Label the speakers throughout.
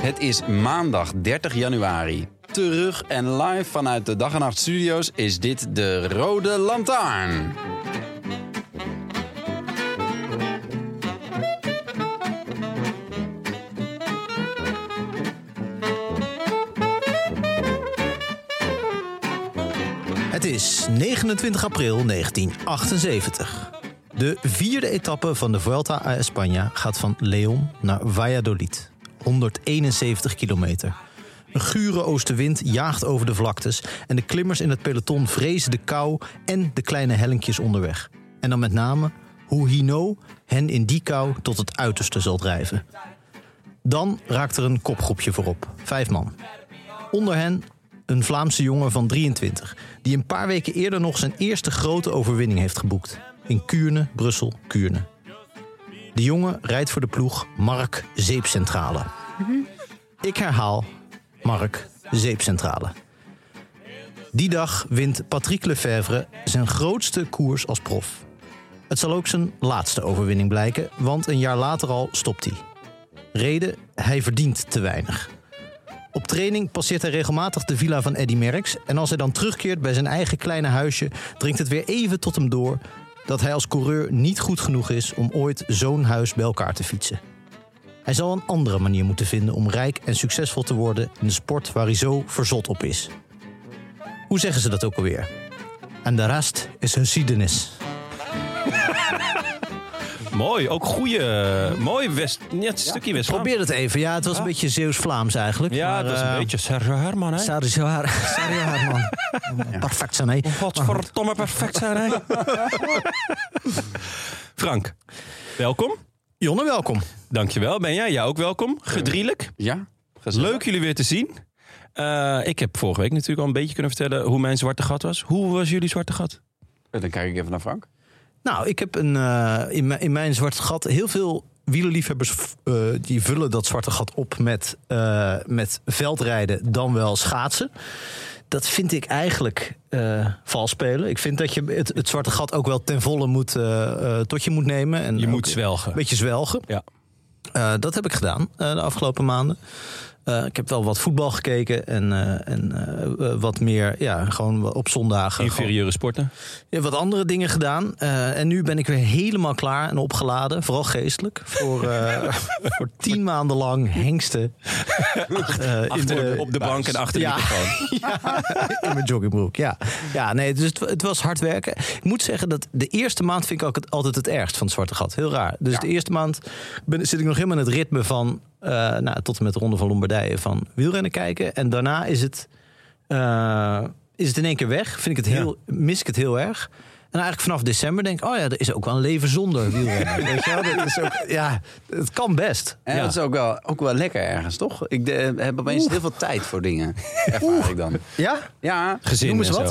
Speaker 1: Het is maandag 30 januari. Terug en live vanuit de Dag en Nacht Studio's is dit de Rode Lantaarn.
Speaker 2: Het is 29 april 1978. De vierde etappe van de Vuelta a España gaat van León naar Valladolid. 171 kilometer. Een gure oostenwind jaagt over de vlaktes en de klimmers in het peloton vrezen de kou en de kleine hellinkjes onderweg. En dan met name hoe Hino hen in die kou tot het uiterste zal drijven. Dan raakt er een kopgroepje voorop, vijf man. Onder hen een Vlaamse jongen van 23, die een paar weken eerder nog zijn eerste grote overwinning heeft geboekt. In Kuurne, Brussel, Kuurne. De jongen rijdt voor de ploeg Mark Zeepcentrale. Ik herhaal Mark Zeepcentrale. Die dag wint Patrick Lefevre zijn grootste koers als prof. Het zal ook zijn laatste overwinning blijken, want een jaar later al stopt hij. Reden, hij verdient te weinig. Op training passeert hij regelmatig de villa van Eddy Merckx. En als hij dan terugkeert bij zijn eigen kleine huisje, dringt het weer even tot hem door dat hij als coureur niet goed genoeg is om ooit zo'n huis bij elkaar te fietsen. Hij zal een andere manier moeten vinden om rijk en succesvol te worden in de sport waar hij zo verzot op is. Hoe zeggen ze dat ook alweer? En de rest is geschiedenis.
Speaker 3: Mooi, ook goede. Mooi West, net een stukje West.
Speaker 2: Probeer het even. Ja, het was een beetje Zeeuws-Vlaams eigenlijk.
Speaker 3: Ja, dat is een
Speaker 2: eh,
Speaker 3: beetje Serge Herman, hè?
Speaker 2: Sorry, zo haar. Sorry, haar, man. Perfect zijn, hè?
Speaker 3: Godverdomme, perfect zijn, hè? Frank, welkom.
Speaker 2: Jonne, welkom.
Speaker 3: Dankjewel. Ben jij? Jij ook welkom. Gedrielijk.
Speaker 1: Ja? gezellig.
Speaker 3: Leuk jullie weer te zien. Eh, ik heb vorige week natuurlijk al een beetje kunnen vertellen hoe mijn zwarte gat was. Hoe was jullie zwarte gat?
Speaker 1: Eh, Dan kijk ik even naar Frank.
Speaker 2: Nou, ik heb een, eh, in, mijn- in mijn zwarte gat heel veel wielerliefhebbers v- eh, die vullen dat zwarte gat op met, eh, met veldrijden dan wel schaatsen. Dat vind ik eigenlijk eh vals spelen. Ik vind dat je het, het zwarte gat ook wel ten volle moet, eh, eh, tot je moet nemen. En
Speaker 3: Je
Speaker 2: ook
Speaker 3: moet
Speaker 2: Een
Speaker 3: zwelgen.
Speaker 2: beetje zwelgen.
Speaker 3: Ja.
Speaker 2: Eh, dat heb ik gedaan eh, de afgelopen maanden. Eh, ik heb wel wat voetbal gekeken en, eh, en eh, eh, wat meer, ja, gewoon op zondagen. gewoon-
Speaker 3: Inferieure sporten.
Speaker 2: ja, wat andere dingen gedaan. Eh, en nu ben ik weer helemaal klaar en opgeladen. Vooral geestelijk. Voor, eh, voor tien maanden lang hengsten. eh, in
Speaker 3: Achter, op de bank en achter de
Speaker 2: ja,
Speaker 3: microfoon.
Speaker 2: in mijn joggingbroek, ja. Ja, nee, dus het, het was hard werken. Ik moet zeggen dat de eerste maand vind ik ook het, altijd het ergst van het Zwarte Gat. Heel raar. Dus de eerste maand ben, zit ik nog helemaal in het ritme van... eh, nou, tot en met de Ronde van Lombardije van wielrennen kijken. En daarna is het, eh, is het in één keer weg. Vind ik het heel, Mis ik het heel erg. En eigenlijk vanaf december denk ik... oh ja, er is ook wel een leven zonder wielrennen. Weet je wel? Dat is ook, ja, het kan best.
Speaker 1: En dat is ook wel, ook wel lekker ergens, toch? Ik eh, heb opeens heel veel tijd voor dingen. Ervaar ik dan.
Speaker 2: Ja?
Speaker 1: Ja,
Speaker 3: Gezin
Speaker 2: Noem eens
Speaker 3: en
Speaker 2: wat.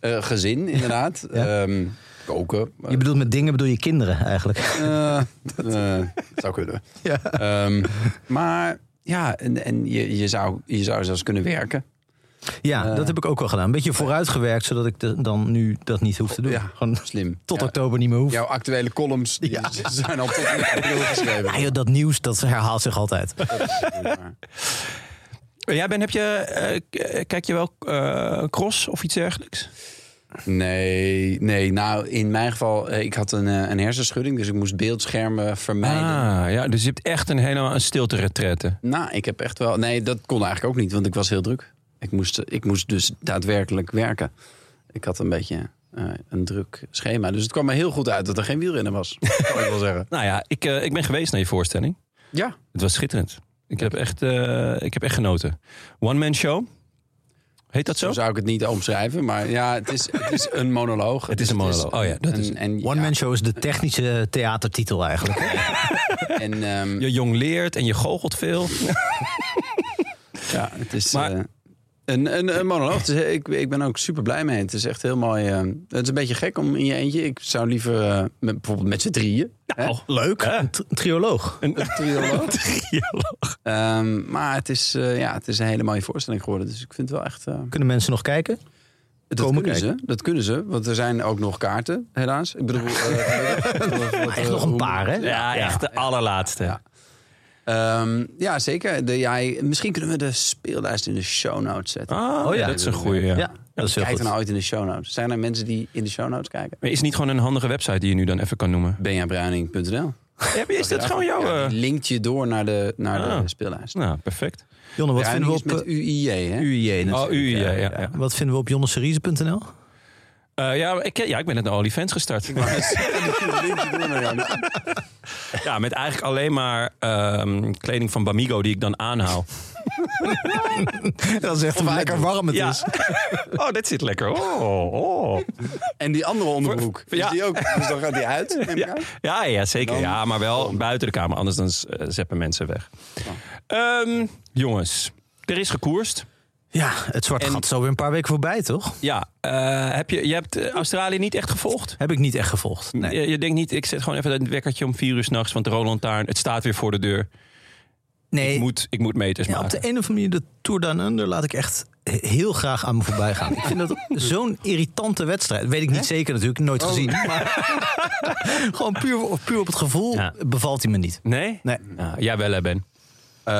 Speaker 3: zo.
Speaker 1: eh, gezin inderdaad. Ehm, koken.
Speaker 2: Je bedoelt met dingen bedoel je kinderen eigenlijk.
Speaker 1: Eh, eh, zou kunnen.
Speaker 2: Ja.
Speaker 1: Ehm, maar ja, en, en je, je, zou, je zou zelfs kunnen werken.
Speaker 2: Ja, dat heb ik ook wel gedaan. Een beetje vooruitgewerkt, zodat ik de- dan nu dat niet hoef te doen.
Speaker 1: Ja,
Speaker 2: Gewoon
Speaker 1: slim.
Speaker 2: tot
Speaker 1: Ja.
Speaker 2: oktober niet meer hoef.
Speaker 1: Jouw actuele columns die zijn al tot in april geschreven.
Speaker 2: Ah, joh, dat nieuws, dat herhaalt zich altijd.
Speaker 3: Jij ben, heb je, eh, k- eh, kijk je wel eh, cross of iets dergelijks?
Speaker 1: Nee, nee, nou in mijn geval, eh, ik had een, eh, een hersenschudding, dus ik moest beeldschermen vermijden.
Speaker 3: Ah, ja, dus je hebt echt een helemaal een stilte retraite.
Speaker 1: Nou, ik heb echt wel. Nee, dat kon eigenlijk ook niet, want ik was heel druk. Ik moest, ik moest dus daadwerkelijk werken. Ik had een beetje eh, een druk schema. Dus het kwam me heel goed uit dat er geen wielrennen was. kan ik wel zeggen.
Speaker 3: Nou ja, ik, eh, ik ben geweest naar je voorstelling.
Speaker 1: Ja,
Speaker 3: Het was schitterend. Ik heb echt, eh, ik heb echt genoten. One Man Show. Heet dat zo?
Speaker 1: Zo zou ik het niet omschrijven, maar ja, het is, het is een monoloog.
Speaker 3: Het is een monoloog. Oh ja, dat is
Speaker 1: en, en,
Speaker 2: One
Speaker 1: ja,
Speaker 2: Man Show is de technische theatertitel eigenlijk.
Speaker 1: En, ehm,
Speaker 3: Je jong leert en je goochelt veel.
Speaker 1: ja, het is
Speaker 3: Maar-
Speaker 1: eh, een, een, een monoloog. Het is- ik, ik ben ook super blij mee. Het is echt heel mooi. eh, het is een beetje gek om in je eentje. Ik zou liever eh, met, bijvoorbeeld met z'n drieën.
Speaker 3: Nou,
Speaker 2: Leuk. Een tri- trioloog.
Speaker 1: Een trioloog.
Speaker 3: trioloog.
Speaker 1: Ehm, maar het is, eh, ja, het is een hele mooie voorstelling geworden. Dus ik vind het wel echt. eh,
Speaker 2: Kunnen mensen nog kijken?
Speaker 1: dat
Speaker 2: Komen
Speaker 1: kunnen ze. Dat kunnen ze. Want er zijn ook nog kaarten, helaas. Ik bedoel. eh,
Speaker 2: Echt nog een paar, hè?
Speaker 3: Ja, echt de allerlaatste.
Speaker 1: Ja. Ehm, ja, zeker. De, jij misschien kunnen we de speellijst in de show notes zetten.
Speaker 3: Ah,
Speaker 2: Oh ja.
Speaker 3: dat is een goeie. Ja.
Speaker 2: Ja, dat is heel
Speaker 1: Kijk
Speaker 2: goed.
Speaker 1: er nou ooit in de show notes. Zijn er mensen die in de show notes kijken?
Speaker 3: Maar is het niet gewoon een handige website die je nu dan even kan noemen?
Speaker 1: Benjabruining.nl
Speaker 3: is dat gewoon jouw...
Speaker 1: Ja,
Speaker 3: eh,
Speaker 1: die linkt je door naar de, naar
Speaker 3: Ah.
Speaker 1: de speellijst.
Speaker 3: Nou, perfect.
Speaker 2: Jonne, wat vinden
Speaker 1: Bruining
Speaker 2: we
Speaker 1: is
Speaker 2: op
Speaker 1: met
Speaker 2: eh,
Speaker 1: UIJ, hè?
Speaker 2: UIJ natuurlijk.
Speaker 3: Oh, UIJ, ja, ja. ja.
Speaker 2: Wat vinden we op jonneseries.nl?
Speaker 3: Eh, ja, ik, ja, ik ben net naar OnlyFans gestart. Ja, met eigenlijk alleen maar ehm, kleding van Bamigo die ik dan aanhaal.
Speaker 2: Dat is echt hoe lekker warm het
Speaker 3: Ja. Oh, dit zit lekker. Oh, oh.
Speaker 1: En die andere onderbroek,
Speaker 3: Voor- ja.
Speaker 1: is die ook? Dus dan gaat die uit, neem ik aan.
Speaker 3: Ja, ja, zeker.
Speaker 1: Dan-
Speaker 3: Ja, maar wel buiten de kamer. Anders dan eh, zeppen mensen weg. Ehm, jongens, er is gekoerst.
Speaker 2: Ja, het zwarte gat is alweer een paar weken voorbij, toch?
Speaker 3: Ja, eh, heb je, je hebt eh, Australië niet echt gevolgd?
Speaker 2: Heb ik niet echt gevolgd. Nee.
Speaker 3: Je, je denkt niet, Eh, ik zet gewoon even het wekkertje om vier uur s'nachts, want de Roland Taarn, het staat weer voor de deur.
Speaker 2: nee.
Speaker 3: Ik moet, ik moet meters
Speaker 2: Ja, op
Speaker 3: maken.
Speaker 2: de een of andere manier, de Tour Down Under laat ik echt heel graag aan me voorbij gaan. Ik vind dat zo'n irritante wedstrijd. Weet ik niet zeker natuurlijk, nooit gezien. Maar gewoon puur, puur op het gevoel
Speaker 3: Ja.
Speaker 2: bevalt hij me niet.
Speaker 3: Nee?
Speaker 2: Nee.
Speaker 3: Nou, jij wel, hè, Ben.
Speaker 1: Eh,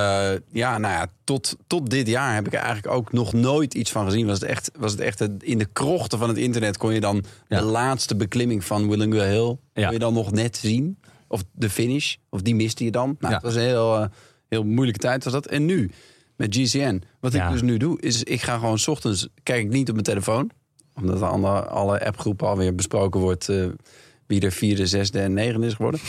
Speaker 1: ja, nou ja, tot, tot dit jaar heb ik er eigenlijk ook nog nooit iets van gezien. Was het echt, was het echt het- in de krochten van het internet kon je dan de laatste beklimming van Willinguer Hill
Speaker 3: Ja.
Speaker 1: kon je dan nog net zien. Of de finish, of die miste je dan. Nou,
Speaker 2: Ja.
Speaker 1: Het was een heel, eh, heel moeilijke tijd was dat. En nu, met GCN, wat
Speaker 3: Ja.
Speaker 1: ik dus nu doe, is ik ga gewoon 's ochtends, kijk ik niet op mijn telefoon. Omdat de andere, alle appgroepen alweer besproken wordt eh, wie er vierde, zesde en negende is geworden.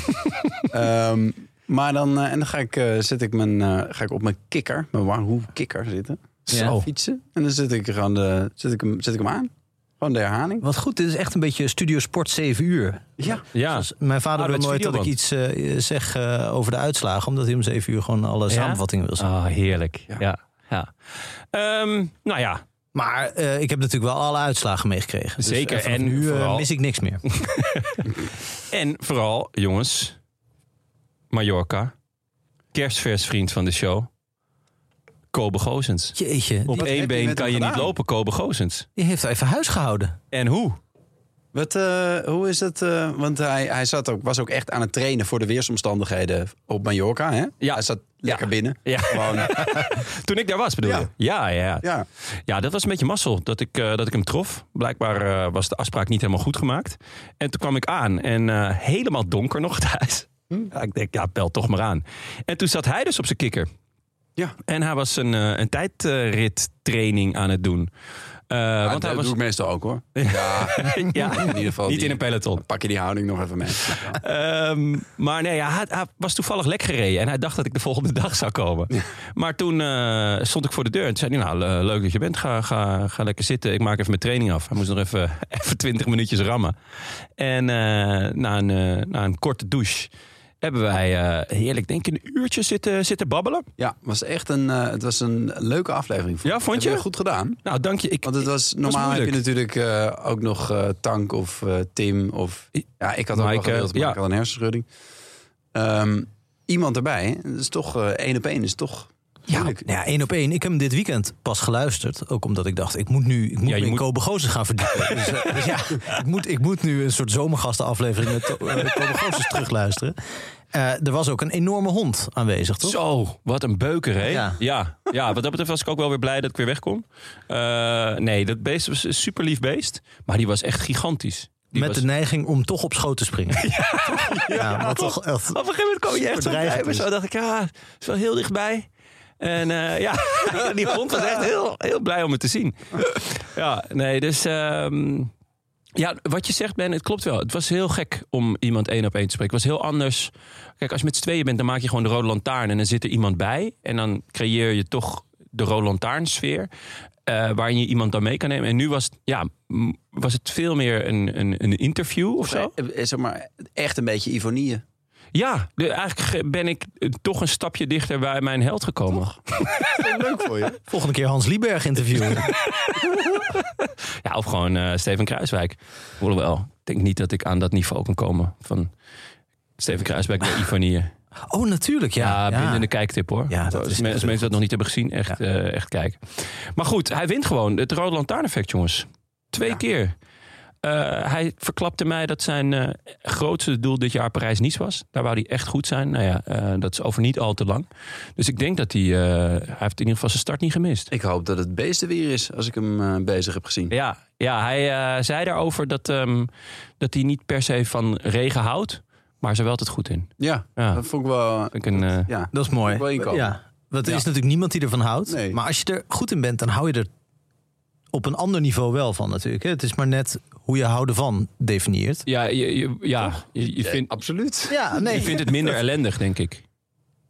Speaker 1: Ehm, maar dan, eh, en dan ga ik, eh, zet ik mijn, eh, ga ik op mijn kikker, mijn Wahoo kikker zitten.
Speaker 2: Zo.
Speaker 1: Fietsen. En dan zet ik, gewoon de, zet, ik hem, zet ik hem aan. Gewoon de herhaling.
Speaker 2: Wat goed, dit is echt een beetje Studio Sport 7 uur.
Speaker 1: Ja.
Speaker 3: Ja.
Speaker 2: Dus mijn vader
Speaker 3: Ah,
Speaker 2: wil
Speaker 3: met
Speaker 2: nooit dat ik
Speaker 3: videoband.
Speaker 2: iets eh, zeg eh, over de uitslagen, omdat hij om 7 uur gewoon alle samenvattingen wil zien.
Speaker 3: Ah, heerlijk. Ja.
Speaker 1: Ja.
Speaker 3: ja. Ehm, nou ja,
Speaker 2: Maar eh, ik heb natuurlijk wel alle uitslagen meegekregen. Dus,
Speaker 3: Zeker,
Speaker 2: eh, vanaf
Speaker 3: en
Speaker 2: nu eh,
Speaker 3: vooral-
Speaker 2: mis ik niks meer.
Speaker 3: en vooral, jongens, Mallorca, kerstvers vriend van de show, Kobe Gozens.
Speaker 2: Jeetje,
Speaker 3: Op
Speaker 2: die,
Speaker 3: één
Speaker 1: heb je
Speaker 3: been
Speaker 1: met
Speaker 3: kan
Speaker 1: hem
Speaker 3: je niet
Speaker 1: gedaan?
Speaker 3: lopen, Kobe Gozens.
Speaker 2: die heeft even huis gehouden.
Speaker 3: En hoe?
Speaker 1: Wat, eh, hoe is het? eh, want hij, hij zat ook, was ook echt aan het trainen voor de weersomstandigheden op Mallorca. Hè?
Speaker 3: Ja.
Speaker 1: Hij zat lekker binnen.
Speaker 3: Ja.
Speaker 1: Gewoon,
Speaker 3: Toen ik daar was, bedoel
Speaker 1: Ja.
Speaker 3: je? Ja, ja, ja.
Speaker 1: ja.
Speaker 3: Ja, dat was een beetje mazzel dat ik, eh, dat ik hem trof. Blijkbaar eh, was de afspraak niet helemaal goed gemaakt. En toen kwam ik aan en eh, helemaal donker nog thuis.
Speaker 1: Hm?
Speaker 3: Ja, ik denk, ja, bel toch maar aan. En toen zat hij dus op zijn kikker.
Speaker 1: ja.
Speaker 3: En hij was een, eh, een tijdrittraining aan het doen. Eh, want
Speaker 1: dat
Speaker 3: hij was
Speaker 1: doe ik meestal ook hoor.
Speaker 3: ja,
Speaker 1: In ieder geval
Speaker 3: niet
Speaker 1: die-
Speaker 3: in een peloton.
Speaker 1: Pak je die houding nog even mee.
Speaker 3: Ehm, maar nee, ja, hij, hij was toevallig lek gereden. En hij dacht dat ik de volgende dag zou komen. Maar toen eh, stond ik voor de deur. En toen zei hij, nou, le- leuk dat je bent. Ga, ga, ga lekker zitten. Ik maak even mijn training af. Hij moest nog even, even 20 minuutjes rammen. En eh, na, een, eh, na een korte douche hebben wij eh heerlijk, denk ik, een uurtje zitten, zitten babbelen.
Speaker 1: Ja, was echt een, eh, het was een leuke aflevering.
Speaker 3: Ja, vond
Speaker 1: Heb
Speaker 3: je?
Speaker 1: Goed gedaan.
Speaker 3: Nou, dank je. Ik,
Speaker 1: Want het was, normaal heb je
Speaker 3: moeilijk.
Speaker 1: natuurlijk eh, ook nog eh, Tank of eh, Tim of... Ja, ik had ook
Speaker 3: Mike,
Speaker 1: wel gewild, maar
Speaker 3: ja.
Speaker 1: ik had een hersenschudding. Ehm, iemand erbij, dat is toch eh, één op één, is toch
Speaker 2: Nou
Speaker 1: moeilijk.
Speaker 2: Ja, één op één. Ik heb hem dit weekend pas geluisterd. Ook omdat ik dacht, ik moet nu ik moet
Speaker 3: Ja, je
Speaker 2: me in
Speaker 3: moet-
Speaker 2: Kobe Gozens gaan verdiepen. dus, eh, dus ja, ik moet, ik moet nu een soort zomergastenaflevering met eh, Kobe Gozens terugluisteren. Eh, er was ook een enorme hond aanwezig, toch?
Speaker 3: Zo, wat een beuker, hè? Ja.
Speaker 2: Ja.
Speaker 3: Ja, wat dat betreft was ik ook wel weer blij dat ik weer weg kon. Eh, nee, dat beest was een super lief beest. Maar die was echt gigantisch. Die
Speaker 2: met
Speaker 3: was-
Speaker 2: de neiging om toch op schoot te springen. Ja, wat toch eh, echt...
Speaker 3: Op een gegeven moment kwam je echt zo
Speaker 2: Superdreigend
Speaker 3: bij me.
Speaker 2: is.
Speaker 3: Zo dacht ik, ja, is wel heel dichtbij. En eh, ja, die hond was echt heel, heel blij om het te zien. Ja, nee, dus... ehm, Ja, wat je zegt, Ben, het klopt wel. Het was heel gek om iemand één op één te spreken. Het was heel anders. Kijk, als je met z'n tweeën bent, dan maak je gewoon de rode lantaarn. En dan zit er iemand bij. En dan creëer je toch de rode lantaarnsfeer. eh, waarin je iemand dan mee kan nemen. En nu was het, ja, m- was het veel meer een, een, een interview of zo.
Speaker 1: Eh, eh, Zeg maar, echt een beetje ironieën.
Speaker 3: Ja, de- eigenlijk ge- ben ik eh, toch een stapje dichter bij mijn held gekomen.
Speaker 1: Leuk voor je.
Speaker 2: Volgende keer Hans Lieberg interviewen.
Speaker 3: Ja, of gewoon eh, Steven Kruiswijk. Hoewel, ik denk niet dat ik aan dat niveau kan komen van Steven Kruiswijk bij Ivanier.
Speaker 2: Oh, natuurlijk, ja.
Speaker 3: Ja, binnen de kijktip hoor.
Speaker 2: Ja, dat
Speaker 3: Als
Speaker 2: is-
Speaker 3: men-
Speaker 2: dat
Speaker 3: als
Speaker 2: is
Speaker 3: mensen dat nog niet hebben gezien, echt, eh, echt kijken. Maar goed, hij wint gewoon. Het Rode Lantaarn-effect, jongens. Twee keer. Eh, hij verklapte mij dat zijn eh, grootste doel dit jaar Parijs-Nice was. Daar wou hij echt goed zijn. Nou ja, eh, dat is over niet al te lang. Dus ik denk dat hij... eh, hij heeft in ieder geval zijn start niet gemist.
Speaker 1: Ik hoop dat het beest er weer is als ik hem eh, bezig heb gezien.
Speaker 3: Ja, ja hij eh, zei daarover dat, ehm, dat hij niet per se van regen houdt. Maar ze wel altijd goed in.
Speaker 1: Ja,
Speaker 3: Ja.
Speaker 1: dat vond ik wel...
Speaker 3: Vind ik een, eh,
Speaker 1: Ja.
Speaker 2: Dat is
Speaker 1: Wel
Speaker 2: mooi.
Speaker 1: inkomen.
Speaker 2: Ja, want er
Speaker 1: Ja.
Speaker 2: is natuurlijk niemand die ervan houdt.
Speaker 1: Nee.
Speaker 2: Maar als je er goed in bent, dan hou je er op een ander niveau wel van natuurlijk. hè. Het is maar net hoe je houden van definieert.
Speaker 3: ja, je, je- ja, je, je vindt,
Speaker 1: Absoluut.
Speaker 2: Ja,
Speaker 3: je
Speaker 2: nee.
Speaker 3: vindt het minder ellendig, denk ik.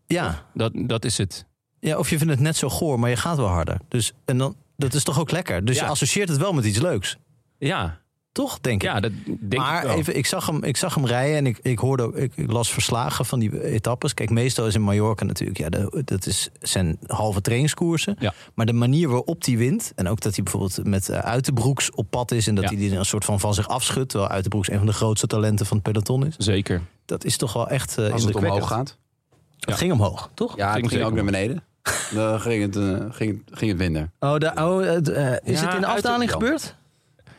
Speaker 2: ja.
Speaker 3: Dat, dat is het.
Speaker 2: ja, of je vindt het net zo goor, maar je gaat wel harder. Dus, en dan, dat is toch ook lekker. Dus
Speaker 3: Ja.
Speaker 2: je associeert het wel met iets leuks.
Speaker 3: Ja,
Speaker 2: Toch, denk ik.
Speaker 3: ja dat denk
Speaker 2: maar
Speaker 3: ik wel.
Speaker 2: even, ik zag hem, ik zag hem rijden en ik, ik hoorde, ook- ik, ik las verslagen van die etappes. Kijk, meestal is in Mallorca natuurlijk, ja, de- dat is zijn halve trainingskoersen.
Speaker 3: Ja.
Speaker 2: Maar de manier waarop hij wint, en ook dat hij bijvoorbeeld met eh, Uitenbroeks op pad is en dat
Speaker 3: Ja.
Speaker 2: hij die een soort van van zich afschudt, terwijl Uitenbroeks een van de grootste talenten van het peloton is.
Speaker 3: Zeker.
Speaker 2: Dat is toch wel echt eh
Speaker 1: Als het omhoog gaat.
Speaker 2: Het ging omhoog, toch?
Speaker 1: Ja,
Speaker 3: Ging
Speaker 1: het ging
Speaker 3: zeker
Speaker 1: ook naar beneden. Dan ging het, eh, ging, ging het minder.
Speaker 2: Oh, daar- oh, eh, d- eh, is
Speaker 3: Ja,
Speaker 2: het in de
Speaker 3: uit-
Speaker 2: afdaling gebeurd?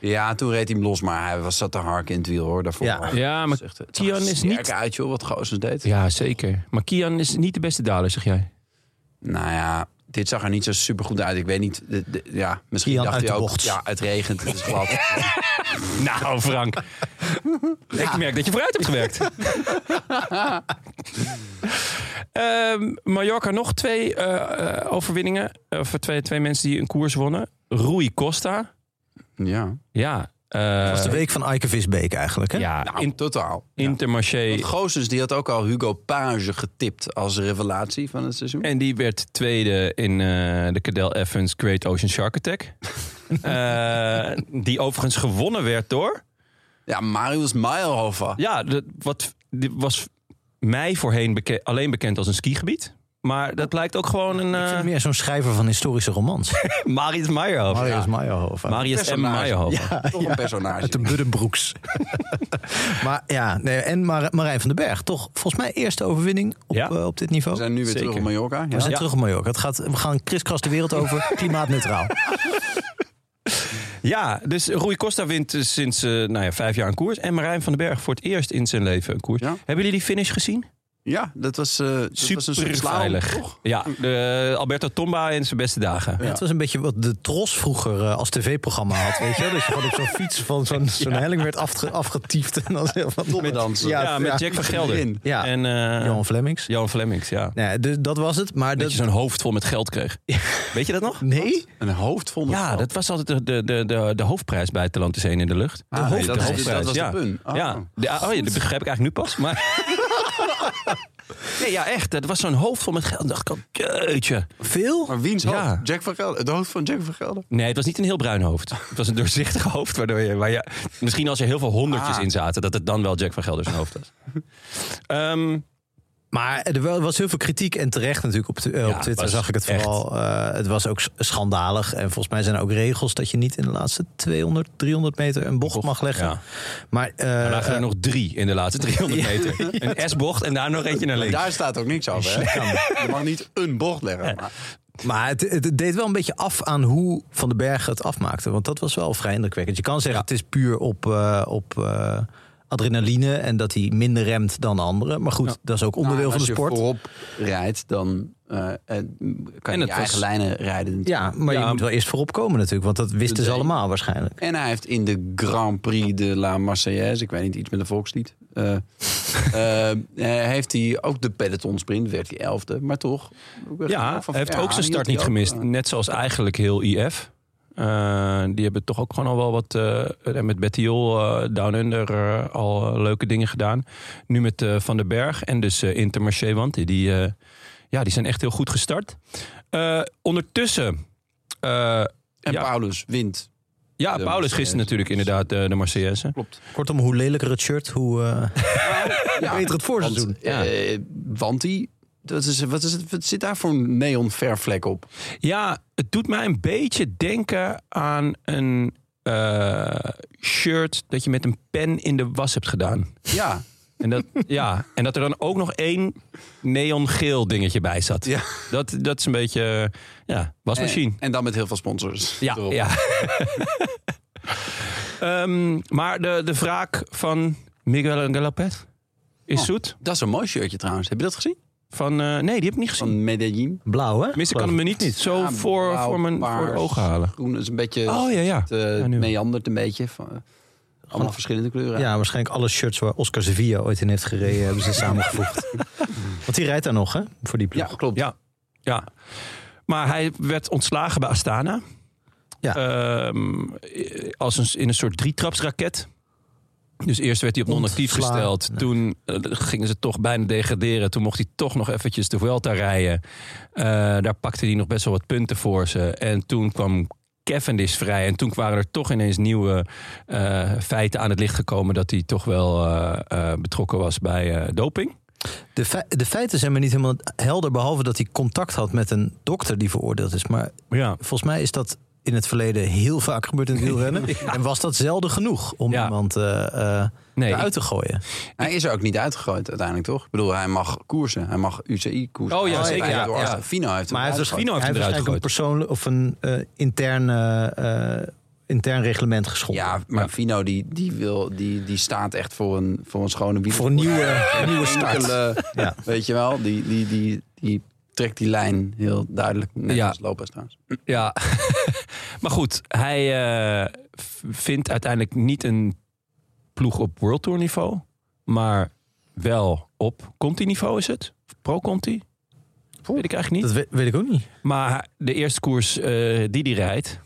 Speaker 1: Ja, toen reed hij hem los, maar hij was, zat te harken in het wiel hoor. Daarvoor.
Speaker 2: Ja.
Speaker 3: Ja, maar
Speaker 1: eh, Het zag er
Speaker 3: Kian is
Speaker 1: sterk
Speaker 3: niet...
Speaker 1: uit joh, wat Goossens deed.
Speaker 3: Ja, zeker. Maar Kian is niet de beste daler, zeg jij.
Speaker 1: Nou ja, dit zag er niet zo super goed uit. Ik weet niet, de- de- ja, misschien
Speaker 2: Kian
Speaker 1: dacht
Speaker 2: uit
Speaker 1: hij
Speaker 2: de
Speaker 1: ook...
Speaker 2: bocht.
Speaker 1: Ja, het regent, het is glad.
Speaker 3: Nou, Frank. Ik merk dat je vooruit hebt gewerkt. Ehm, Mallorca nog twee eh, eh, overwinningen. Of twee, twee mensen die een koers wonnen. Rui Costa.
Speaker 1: ja,
Speaker 3: Ja. eh,
Speaker 2: Dat was de week van Eike Visbeek eigenlijk, hè?
Speaker 3: ja,
Speaker 1: nou,
Speaker 3: in,
Speaker 1: totaal.
Speaker 3: Intermarché.
Speaker 1: Want Goossens die had ook al Hugo Page getipt als revelatie van het seizoen.
Speaker 3: En die werd tweede in eh, de Cadel Evans Great Ocean Shark Attack. Eh, die overigens gewonnen werd door.
Speaker 1: Ja, Marius Meyerhofer.
Speaker 3: Ja, dat, wat, dit was mij voorheen beke- alleen bekend als een skigebied. Maar dat blijkt ook gewoon een
Speaker 2: Ik vind
Speaker 3: eh
Speaker 2: hem meer zo'n schrijver van historische romans.
Speaker 3: Marius Meyerhofer.
Speaker 2: Marius Meyerhofer.
Speaker 3: Marius M.
Speaker 1: Personage.
Speaker 3: Meyerhofer.
Speaker 1: Toch een personage.
Speaker 2: Uit de Buddenbroeks. maar ja, nee, en Mar- Marijn van den Berg, toch volgens mij eerste overwinning op,
Speaker 3: Ja.
Speaker 2: eh, op dit niveau.
Speaker 1: We zijn nu weer
Speaker 3: Zeker.
Speaker 1: terug op Mallorca.
Speaker 2: We
Speaker 1: Ja.
Speaker 2: zijn
Speaker 3: Ja.
Speaker 2: terug op Mallorca. Het gaat, we gaan kriskras de wereld over, klimaatneutraal.
Speaker 3: Ja, dus Rui Costa wint eh, sinds eh, nou ja, vijf jaar een koers. En Marijn van den Berg voor het eerst in zijn leven een koers.
Speaker 1: Ja.
Speaker 3: Hebben jullie die finish gezien?
Speaker 1: Ja, dat was, eh dat was een soort
Speaker 3: Super
Speaker 1: slalom,
Speaker 3: veilig.
Speaker 1: toch?
Speaker 3: Ja, de Alberto Tomba in zijn beste dagen.
Speaker 2: Het was een beetje wat de Tros vroeger eh, als tv-programma had. Weet je? wel? Dat je gewoon op zo'n fiets van zo'n zo'n helling werd afge, afgetiefd. En dan van,
Speaker 1: Tommedansen.
Speaker 3: Ja, met Jack van Gelder.
Speaker 1: erin.
Speaker 2: Ja.
Speaker 3: En eh,
Speaker 2: Johan Flemings.
Speaker 3: Johan Flemings, ja.
Speaker 2: Nee, dus dat was het. Maar
Speaker 3: Dat
Speaker 2: dat,
Speaker 3: je zo'n hoofd vol met geld kreeg. Weet je dat nog?
Speaker 2: nee?
Speaker 1: Een hoofd vol met
Speaker 3: Ja,
Speaker 1: geld.
Speaker 3: dat was altijd de, de, de, de hoofdprijs bij het Talent is één in de lucht.
Speaker 1: Ah, nee, dat is-
Speaker 3: hoofdprijs,
Speaker 1: dat was de
Speaker 3: ja.
Speaker 1: pun. Ah.
Speaker 3: Ja. De- oh, ja, dat begrijp ik eigenlijk nu pas. Maar... nee, ja, echt. Dat was zo'n hoofd vol met geld. Dan dacht ik al, jeetje.
Speaker 2: Veel?
Speaker 1: Maar wiens
Speaker 3: Ja.
Speaker 1: hoofd? Jack van Gelder. Het hoofd van Jack van Gelder.
Speaker 3: Nee, het was niet een heel bruin hoofd. Het was een doorzichtig hoofd. Waardoor je, waar je, misschien als er heel veel honderdjes
Speaker 1: Ah.
Speaker 3: in zaten, dat het dan wel Jack van Gelder zijn hoofd was. Ehm,
Speaker 2: Maar er wel- was heel veel kritiek en terecht natuurlijk op, tw- eh,
Speaker 3: Ja,
Speaker 2: op Twitter
Speaker 3: was
Speaker 2: zag ik het
Speaker 3: echt.
Speaker 2: vooral. Eh, het was ook s- schandalig. En volgens mij zijn er ook regels dat je niet in de laatste 200, 300 meter een bocht mag leggen.
Speaker 3: ja.
Speaker 2: Maar eh,
Speaker 3: er lagen er
Speaker 2: eh,
Speaker 3: nog drie in de laatste 300 meter. Een S-bocht en daar nog eentje naar links.
Speaker 1: Daar staat ook niks over. Hè? Je mag niet een bocht leggen. Maar
Speaker 2: maar het, het deed wel een beetje af aan hoe Van den Berg het afmaakte. Want dat was wel vrij indrukwekkend. Je kan zeggen het is puur op, eh, op eh, adrenaline en dat hij minder remt dan anderen. Maar goed, dat is ook onderdeel
Speaker 1: Nou,
Speaker 2: van de sport.
Speaker 1: Als je voorop rijdt, dan eh, eh, kan je
Speaker 3: was-
Speaker 1: je eigen lijnen rijden.
Speaker 2: Ja,
Speaker 1: natuurlijk.
Speaker 2: maar
Speaker 3: Ja,
Speaker 2: je moet wel eerst voorop komen natuurlijk. Want dat wisten ze
Speaker 1: deed-
Speaker 2: allemaal waarschijnlijk.
Speaker 1: En hij heeft in de Grand Prix de la Marseillaise, ik weet niet, iets met een volkslied. eh, eh, eh, heeft hij ook de peloton sprint, werd hij elfde, maar toch. eh.
Speaker 3: Ja, hij heeft ook zijn start niet gemist. Net zoals eigenlijk heel IF. Eh, die hebben toch ook gewoon al wel wat eh, met Bettiol, eh Down Under eh, al eh, leuke dingen gedaan. Nu met eh, Van den Berg en dus eh, Intermarché, want die, die, eh, ja, die zijn echt heel goed gestart. Eh, ondertussen, eh,
Speaker 1: En
Speaker 3: Ja.
Speaker 1: Paulus wint.
Speaker 3: ja,
Speaker 1: De
Speaker 3: Paulus
Speaker 1: Marseillaise.
Speaker 3: gisteren natuurlijk inderdaad eh, de Marseillaise.
Speaker 1: Klopt.
Speaker 2: Kortom, hoe lelijker het shirt, hoe eh beter het voorseizoen.
Speaker 1: Want, eh, want die... Dat is, wat, is het, wat zit daar voor een neon verfvlek op?
Speaker 3: Ja, het doet mij een beetje denken aan een eh, shirt dat je met een pen in de was hebt gedaan.
Speaker 1: Ja.
Speaker 3: En dat, ja, en dat er dan ook nog één neongeel dingetje bij zat.
Speaker 1: Ja. Eh,
Speaker 3: Dat, dat is een beetje, eh, ja, wasmachine.
Speaker 1: En, en dan met heel veel sponsors.
Speaker 3: Ja,
Speaker 1: erop.
Speaker 3: ja. Ehm, maar de, de wraak van Miguel Galapet is
Speaker 1: Oh.
Speaker 3: zoet.
Speaker 1: Dat is een mooi shirtje trouwens. Heb je dat gezien?
Speaker 3: Van, eh, nee, die heb ik niet gezien.
Speaker 1: Van Medellin.
Speaker 2: Blauw, hè?
Speaker 3: Tenminste, ik kan
Speaker 2: Geloof
Speaker 3: hem me niet, zo
Speaker 1: Ja,
Speaker 3: voor,
Speaker 1: blauw,
Speaker 3: voor mijn voor
Speaker 1: paars,
Speaker 3: de ogen halen.
Speaker 1: Groen is een beetje...
Speaker 3: Oh ja, ja.
Speaker 1: Het eh,
Speaker 3: Ja, nu.
Speaker 1: meandert een beetje. Van, eh, allemaal verschillende kleuren.
Speaker 2: Ja, waarschijnlijk alle shirts waar Oscar Sevilla ooit in heeft gereden, hebben ze samengevoegd. Want die rijdt daar nog, hè? Voor die
Speaker 1: Ja,
Speaker 2: ploeg.
Speaker 1: klopt.
Speaker 3: Ja, ja. Maar hij werd ontslagen bij Astana.
Speaker 2: Ja.
Speaker 3: Ehm, als een, in een soort drietrapsraket. Dus eerst werd hij op non-actief
Speaker 2: Ontslaan.
Speaker 3: gesteld.
Speaker 2: Nee.
Speaker 3: Toen eh, gingen ze toch bijna degraderen. Toen mocht hij toch nog eventjes de Vuelta rijden. Eh, daar pakte hij nog best wel wat punten voor ze. En toen kwam Cavendish vrij. En toen waren er toch ineens nieuwe eh, feiten aan het licht gekomen... dat hij toch wel eh, eh, betrokken was bij eh, doping.
Speaker 2: De, fe- de feiten zijn me niet helemaal helder, behalve dat hij contact had met een dokter die veroordeeld is. Maar
Speaker 3: Ja.
Speaker 2: volgens mij is dat in het verleden heel vaak gebeurd in het wielrennen. En was dat zelden genoeg om
Speaker 3: Ja.
Speaker 2: iemand eh eh,
Speaker 3: Nee,
Speaker 2: eruit te gooien.
Speaker 1: Hij is er ook niet uitgegooid uiteindelijk, toch? Ik bedoel, hij mag koersen. Hij mag UCI koersen.
Speaker 3: Oh ja,
Speaker 1: Hij is
Speaker 3: zeker,
Speaker 1: eruit
Speaker 3: ja,
Speaker 1: door
Speaker 3: ja.
Speaker 1: Arsenal. Fino heeft hem
Speaker 2: Maar hij dus heeft
Speaker 1: uitgegooid.
Speaker 3: Fino heeft
Speaker 2: Hij
Speaker 3: hem
Speaker 2: heeft
Speaker 3: eruit
Speaker 2: waarschijnlijk een
Speaker 3: gegooid.
Speaker 2: persoonlijk of een eh, intern, eh, eh, intern reglement geschonden.
Speaker 1: Ja, maar Fino die, die, wil, die, die staat echt voor een, voor een schone wiel.
Speaker 2: Voor een nieuwe, een nieuwe start.
Speaker 1: Enkele,
Speaker 2: Ja.
Speaker 1: Weet je wel, die, die, die, die trekt die lijn heel duidelijk. Net
Speaker 3: Ja.
Speaker 1: als Lopez trouwens.
Speaker 3: Ja, maar goed, hij eh, v- vindt uiteindelijk niet een ploeg op World Tour niveau, maar wel op Conti niveau is het. Of Pro Conti? Weet ik eigenlijk
Speaker 2: Dat
Speaker 3: niet.
Speaker 2: weet, weet ik ook niet.
Speaker 3: Maar de eerste koers eh, die hij rijdt,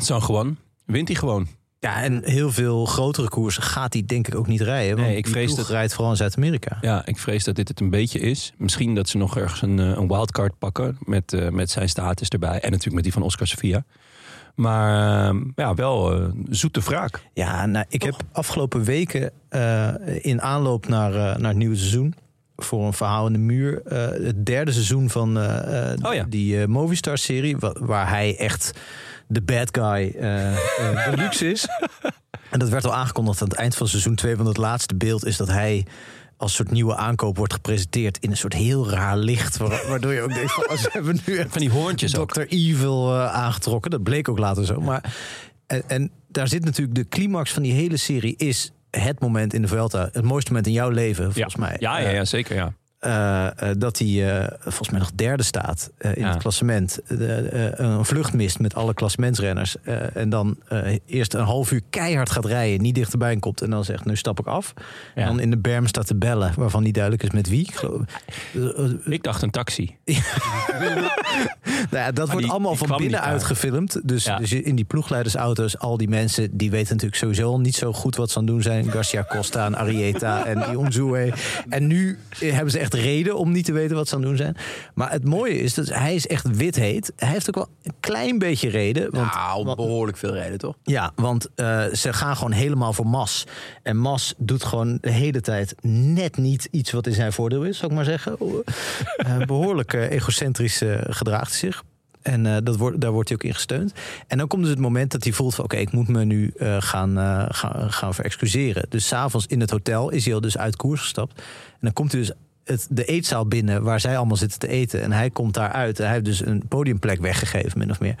Speaker 3: San Juan, wint hij gewoon.
Speaker 2: Ja, en heel veel grotere koersen gaat hij denk ik ook niet rijden. Want
Speaker 3: Nee, ik
Speaker 2: die
Speaker 3: vrees
Speaker 2: ploeg
Speaker 3: dat-
Speaker 2: rijdt vooral in Zuid-Amerika.
Speaker 3: Ja, ik vrees dat dit het een beetje is. Misschien dat ze nog ergens een, eh, een wildcard pakken met, eh, met zijn status erbij. En natuurlijk met die van Oscar Sofia. Maar eh, ja, wel eh, zoete wraak.
Speaker 2: Ja, nou, ik heb afgelopen weken eh, in aanloop naar, eh, naar het nieuwe seizoen voor een verhaal in de muur. eh, het derde seizoen van eh, eh,
Speaker 3: Oh ja.
Speaker 2: die eh, Movistar-serie, wa- waar hij echt de bad guy eh, eh, deluxe is. En dat werd al aangekondigd aan het eind van seizoen 2. Want het laatste beeld is dat hij als soort nieuwe aankoop wordt gepresenteerd in een soort heel raar licht. wa- Waardoor je ook denkt van, als hebben nu echt
Speaker 3: Van die hoorntjes ook.
Speaker 2: Dr. Evil eh, aangetrokken. Dat bleek ook later zo. Maar, en, en daar zit natuurlijk de climax van die hele serie is het moment in de Vuelta. Het mooiste moment in jouw leven, volgens mij.
Speaker 3: Ja, ja, ja, zeker ja.
Speaker 2: Eh, eh, dat hij eh, volgens mij nog derde staat eh, in
Speaker 3: Ja.
Speaker 2: het klassement. Eh, eh, een vlucht mist met alle klassementsrenners. Eh, en dan eh, eerst een half uur keihard gaat rijden. Niet dichterbij komt. En dan zegt, nu stap ik af.
Speaker 3: Ja.
Speaker 2: En dan in de berm staat te bellen. Waarvan niet duidelijk is met wie. Ik geloof- Eh, eh,
Speaker 3: Ik dacht een taxi.
Speaker 2: Nou ja, dat wordt
Speaker 3: die-
Speaker 2: allemaal
Speaker 3: die
Speaker 2: van
Speaker 3: kwam niet
Speaker 2: binnenuit
Speaker 3: uit.
Speaker 2: gefilmd. Dus,
Speaker 3: Ja.
Speaker 2: dus in die ploegleidersauto's, al die mensen... die weten natuurlijk sowieso al niet zo goed wat ze aan het doen zijn. Garcia Costa en Arieta en Ionzoe. En nu eh, hebben ze echt reden om niet te weten wat ze aan het doen zijn. Maar het mooie is, dat hij is echt witheet. Hij heeft ook wel een klein beetje reden. Want,
Speaker 1: nou,
Speaker 2: want-
Speaker 1: behoorlijk veel reden, toch?
Speaker 2: ja, want eh, ze gaan gewoon helemaal voor Mas. En Mas doet gewoon de hele tijd net niet iets wat in zijn voordeel is, zou ik maar zeggen. Eh, behoorlijk eh, egocentrisch eh, gedraagt hij zich. En eh, dat wordt, daar wordt hij ook in gesteund. En dan komt dus het moment dat hij voelt van... oké, ik moet me nu eh, gaan, eh, gaan, gaan verexcuseren. Dus s'avonds in het hotel is hij al dus uit koers gestapt. En dan komt hij dus het, de eetzaal binnen waar zij allemaal zitten te eten. En hij komt daaruit. En hij heeft dus een podiumplek weggegeven, min of meer.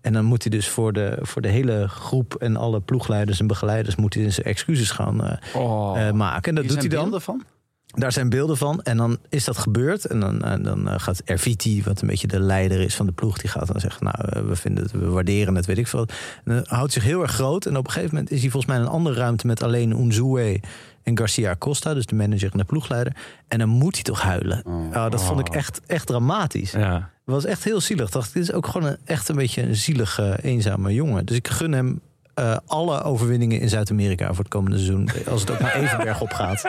Speaker 2: En dan moet hij dus voor de, voor de hele groep en
Speaker 3: Oh.
Speaker 2: alle ploegleiders en begeleiders... moet hij dus excuses gaan eh, eh, maken. En dat doet hij dan.
Speaker 1: van?
Speaker 2: Daar zijn beelden van. En dan is dat gebeurd. En dan, en dan eh, gaat Erviti, wat een beetje de leider is van de ploeg, die gaat dan zeggen: Nou, eh, we vinden het, we waarderen het, weet ik veel. wat. En dan houdt zich heel erg groot. En op een gegeven moment is hij volgens mij in een andere ruimte met alleen Unzue en Garcia Costa, dus de manager en de ploegleider. En dan moet hij toch huilen. Ah, dat vond ik echt, echt dramatisch.
Speaker 3: Ja.
Speaker 2: Het was echt heel zielig. Ik dacht, dit is ook gewoon een, echt een beetje een zielige, eenzame jongen. Dus ik gun hem eh, alle overwinningen in Zuid-Amerika voor het komende seizoen. eh, Als het ook maar even bergop gaat.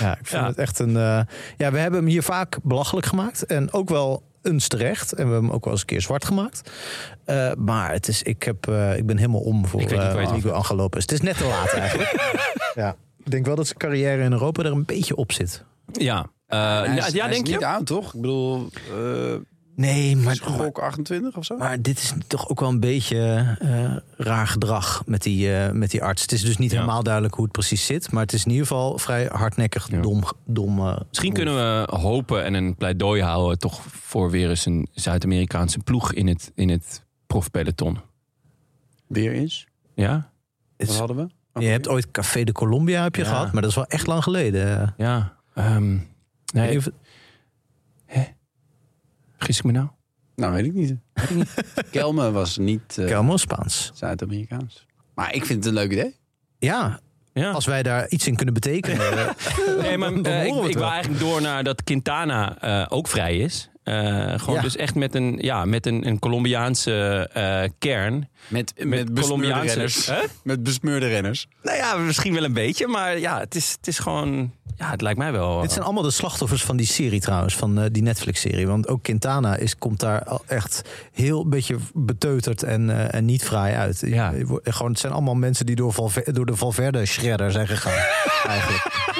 Speaker 2: Ja, ik vind
Speaker 3: Ja.
Speaker 2: het echt een... eh, ja, we hebben hem hier vaak belachelijk gemaakt. En ook wel eens terecht. En we hebben hem ook wel eens een keer zwart gemaakt. Eh, maar het is, ik, heb, eh, ik ben helemaal om voor
Speaker 3: Ik weet niet
Speaker 2: eh,
Speaker 3: waar je het
Speaker 2: Miguel Angel Lopez. Het is net te laat eigenlijk. ja. Ik denk wel dat zijn carrière in Europa er een beetje op zit.
Speaker 3: Ja. Eh,
Speaker 1: Hij is-
Speaker 3: ja, ja,
Speaker 1: hij is
Speaker 3: denk
Speaker 1: niet
Speaker 3: je?
Speaker 1: oud, toch? Ik bedoel, eh
Speaker 2: Nee, maar...
Speaker 1: gok 28 of zo?
Speaker 2: Maar dit is toch ook wel een beetje eh, raar gedrag met die, eh, met die arts. Het is dus niet
Speaker 3: Ja.
Speaker 2: helemaal duidelijk hoe het precies zit. Maar het is in ieder geval vrij hardnekkig
Speaker 3: Ja.
Speaker 2: dom. dom eh,
Speaker 3: Misschien
Speaker 2: dom.
Speaker 3: kunnen we hopen en een pleidooi houden... toch voor weer eens een Zuid-Amerikaanse ploeg in het, in het profpeloton.
Speaker 1: Weer eens.
Speaker 3: Ja?
Speaker 2: Het
Speaker 1: Wat
Speaker 2: is-
Speaker 1: hadden we?
Speaker 2: Je hebt ooit Café de Colombia heb je
Speaker 3: Ja.
Speaker 2: gehad. Maar dat is wel echt lang geleden.
Speaker 3: Ja. Ehm nee,
Speaker 2: Even-
Speaker 3: vergis ik me nou?
Speaker 1: Nou, weet ik niet. Kelme was niet eh,
Speaker 2: Carmo Spaans.
Speaker 1: Zuid-Amerikaans. Maar ik vind het een leuk idee.
Speaker 2: Ja,
Speaker 3: Ja.
Speaker 2: als wij daar iets in kunnen betekenen. eh,
Speaker 3: Nee, maar
Speaker 2: Dan
Speaker 3: eh,
Speaker 2: horen we het
Speaker 3: ik, ik wil
Speaker 2: wel.
Speaker 3: eigenlijk door naar dat Quintana eh, ook vrij is. Eh, gewoon
Speaker 2: Ja.
Speaker 3: dus echt met een, ja, met een, een Colombiaanse eh, kern.
Speaker 1: Met, met,
Speaker 3: Colombiaanse- Hè?
Speaker 1: Met besmeurde renners.
Speaker 3: Nou ja, misschien wel een beetje, maar ja, het is, het is gewoon... Ja, het lijkt mij wel...
Speaker 2: Dit zijn allemaal de slachtoffers van die serie trouwens, van eh, die Netflix-serie. Want ook Quintana is, komt daar al echt heel een beetje beteuterd en, eh, en niet fraai uit. Je-
Speaker 3: Ja.
Speaker 2: je wordt- gewoon, het zijn allemaal mensen die door, Valver- door de Valverde-shredder zijn gegaan. eigenlijk.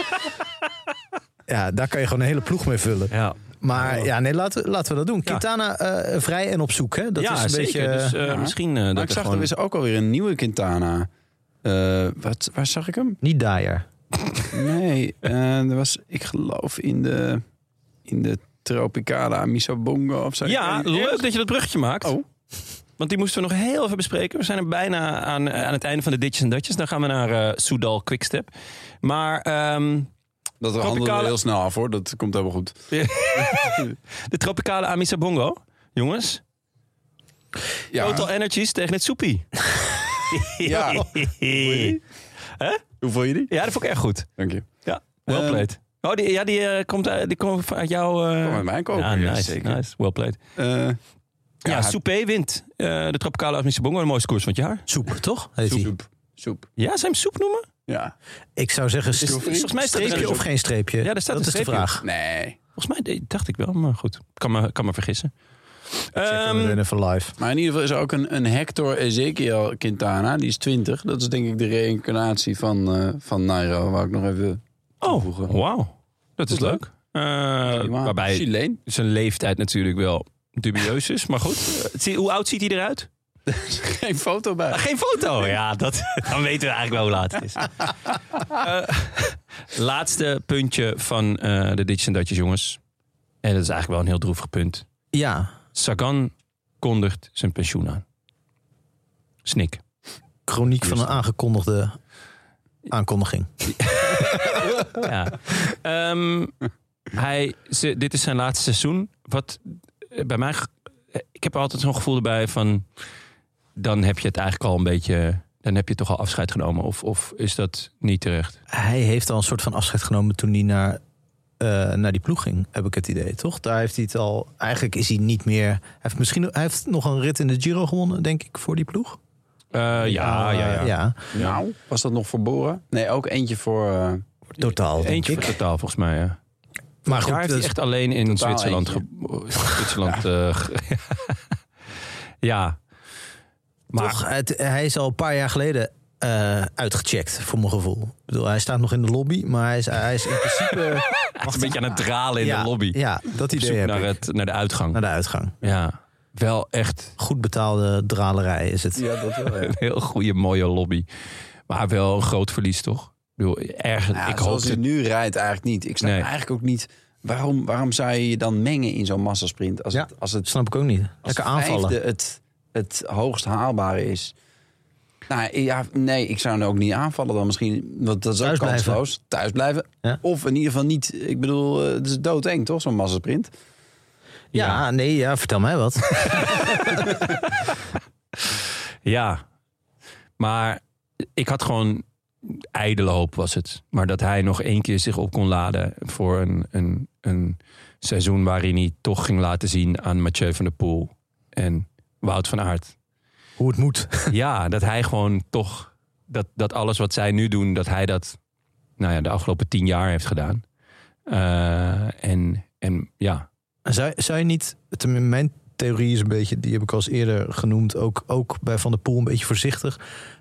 Speaker 2: Ja, daar kan je gewoon een hele ploeg mee vullen.
Speaker 3: ja.
Speaker 2: Maar ja, nee, laten, we- laten we dat doen. Quintana eh, vrij en op zoek, hè? Dat
Speaker 3: ja,
Speaker 2: is een
Speaker 3: zeker.
Speaker 2: beetje...
Speaker 3: dus, eh, Misschien eh,
Speaker 1: Maar
Speaker 3: dat
Speaker 1: ik
Speaker 3: er
Speaker 1: zag,
Speaker 3: gewoon...
Speaker 1: er is ook alweer een nieuwe Quintana. Eh, wat, waar zag ik hem?
Speaker 2: Niet Dyer.
Speaker 1: Nee, eh, er was, ik geloof, in de, in de Tropicana Misobongo of zo.
Speaker 3: Ja,
Speaker 1: Ik weet niet.
Speaker 3: leuk dat je dat bruggetje maakt.
Speaker 1: Oh.
Speaker 3: Want die moesten we nog heel even bespreken. We zijn er bijna aan, eh, aan het einde van de ditjes en datjes. Dan gaan we naar eh Soudal Quickstep. Maar ehm,
Speaker 1: Dat
Speaker 3: Tropicale-
Speaker 1: handelde heel snel af hoor, dat komt helemaal goed.
Speaker 3: de tropicale Amisa Bongo, jongens.
Speaker 1: Ja,
Speaker 3: Total Energies tegen het Soepie.
Speaker 1: Ja. hoe voel je die?
Speaker 3: ja, dat vond ik echt goed.
Speaker 1: Dank je.
Speaker 3: Ja, well
Speaker 1: Ehm.
Speaker 3: played. Oh, die, ja, die, eh, komt uit, die komt uit jouw... eh,
Speaker 1: Kom met mij kopen.
Speaker 3: ja,
Speaker 1: ja,
Speaker 3: nice,
Speaker 1: zeker.
Speaker 3: nice. Well played.
Speaker 1: Eh,
Speaker 3: Ja,
Speaker 1: Ja,
Speaker 3: Soupé wint eh, de tropicale Amisa Bongo. De mooiste koers van het jaar.
Speaker 2: Soep, toch? Heet
Speaker 1: soep.
Speaker 2: die.
Speaker 1: soep. Soep.
Speaker 3: Ja, zou je hem Soep noemen?
Speaker 1: Ja.
Speaker 2: Ik zou zeggen,
Speaker 3: Is-
Speaker 2: st-
Speaker 3: volgens mij staat er
Speaker 2: streepje
Speaker 3: een-
Speaker 2: of geen streepje?
Speaker 3: Ja, daar staat
Speaker 2: dat is
Speaker 3: een
Speaker 2: de
Speaker 3: streepje.
Speaker 2: vraag.
Speaker 1: Nee.
Speaker 3: Volgens mij deed- dacht ik wel, maar goed. Kan me, kan me vergissen.
Speaker 2: Checken
Speaker 3: Ehm,
Speaker 2: we meteen even live.
Speaker 1: Maar in ieder geval is er ook een, een Hector Ezekiel Quintana. Die is 20. Dat is denk ik de reïncarnatie van, eh, van Nairo. Wou ik nog even
Speaker 3: oh,
Speaker 1: toevoegen.
Speaker 3: wauw. Dat is
Speaker 1: Goed, hè?
Speaker 3: leuk. Eh, waarbij
Speaker 1: Chileen.
Speaker 3: zijn leeftijd natuurlijk wel dubieus is. Maar goed, Eh, zie- hoe oud ziet hij eruit?
Speaker 1: Geen foto bij.
Speaker 3: Ah, geen foto. Ja, dat, dan weten we eigenlijk wel hoe laat het is. Eh, laatste puntje van eh, de Ditch en Datjes, jongens. En dat is eigenlijk wel een heel droevig punt.
Speaker 2: Ja,
Speaker 3: Sagan kondigt zijn pensioen aan. Snik.
Speaker 2: chroniek van een aangekondigde aankondiging.
Speaker 3: ja. Ehm, hij, ze- dit is zijn laatste seizoen. Wat eh, bij mij. ge- eh, Ik heb er altijd zo'n gevoel erbij van. Dan heb je het eigenlijk al een beetje. Dan heb je toch al afscheid genomen. Of, of is dat niet terecht?
Speaker 2: Hij heeft al een soort van afscheid genomen toen hij naar, eh, naar die ploeg ging, heb ik het idee, toch? Daar heeft hij het al. Eigenlijk is hij niet meer. Hij heeft misschien hij heeft nog een rit in de Giro gewonnen, denk ik, voor die ploeg.
Speaker 3: Eh, ja, ja, ja,
Speaker 2: Eh, ja.
Speaker 1: Nou, was dat nog voor Bora? Nee, ook eentje voor... eh,
Speaker 2: Totaal. Denk
Speaker 3: Eentje
Speaker 2: ik.
Speaker 3: voor totaal volgens mij. Ja.
Speaker 2: Maar goed,
Speaker 3: Daar
Speaker 2: dus
Speaker 3: heeft
Speaker 2: dat
Speaker 3: hij
Speaker 2: is-
Speaker 3: echt alleen in
Speaker 1: totaal
Speaker 3: Zwitserland. ge- Zwitserland. eh, ge- ja. Maar
Speaker 2: toch, het, hij is al een paar jaar geleden eh, uitgecheckt, voor mijn gevoel. Ik bedoel, hij staat nog in de lobby, maar hij is, hij is in principe.
Speaker 3: een beetje aan het dralen in
Speaker 2: ja,
Speaker 3: de lobby.
Speaker 2: Ja, dat
Speaker 3: Op
Speaker 2: idee
Speaker 3: zoek
Speaker 2: heb
Speaker 3: naar,
Speaker 2: ik.
Speaker 3: het, naar de uitgang.
Speaker 2: Naar de uitgang.
Speaker 3: Ja. Wel echt
Speaker 2: Goed betaalde dralerij is het.
Speaker 1: ja, dat wel.
Speaker 3: een heel goede, mooie lobby. Maar wel een groot verlies, toch? Ik bedoel, erg, ik hoop
Speaker 1: zoals hij
Speaker 3: het.
Speaker 1: nu rijdt eigenlijk niet. Ik snap
Speaker 3: Nee.
Speaker 1: eigenlijk ook niet... Waarom, waarom zou je je dan mengen in zo'n massasprint? Als
Speaker 2: Ja.
Speaker 1: het, als het
Speaker 2: Snap ik ook niet.
Speaker 1: als
Speaker 2: Lekker
Speaker 1: het
Speaker 2: aanvallen.
Speaker 1: vijfde het, het hoogst haalbare is. Nou ja, nee, ik zou hem ook niet aanvallen dan misschien. Want dat is
Speaker 2: Thuis
Speaker 1: ook
Speaker 2: blijven.
Speaker 1: kansloos. Thuis blijven.
Speaker 2: Ja.
Speaker 1: Of in ieder geval niet. Ik bedoel, eh, het is doodeng toch, zo'n massasprint?
Speaker 2: Ja, nee, ja, vertel mij wat.
Speaker 3: Ja. Maar ik had gewoon ijdele hoop was het. Maar dat hij nog één keer zich op kon laden voor een, een, een seizoen waarin hij toch ging laten zien aan Mathieu van der Poel en Wout van Aert.
Speaker 2: Hoe het moet.
Speaker 3: Ja, dat hij gewoon toch dat, dat alles wat zij nu doen, dat hij dat nou ja, de afgelopen tien jaar heeft gedaan. Eh, en, en ja,
Speaker 2: Zou, zou je niet, tenminste mijn theorie is een beetje, die heb ik al eens eerder genoemd, ook, ook bij Van der Poel een beetje voorzichtig,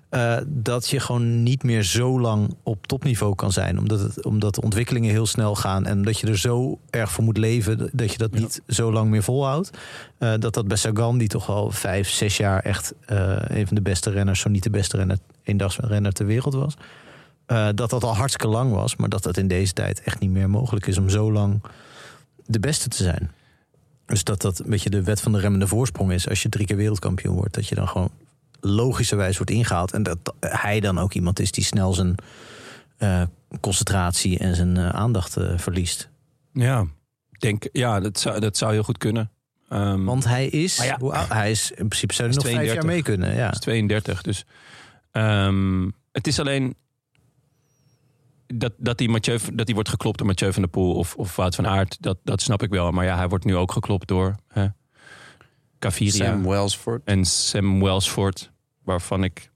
Speaker 2: eh, dat je gewoon niet meer zo lang op topniveau kan zijn, omdat, het, omdat de ontwikkelingen heel snel gaan en dat je er zo erg voor moet leven dat- dat je dat niet zo lang meer volhoudt. Eh, dat dat bij Sagan, die toch al vijf, zes jaar echt eh, een van de beste renners, zo niet de beste renner, eendagsrenner ter wereld was, eh, dat dat al hartstikke lang was, maar dat dat in deze tijd echt niet meer mogelijk is om zo lang de beste te zijn. Dus dat dat een beetje de wet van de remmende voorsprong is. Als je drie keer wereldkampioen wordt, dat je dan gewoon logischerwijs wordt ingehaald. En dat hij dan ook iemand is die snel zijn eh, concentratie en zijn eh, aandacht eh, verliest.
Speaker 3: ja. ik denk, ja dat, zou, dat zou heel goed kunnen. Ehm,
Speaker 2: Want hij is,
Speaker 3: Maar ja.
Speaker 2: hoe oud- hij is in principe zou hij nog
Speaker 3: Hij is
Speaker 2: vijf jaar
Speaker 3: 32.
Speaker 2: mee kunnen. Ja.
Speaker 3: is 32. Dus ehm, het is alleen dat, dat, die Mathieu, dat die wordt geklopt door Mathieu van der Poel of, of Wout van Aert. Dat, dat snap ik wel. Maar ja, hij wordt nu ook geklopt door hè, Gaviria
Speaker 1: Sam Wellsford.
Speaker 3: en Sam Wellsford. Waarvan ik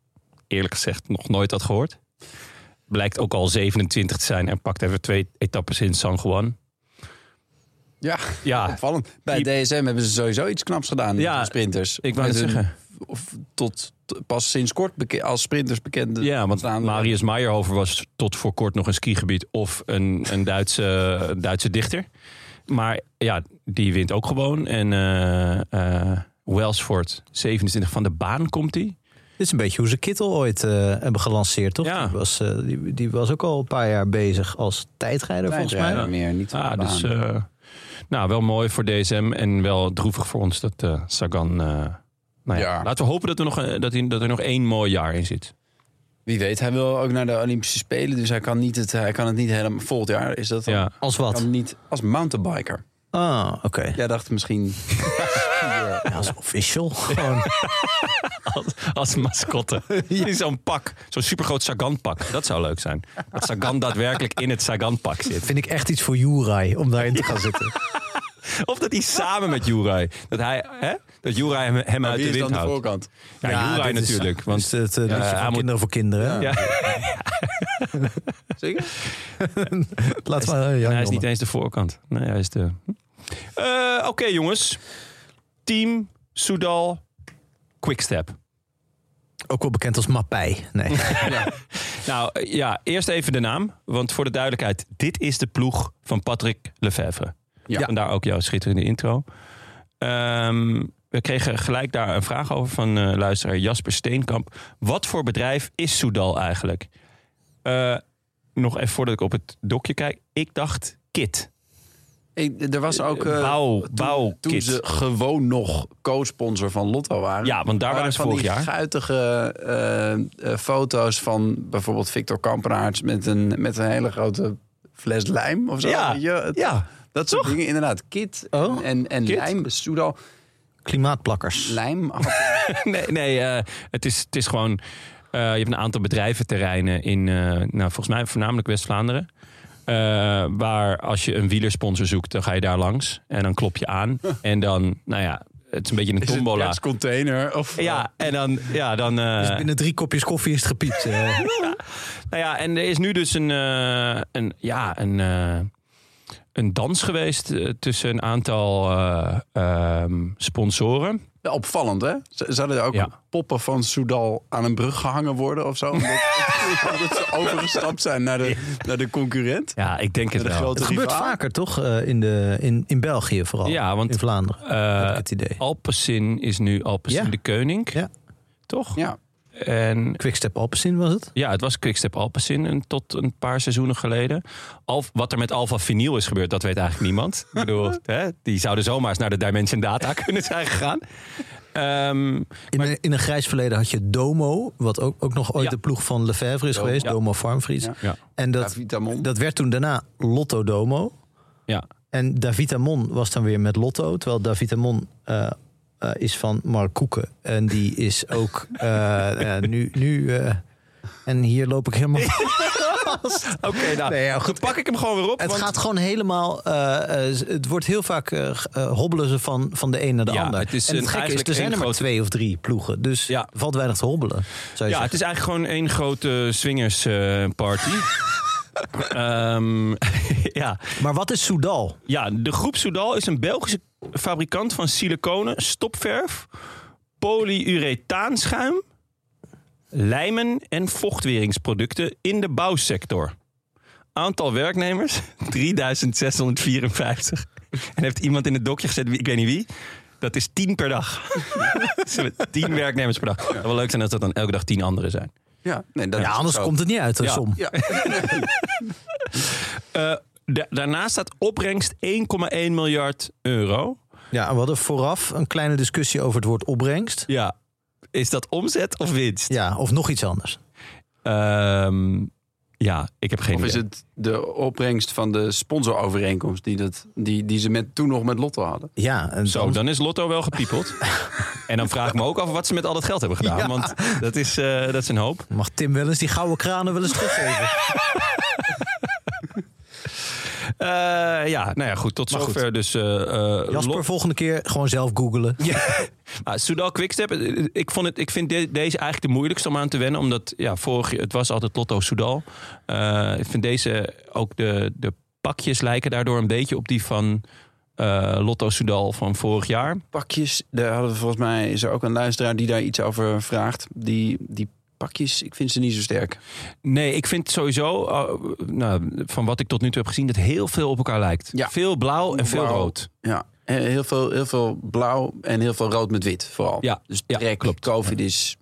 Speaker 3: eerlijk gezegd nog nooit had gehoord. Blijkt ook al 27 te zijn en pakt even twee etappes in San Juan.
Speaker 1: Ja,
Speaker 3: Ja,
Speaker 1: opvallend. Bij DSM hebben ze sowieso iets knaps gedaan
Speaker 3: Ah. Ja,
Speaker 1: ja, sprinters.
Speaker 3: ik wou
Speaker 1: Met
Speaker 3: het
Speaker 1: hun-
Speaker 3: zeggen.
Speaker 1: Of tot, t- pas sinds kort beke- als sprinters bekend.
Speaker 3: Ja, want
Speaker 1: staan-
Speaker 3: Marius Meijerhofer was tot voor kort nog een skigebied of een, een Duitse, een Duitse dichter. Maar ja, die wint ook gewoon. En eh, eh, Wellsford, 27 van de baan komt hij.
Speaker 2: Dit is een beetje hoe ze Kittel ooit eh, hebben gelanceerd, toch?
Speaker 3: Ja.
Speaker 2: Die, was, eh, die, die was ook al een paar jaar bezig als tijdrijder, volgens mij.
Speaker 1: Tijdrijder meer, niet van
Speaker 3: Ah,
Speaker 1: de
Speaker 3: dus
Speaker 1: baan.
Speaker 3: eh, nou, wel mooi voor DSM en wel droevig voor ons dat eh, Sagan... eh, nou ja,
Speaker 1: Ja.
Speaker 3: Laten we hopen dat er, nog, een- dat, hij- dat er nog één mooi jaar in zit.
Speaker 1: Wie weet, hij wil ook naar de Olympische Spelen. Dus hij kan, niet het, hij kan het niet helemaal... Volgend jaar is dat dan...
Speaker 3: Ja.
Speaker 2: Als
Speaker 1: Hij
Speaker 2: wat?
Speaker 1: Kan niet als mountainbiker.
Speaker 2: Ah, oké.
Speaker 1: Jij dacht misschien...
Speaker 2: Ja, als official. Gewoon.
Speaker 3: Als mascotte. In zo'n pak. Zo'n supergroot Sagan-pak. Dat zou leuk zijn. Dat Sagan daadwerkelijk in het Sagan-pak zit.
Speaker 2: Vind ik echt iets voor Juraj om daarin te gaan zitten.
Speaker 3: Of dat hij samen met Juraj. Dat, hij, hè? dat Juraj hem, hem
Speaker 1: Nou,
Speaker 3: uit
Speaker 1: Wie
Speaker 3: de
Speaker 1: is
Speaker 3: wind
Speaker 1: dan de
Speaker 3: houdt.
Speaker 1: voorkant?
Speaker 3: ja, Juraj
Speaker 2: dit is-
Speaker 3: natuurlijk. want,
Speaker 2: dus het eh,
Speaker 3: ja,
Speaker 2: liedje
Speaker 3: hij
Speaker 2: van
Speaker 3: moet-
Speaker 2: Kinderen voor Kinderen.
Speaker 3: Ja.
Speaker 1: Zeker?
Speaker 2: Laat maar. eh, Jan
Speaker 3: hij is niet
Speaker 2: Jonne.
Speaker 3: eens de voorkant. Nee, hij is de... Eh, Oké, jongens. Team Soudal Quickstep.
Speaker 2: Ook wel bekend als Mappij. Nee.
Speaker 3: Nou eh, ja, eerst even de naam. Want voor de duidelijkheid, dit is de ploeg van Patrick Lefevre.
Speaker 1: Ja.
Speaker 3: Vandaar ook jouw schitterende intro. Ehm, we kregen gelijk daar een vraag over van eh, luisteraar Jasper Steenkamp. Wat voor bedrijf is Soudal eigenlijk? Eh, nog even voordat ik op het dokje kijk. Ik dacht kit.
Speaker 1: Ik- er was ook... eh,
Speaker 3: Bouw-
Speaker 1: toen-
Speaker 3: bouwkit.
Speaker 1: Toen ze gewoon nog co-sponsor van Lotto waren.
Speaker 3: Ja, want daar waren ze
Speaker 1: van
Speaker 3: vorig
Speaker 1: die
Speaker 3: jaar.
Speaker 1: guitige eh, eh, foto's van bijvoorbeeld Victor Kampenaerts... met een, met een hele grote fles lijm of zo.
Speaker 3: Ja,
Speaker 1: Weet je, het-
Speaker 3: ja.
Speaker 1: Dat soort dingen, inderdaad. Kit
Speaker 2: Oh,
Speaker 1: en, en
Speaker 3: kit.
Speaker 1: lijm. Soedal,
Speaker 2: Klimaatplakkers.
Speaker 1: lijm.
Speaker 3: Nee, nee eh, het, is, het is gewoon... eh, je hebt een aantal bedrijventerreinen in, eh, nou, volgens mij voornamelijk West-Vlaanderen. Eh, waar als je een wielersponsor zoekt, dan ga je daar langs. En dan klop je aan. En dan, nou ja, het is een beetje een tombola.
Speaker 1: container of... eh,
Speaker 3: Ja, en dan, ja, dan... eh,
Speaker 2: Dus binnen drie kopjes koffie is het gepiept. eh.
Speaker 3: Nou ja, en er is nu dus een, eh, een, ja, een, eh, een dans geweest eh, tussen een aantal eh, ehm, sponsoren.
Speaker 1: Wel opvallend, hè? Z- Zouden er ook
Speaker 3: Ja.
Speaker 1: poppen van Soudal aan een brug gehangen worden of zo? Omdat, omdat ze overgestapt zijn naar de, naar de concurrent?
Speaker 3: Ja, ik denk het
Speaker 1: De
Speaker 3: wel.
Speaker 1: grote
Speaker 2: het gebeurt
Speaker 1: rivaal?
Speaker 2: vaker toch eh, in, de, in, in België vooral.
Speaker 3: Ja, want,
Speaker 2: in Vlaanderen.
Speaker 3: Eh,
Speaker 2: heb ik het idee.
Speaker 3: Alpecin is nu Alpecin
Speaker 2: Ja.
Speaker 3: de Koning.
Speaker 2: Ja.
Speaker 3: Toch?
Speaker 1: Ja,
Speaker 3: En
Speaker 2: Quickstep Alpecin was het.
Speaker 3: ja, het was Quickstep Alpecin een- tot een paar seizoenen geleden. Alf, wat er met Alfa Vinyl is gebeurd, dat weet eigenlijk niemand. Ik bedoel, hè, die zouden zomaar eens naar de Dimension Data kunnen zijn gegaan. Eh, Ehm,
Speaker 2: In, een, in een grijs verleden had je Domo, wat ook, ook nog ooit
Speaker 3: Ja.
Speaker 2: de ploeg van Lefebvre is
Speaker 1: Domo,
Speaker 2: geweest,
Speaker 3: ja.
Speaker 2: Domo Farmfries.
Speaker 1: Ja.
Speaker 3: ja,
Speaker 2: En dat,
Speaker 1: Davitamon.
Speaker 2: dat werd toen daarna Lotto Domo.
Speaker 3: ja.
Speaker 2: En Davitamon was dan weer met Lotto, terwijl Davitamon eh, eh, is van Mark Koeken. En die is ook eh, eh, nu... nu eh, en hier loop ik helemaal...
Speaker 3: Oké, nou,
Speaker 2: Nee, ja,
Speaker 3: dan
Speaker 2: goed.
Speaker 3: pak ik hem gewoon weer op.
Speaker 2: Het
Speaker 3: want-
Speaker 2: gaat gewoon helemaal. eh, eh, het wordt heel vaak eh, g- eh, hobbelen ze van, van de een naar de
Speaker 3: Ja,
Speaker 2: ander.
Speaker 3: het is
Speaker 2: en
Speaker 3: een-
Speaker 2: het gekke is,
Speaker 3: eigenlijk
Speaker 2: er zijn
Speaker 3: één
Speaker 2: er maar
Speaker 3: grote-
Speaker 2: twee of drie ploegen. Dus
Speaker 3: Ja.
Speaker 2: valt weinig te hobbelen. Zou je
Speaker 3: Ja, het
Speaker 2: zeggen.
Speaker 3: is eigenlijk gewoon één grote eh, swingersparty. Ehm, ja.
Speaker 2: Maar wat is Soudal?
Speaker 3: ja, de groep Soudal is een Belgische fabrikant van siliconen, stopverf, polyuretaanschuim, lijmen en vochtweringsproducten in de bouwsector. Aantal werknemers 3654. En heeft iemand in het dokje gezet, wie- ik weet niet wie. Dat is 10 per dag. Ze hebben 10 werknemers per dag. Het zou wel leuk zijn als dat dan elke dag 10 anderen zijn.
Speaker 1: Ja, nee, dat
Speaker 2: Ja,
Speaker 1: is
Speaker 2: anders
Speaker 1: zo.
Speaker 2: komt het niet uit, de
Speaker 3: Ja.
Speaker 2: som.
Speaker 1: Ja.
Speaker 3: Eh, da- daarnaast staat opbrengst 1,1 miljard euro.
Speaker 2: Ja, we hadden vooraf een kleine discussie over het woord opbrengst.
Speaker 3: Ja. Is dat omzet of winst?
Speaker 2: Ja, of nog iets anders.
Speaker 3: Ehm, ja, ik heb geen
Speaker 1: Of is
Speaker 3: idee.
Speaker 1: het de opbrengst van de sponsorovereenkomst die, dat, die, die ze met, toen nog met Lotto hadden?
Speaker 2: Ja, en
Speaker 3: Zo, dan is Lotto wel gepiepeld. en dan vraag ik me ook af wat ze met al dat geld hebben gedaan.
Speaker 2: Ja.
Speaker 3: Want dat is, eh, dat is een hoop.
Speaker 2: mag Tim wel eens die gouden kranen wel eens teruggeven.
Speaker 3: Eh, ja, nou ja, goed. Tot
Speaker 2: Maar goed.
Speaker 3: zover dus eh eh,
Speaker 2: Jasper,
Speaker 3: Lot-
Speaker 2: volgende keer gewoon zelf googelen.
Speaker 3: Ja. Ah, Soudal Quickstep, eh, ik, vond het, ik vind de- deze eigenlijk de moeilijkste om aan te wennen. Omdat ja, vorig jaar- het was altijd Lotto Soudal. Eh, ik vind deze ook de, de pakjes lijken daardoor een beetje op die van eh, Lotto Soudal van vorig jaar.
Speaker 1: Pakjes, daar hadden we volgens mij is er ook een luisteraar die daar iets over vraagt. Die, die pakjes, ik vind ze niet zo sterk.
Speaker 3: Nee, ik vind sowieso, eh, nou, van wat ik tot nu toe heb gezien, dat heel veel op elkaar lijkt.
Speaker 1: Ja.
Speaker 3: Veel blauw en veel
Speaker 1: Blauw.
Speaker 3: rood.
Speaker 1: Ja, eh, heel veel, heel veel blauw en heel veel rood met wit vooral.
Speaker 3: Ja,
Speaker 1: dus
Speaker 3: ja,
Speaker 1: trek,
Speaker 3: klopt.
Speaker 1: COVID is,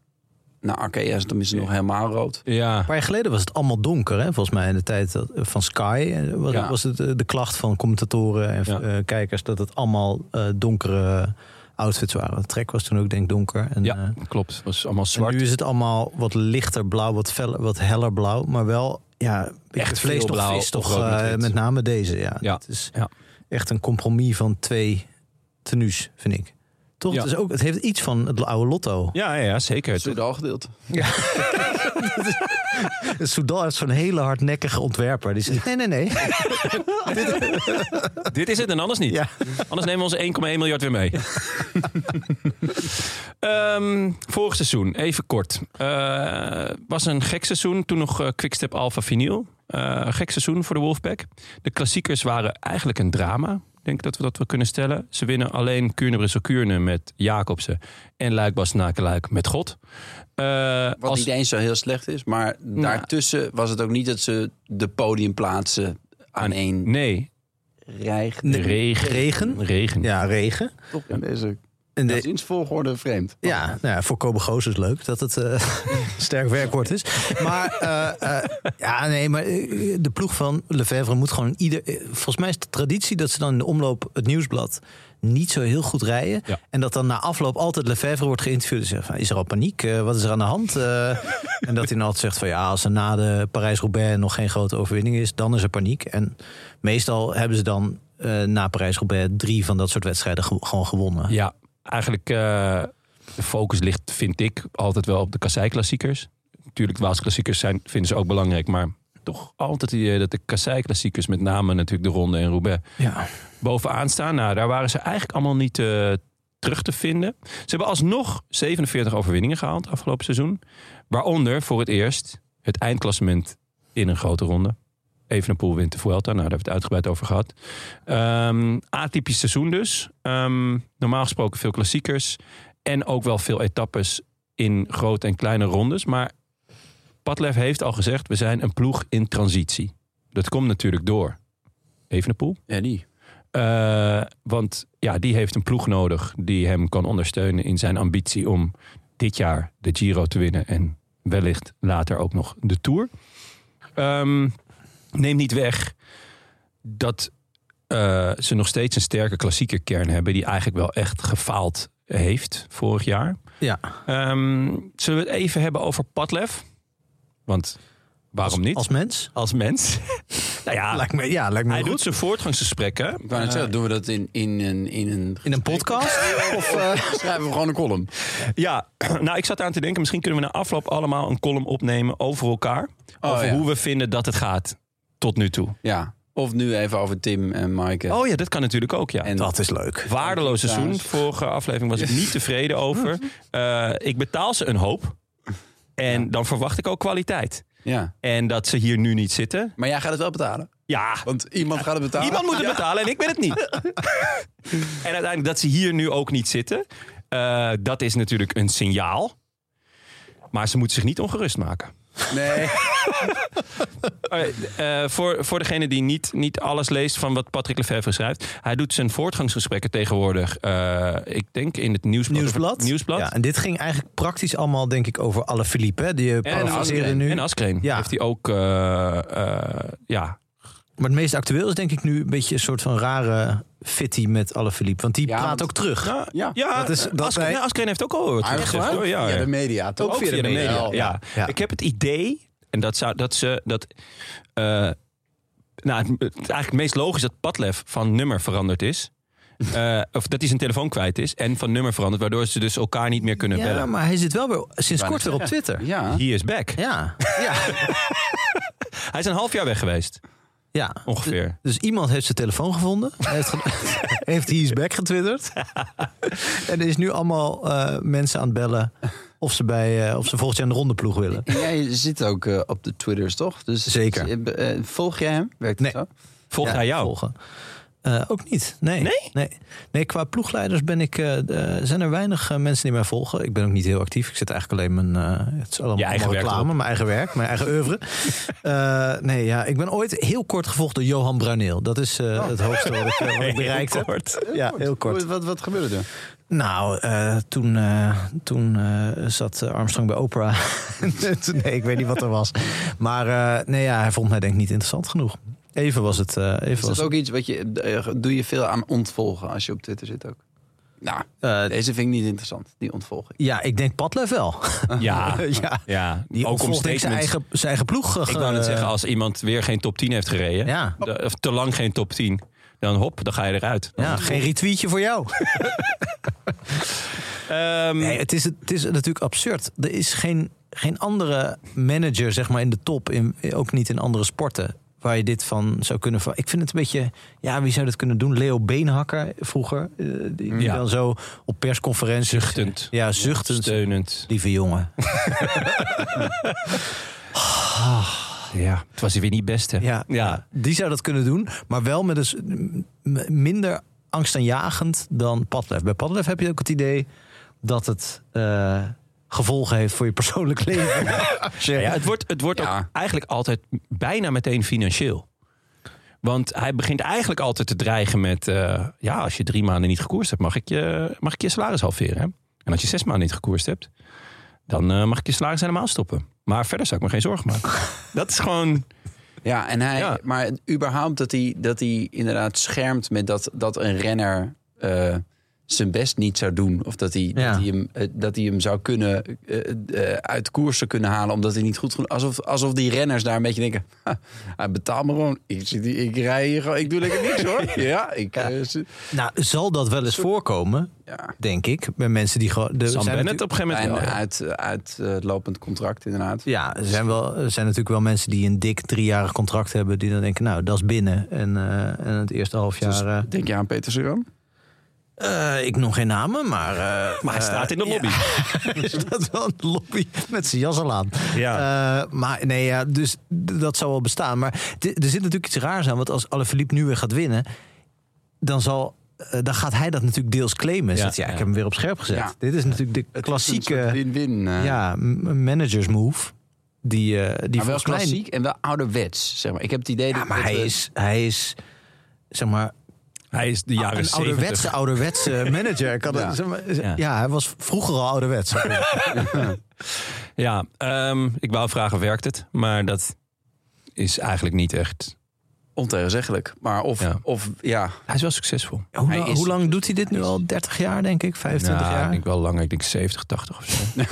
Speaker 1: nou oké, ja, dan is het nog helemaal rood.
Speaker 3: Ja.
Speaker 2: Een paar jaar geleden was het allemaal donker, hè? volgens mij in de tijd dat- van Sky. eh, Was,
Speaker 1: Ja.
Speaker 2: was het eh, de klacht van commentatoren en
Speaker 3: Ja.
Speaker 2: eh, kijkers dat het allemaal eh, donkere outfits waren. De trek was toen ook denk ik donker. En, eh,
Speaker 3: Ja, klopt. Het was allemaal zwart.
Speaker 2: en nu is het allemaal wat lichter blauw, wat, feller, wat heller blauw, maar wel ja, een beetje
Speaker 3: Echt
Speaker 2: vlees
Speaker 3: veel
Speaker 2: toch
Speaker 3: blauw
Speaker 2: vis,
Speaker 3: of
Speaker 2: toch
Speaker 3: rood met
Speaker 2: eh,
Speaker 3: wit.
Speaker 2: met name deze. Ja.
Speaker 3: Ja.
Speaker 2: Het is
Speaker 3: Ja.
Speaker 2: echt een compromis van twee tenues, vind ik. Toch?
Speaker 3: Ja.
Speaker 2: Het, is ook, het heeft iets van het oude lotto.
Speaker 3: Ja, ja, ja, zeker. Het-
Speaker 1: Soudal gedeelte.
Speaker 2: Soudal heeft zo'n hele hardnekkige ontwerper. Die zegt, nee, nee, nee.
Speaker 3: Dit is het en anders niet.
Speaker 2: Ja.
Speaker 3: Anders nemen we onze 1,1 miljard weer mee. Ehm, vorig seizoen, even kort. Eh, was een gek seizoen. Toen nog eh, Quickstep Alpha Vinyl. Eh, gek seizoen voor de Wolfpack. De klassiekers waren eigenlijk een drama. Ik denk dat we dat wel kunnen stellen. Ze winnen alleen Kuurne-Brussel-Kuurne met Jacobsen. En Luik-Bas-Nakeluik met God. Eh,
Speaker 1: Wat
Speaker 3: als- Nou.
Speaker 1: niet eens zo heel slecht is. Maar daartussen was het ook niet dat ze de podiumplaatsen aan één
Speaker 3: Nee,
Speaker 1: rijgen.
Speaker 3: regen.
Speaker 2: Regen?
Speaker 3: Regen.
Speaker 2: Ja, regen.
Speaker 1: Toch in deze
Speaker 2: En de,
Speaker 1: zinsvolgorde vreemd.
Speaker 2: ja, nou ja, voor Kobe Goos is leuk dat het eh, sterk werkwoord is. Maar eh, eh, ja, nee, maar eh, de ploeg van Lefebvre moet gewoon ieder. eh, Volgens mij is de traditie dat ze dan in de omloop het nieuwsblad niet zo heel goed rijden.
Speaker 3: Ja.
Speaker 2: En dat dan na afloop altijd Lefebvre wordt geïnterviewd en zegt: van, Is er al paniek? Eh, wat is er aan de hand? Eh, en dat hij dan altijd zegt: van ja, als er na de Parijs-Roubaix nog geen grote overwinning is, dan is er paniek. En meestal hebben ze dan eh, na Parijs-Roubaix drie van dat soort wedstrijden ge- gewoon gewonnen.
Speaker 3: Ja, eigenlijk eh, de focus ligt, vind ik, altijd wel op de kassei-klassiekers. Natuurlijk, de Waals-klassiekers zijn, vinden ze ook belangrijk, maar toch altijd het idee dat de kassei-klassiekers, met name natuurlijk de Ronde en Roubaix,
Speaker 2: ja.
Speaker 3: bovenaan staan. Nou, daar waren ze eigenlijk allemaal niet eh, terug te vinden. Ze hebben alsnog 47 overwinningen gehaald afgelopen seizoen. Waaronder voor het eerst het eindklassement in een grote ronde. Evenepoel wint de Vuelta. Nou, daar hebben we het uitgebreid over gehad. Ehm, atypisch seizoen dus. Ehm, normaal gesproken veel klassiekers. En ook wel veel etappes in grote en kleine rondes. Maar Padlef heeft al gezegd, we zijn een ploeg in transitie. Dat komt natuurlijk door Evenepoel.
Speaker 1: Ja, die.
Speaker 3: Eh, want ja, die heeft een ploeg nodig die hem kan ondersteunen in zijn ambitie om dit jaar de Giro te winnen en wellicht later ook nog de Tour. Ehm, neem niet weg dat eh, ze nog steeds een sterke klassieke kern hebben die eigenlijk wel echt gefaald heeft vorig jaar.
Speaker 2: Ja.
Speaker 3: Ehm, zullen we het even hebben over Padlef? Want waarom niet?
Speaker 2: Als mens?
Speaker 3: Als mens. nou ja,
Speaker 2: Lijkt me, ja, lijkt me
Speaker 3: hij
Speaker 2: goed.
Speaker 3: doet zijn voortgangsgesprekken.
Speaker 1: Ik wou net zeggen, doen we dat in, in, een, in een...
Speaker 2: In een podcast?
Speaker 1: Of eh, schrijven we gewoon een column?
Speaker 3: Ja, nou ik zat aan te denken, misschien kunnen we na afloop allemaal een column opnemen over elkaar.
Speaker 1: Oh,
Speaker 3: over
Speaker 1: ja.
Speaker 3: hoe we vinden dat het gaat tot nu toe.
Speaker 1: Ja. Of nu even over Tim en Maaike.
Speaker 3: Oh ja, dat kan natuurlijk ook, ja.
Speaker 1: En-
Speaker 2: Dat is leuk.
Speaker 3: Waardeloos seizoen. Vorige aflevering was ik niet tevreden over. Eh, ik betaal ze een hoop. En dan verwacht ik ook kwaliteit.
Speaker 1: Ja.
Speaker 3: En dat ze hier nu niet zitten.
Speaker 1: Maar jij gaat het wel betalen.
Speaker 3: Ja,
Speaker 1: Want iemand gaat het betalen.
Speaker 3: Iemand moet het betalen en ik ben het niet. en uiteindelijk dat ze hier nu ook niet zitten, eh, dat is natuurlijk een signaal. Maar ze moeten zich niet ongerust maken.
Speaker 1: Nee.
Speaker 3: Eh, eh, voor, voor degene die niet, niet alles leest van wat Patrick Lefevre schrijft. Hij doet zijn voortgangsgesprekken tegenwoordig, eh, ik denk in het nieuwsblad.
Speaker 2: Nieuwsblad.
Speaker 3: Nieuwsblad.
Speaker 2: Ja, en dit ging eigenlijk praktisch allemaal, denk ik, over alle Philippe. Hè, die eh,
Speaker 3: En
Speaker 2: parafraseren
Speaker 3: Askreen.
Speaker 2: nu.
Speaker 3: En Askreen
Speaker 2: Ja.
Speaker 3: heeft hij ook, eh, eh, ja,
Speaker 2: Maar het meest actueel is, denk ik, nu een beetje een soort van rare fitty met alle Philippe. Want die
Speaker 1: Ja,
Speaker 2: praat
Speaker 1: want-
Speaker 2: ook terug.
Speaker 3: Ja,
Speaker 1: Ja.
Speaker 2: Dat is- dat
Speaker 3: Askreen,
Speaker 2: wij-
Speaker 3: nou, Askreen heeft ook al het gezegd, hoor. Ja,
Speaker 1: Via
Speaker 3: ja.
Speaker 1: de media. Toch?
Speaker 3: Ook via de media. Ja.
Speaker 2: Ja.
Speaker 3: Ik heb het idee, en dat zou dat ze dat. eh, nou, het, het- eigenlijk het meest logisch dat Padlef van nummer veranderd is. Eh, of dat hij zijn telefoon kwijt is en van nummer veranderd, waardoor ze dus elkaar niet meer kunnen
Speaker 2: Ja,
Speaker 3: bellen.
Speaker 2: maar hij zit wel weer sinds kort weer op Twitter. Ja.
Speaker 1: Ja.
Speaker 3: He is back.
Speaker 2: Ja. ja.
Speaker 3: Hij is een half jaar weg geweest, ongeveer.
Speaker 2: Dus iemand heeft zijn telefoon gevonden. Hij heeft, ge- heeft He is back getwitterd. en er is nu allemaal eh, mensen aan het bellen of ze, bij, eh, of ze volgens jou een rondeploeg willen.
Speaker 1: En Jij zit ook eh, op de Twitters, toch? Dus,
Speaker 2: Zeker.
Speaker 1: eh, eh, volg jij hem? Werkt het
Speaker 2: Nee.
Speaker 1: zo?
Speaker 3: Volgt
Speaker 2: Ja,
Speaker 3: hij jou?
Speaker 2: volgen. Eh, ook niet. Nee.
Speaker 3: Nee?
Speaker 2: nee. Nee, qua ploegleiders ben ik, eh, d- eh, zijn er weinig eh, mensen die mij volgen. Ik ben ook niet heel actief. Ik zit eigenlijk alleen mijn. eh, het is allemaal,
Speaker 3: Je eigen
Speaker 2: allemaal
Speaker 3: werk
Speaker 2: reclame, mijn eigen werk, mijn eigen oeuvre. Eh, nee, ja, ik ben ooit heel kort gevolgd door Johan Bruineel. Dat is eh, het hoogste wat ik, eh, wat ik bereikt heb.
Speaker 3: Oh. kort.
Speaker 2: Ja, heel kort.
Speaker 1: Wat, wat, wat gebeurde er?
Speaker 2: Nou, eh, toen, eh, toen eh, zat Armstrong bij Oprah. Toen- nee, ik weet niet wat er was. Maar eh, nee, ja, hij vond mij denk ik niet interessant genoeg. Even was het. eh, even
Speaker 1: Is
Speaker 2: was
Speaker 1: dat
Speaker 2: het-
Speaker 1: ook iets wat je... eh, Doe je veel aan ontvolgen als je op Twitter zit ook? Nou,
Speaker 2: eh,
Speaker 1: deze vind ik niet interessant. Die ontvolgen.
Speaker 2: Ja, ik denk Padlef wel.
Speaker 3: Ja.
Speaker 2: ja.
Speaker 3: ja.
Speaker 2: Die
Speaker 3: ook om
Speaker 2: ontvolgt denk ik zijn
Speaker 3: statements.
Speaker 2: eigen, zijn eigen ploeg. eh,
Speaker 3: Ik wou net zeggen, oh, als iemand weer geen top 10 heeft gereden,
Speaker 2: Ja.
Speaker 3: de- of te lang geen top 10, dan hop, dan ga je eruit.
Speaker 2: Ja, geen retweetje voor jou.
Speaker 3: Ehm,
Speaker 2: Nee, het is, het is natuurlijk absurd. Er is geen, geen andere manager, zeg maar, in de top. In, ook niet in andere sporten. Waar je dit van zou kunnen... ver- Ik vind het een beetje... Ja, wie zou dat kunnen doen? Leo Beenhakker vroeger. eh, die die
Speaker 3: Ja.
Speaker 2: dan zo op persconferenties...
Speaker 3: Zuchtend.
Speaker 2: Ja, zuchtend.
Speaker 3: steunend.
Speaker 2: Lieve jongen.
Speaker 3: Ja, het was weer niet best, hè?
Speaker 2: Ja,
Speaker 3: ja.
Speaker 2: Die zou dat kunnen doen, maar wel met dus minder angstaanjagend dan Padlef. Bij Padlef heb je ook het idee dat het eh, gevolgen heeft voor je persoonlijk leven. Als je-
Speaker 3: Nou Ja, het wordt, het wordt
Speaker 1: Ja.
Speaker 3: ook eigenlijk altijd bijna meteen financieel. Want hij begint eigenlijk altijd te dreigen met... eh, ja, als je drie maanden niet gekoerst hebt, mag ik je, mag ik je salaris halveren. Hè? En als je zes maanden niet gekoerst hebt, dan eh, mag ik je salaris helemaal stoppen. Maar verder zou ik me geen zorgen maken. Dat is gewoon...
Speaker 1: Ja, en hij,
Speaker 3: Ja.
Speaker 1: maar überhaupt dat hij, dat hij inderdaad schermt met dat, dat een renner eh, zijn best niet zou doen. Of dat hij, dat
Speaker 2: Ja.
Speaker 1: hij, hem, eh, dat hij hem zou kunnen eh, eh, uit koers zou kunnen halen omdat hij niet goed genoeg... Alsof, alsof die renners daar een beetje denken, "Ha, hij betaalt me gewoon. Ik, zit hier- ik rij hier gewoon, ik doe lekker niks hoor. Ja, ik... eh, zit-
Speaker 2: Nou, zal dat wel eens voorkomen,
Speaker 1: Ja.
Speaker 2: denk ik, bij mensen die gewoon. er
Speaker 3: Sam
Speaker 2: zijn
Speaker 3: Bennett op een gegeven moment
Speaker 1: En
Speaker 3: wel, ja.
Speaker 1: uit, uit eh, het lopend contract inderdaad.
Speaker 2: natuurlijk- Ja, er zijn, wel, er zijn natuurlijk wel mensen die een dik driejarig contract hebben. die dan denken, nou, dat is binnen. En, eh, en het eerste half
Speaker 1: Dus
Speaker 2: jaar.
Speaker 1: denk je aan Peter Sagan?
Speaker 2: eh, eh, ik noem geen namen, maar. eh,
Speaker 3: Maar hij
Speaker 2: eh,
Speaker 3: staat in de
Speaker 2: ja.
Speaker 3: lobby.
Speaker 2: is dat wel een lobby met zijn jas al aan.
Speaker 3: Ja.
Speaker 2: Eh, maar nee, ja, dus d- dat zou wel bestaan. Maar d- er zit natuurlijk iets raars aan. Want als Alaphilippe nu weer gaat winnen, dan zal... eh, Dan gaat hij dat natuurlijk deels claimen.
Speaker 3: Ja,
Speaker 2: Zegt, ja, ik
Speaker 3: ja.
Speaker 2: heb hem weer op scherp gezet.
Speaker 1: Ja.
Speaker 2: Dit is natuurlijk de
Speaker 1: Een soort
Speaker 2: klassieke
Speaker 1: Win-win. eh.
Speaker 2: ja, m- managers move. Die, eh, die
Speaker 1: maar wel
Speaker 2: volgens mij-
Speaker 1: klassiek en wel ouderwets, zeg maar. Ik heb het idee
Speaker 2: Ja,
Speaker 1: dat...
Speaker 2: maar
Speaker 1: dat
Speaker 2: hij
Speaker 1: we-
Speaker 2: is, hij is, zeg maar,
Speaker 3: Hij is de jaren
Speaker 2: een
Speaker 3: 70.
Speaker 2: ouderwetse, ouderwetse manager. Ik had het-
Speaker 1: Ja.
Speaker 2: zeg maar,
Speaker 3: Ja.
Speaker 2: ja. hij was vroeger al ouderwets.
Speaker 3: Ja, ehm, ik wou vragen, werkt het? Maar dat is eigenlijk niet echt
Speaker 1: ontegenzeggelijk. Maar of
Speaker 3: Ja.
Speaker 1: ja, of, ja
Speaker 3: Hij is wel succesvol.
Speaker 2: Hoe,
Speaker 1: Hij
Speaker 2: lang-
Speaker 1: is-
Speaker 2: hoe lang doet hij dit nu al? 30 jaar, denk ik. 25
Speaker 3: Nou, Ik
Speaker 2: jaar.
Speaker 3: denk wel langer. Ik denk 70, 80 of zo.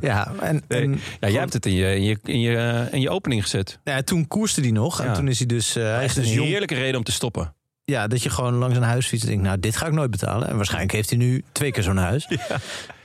Speaker 2: Ja, en,
Speaker 3: Nee.
Speaker 2: en-
Speaker 3: Ja, jij hebt het in je, in je, in je, eh, in je opening gezet.
Speaker 2: nou ja, toen koerste hij nog.
Speaker 3: Ja.
Speaker 2: En toen is hij dus... eh, hij is
Speaker 3: Echt een
Speaker 2: dus jong.
Speaker 3: heerlijke reden om te stoppen.
Speaker 2: Ja, dat je gewoon langs een huis fietst en denkt... Nou, dit ga ik nooit betalen. En waarschijnlijk heeft hij nu twee keer zo'n huis.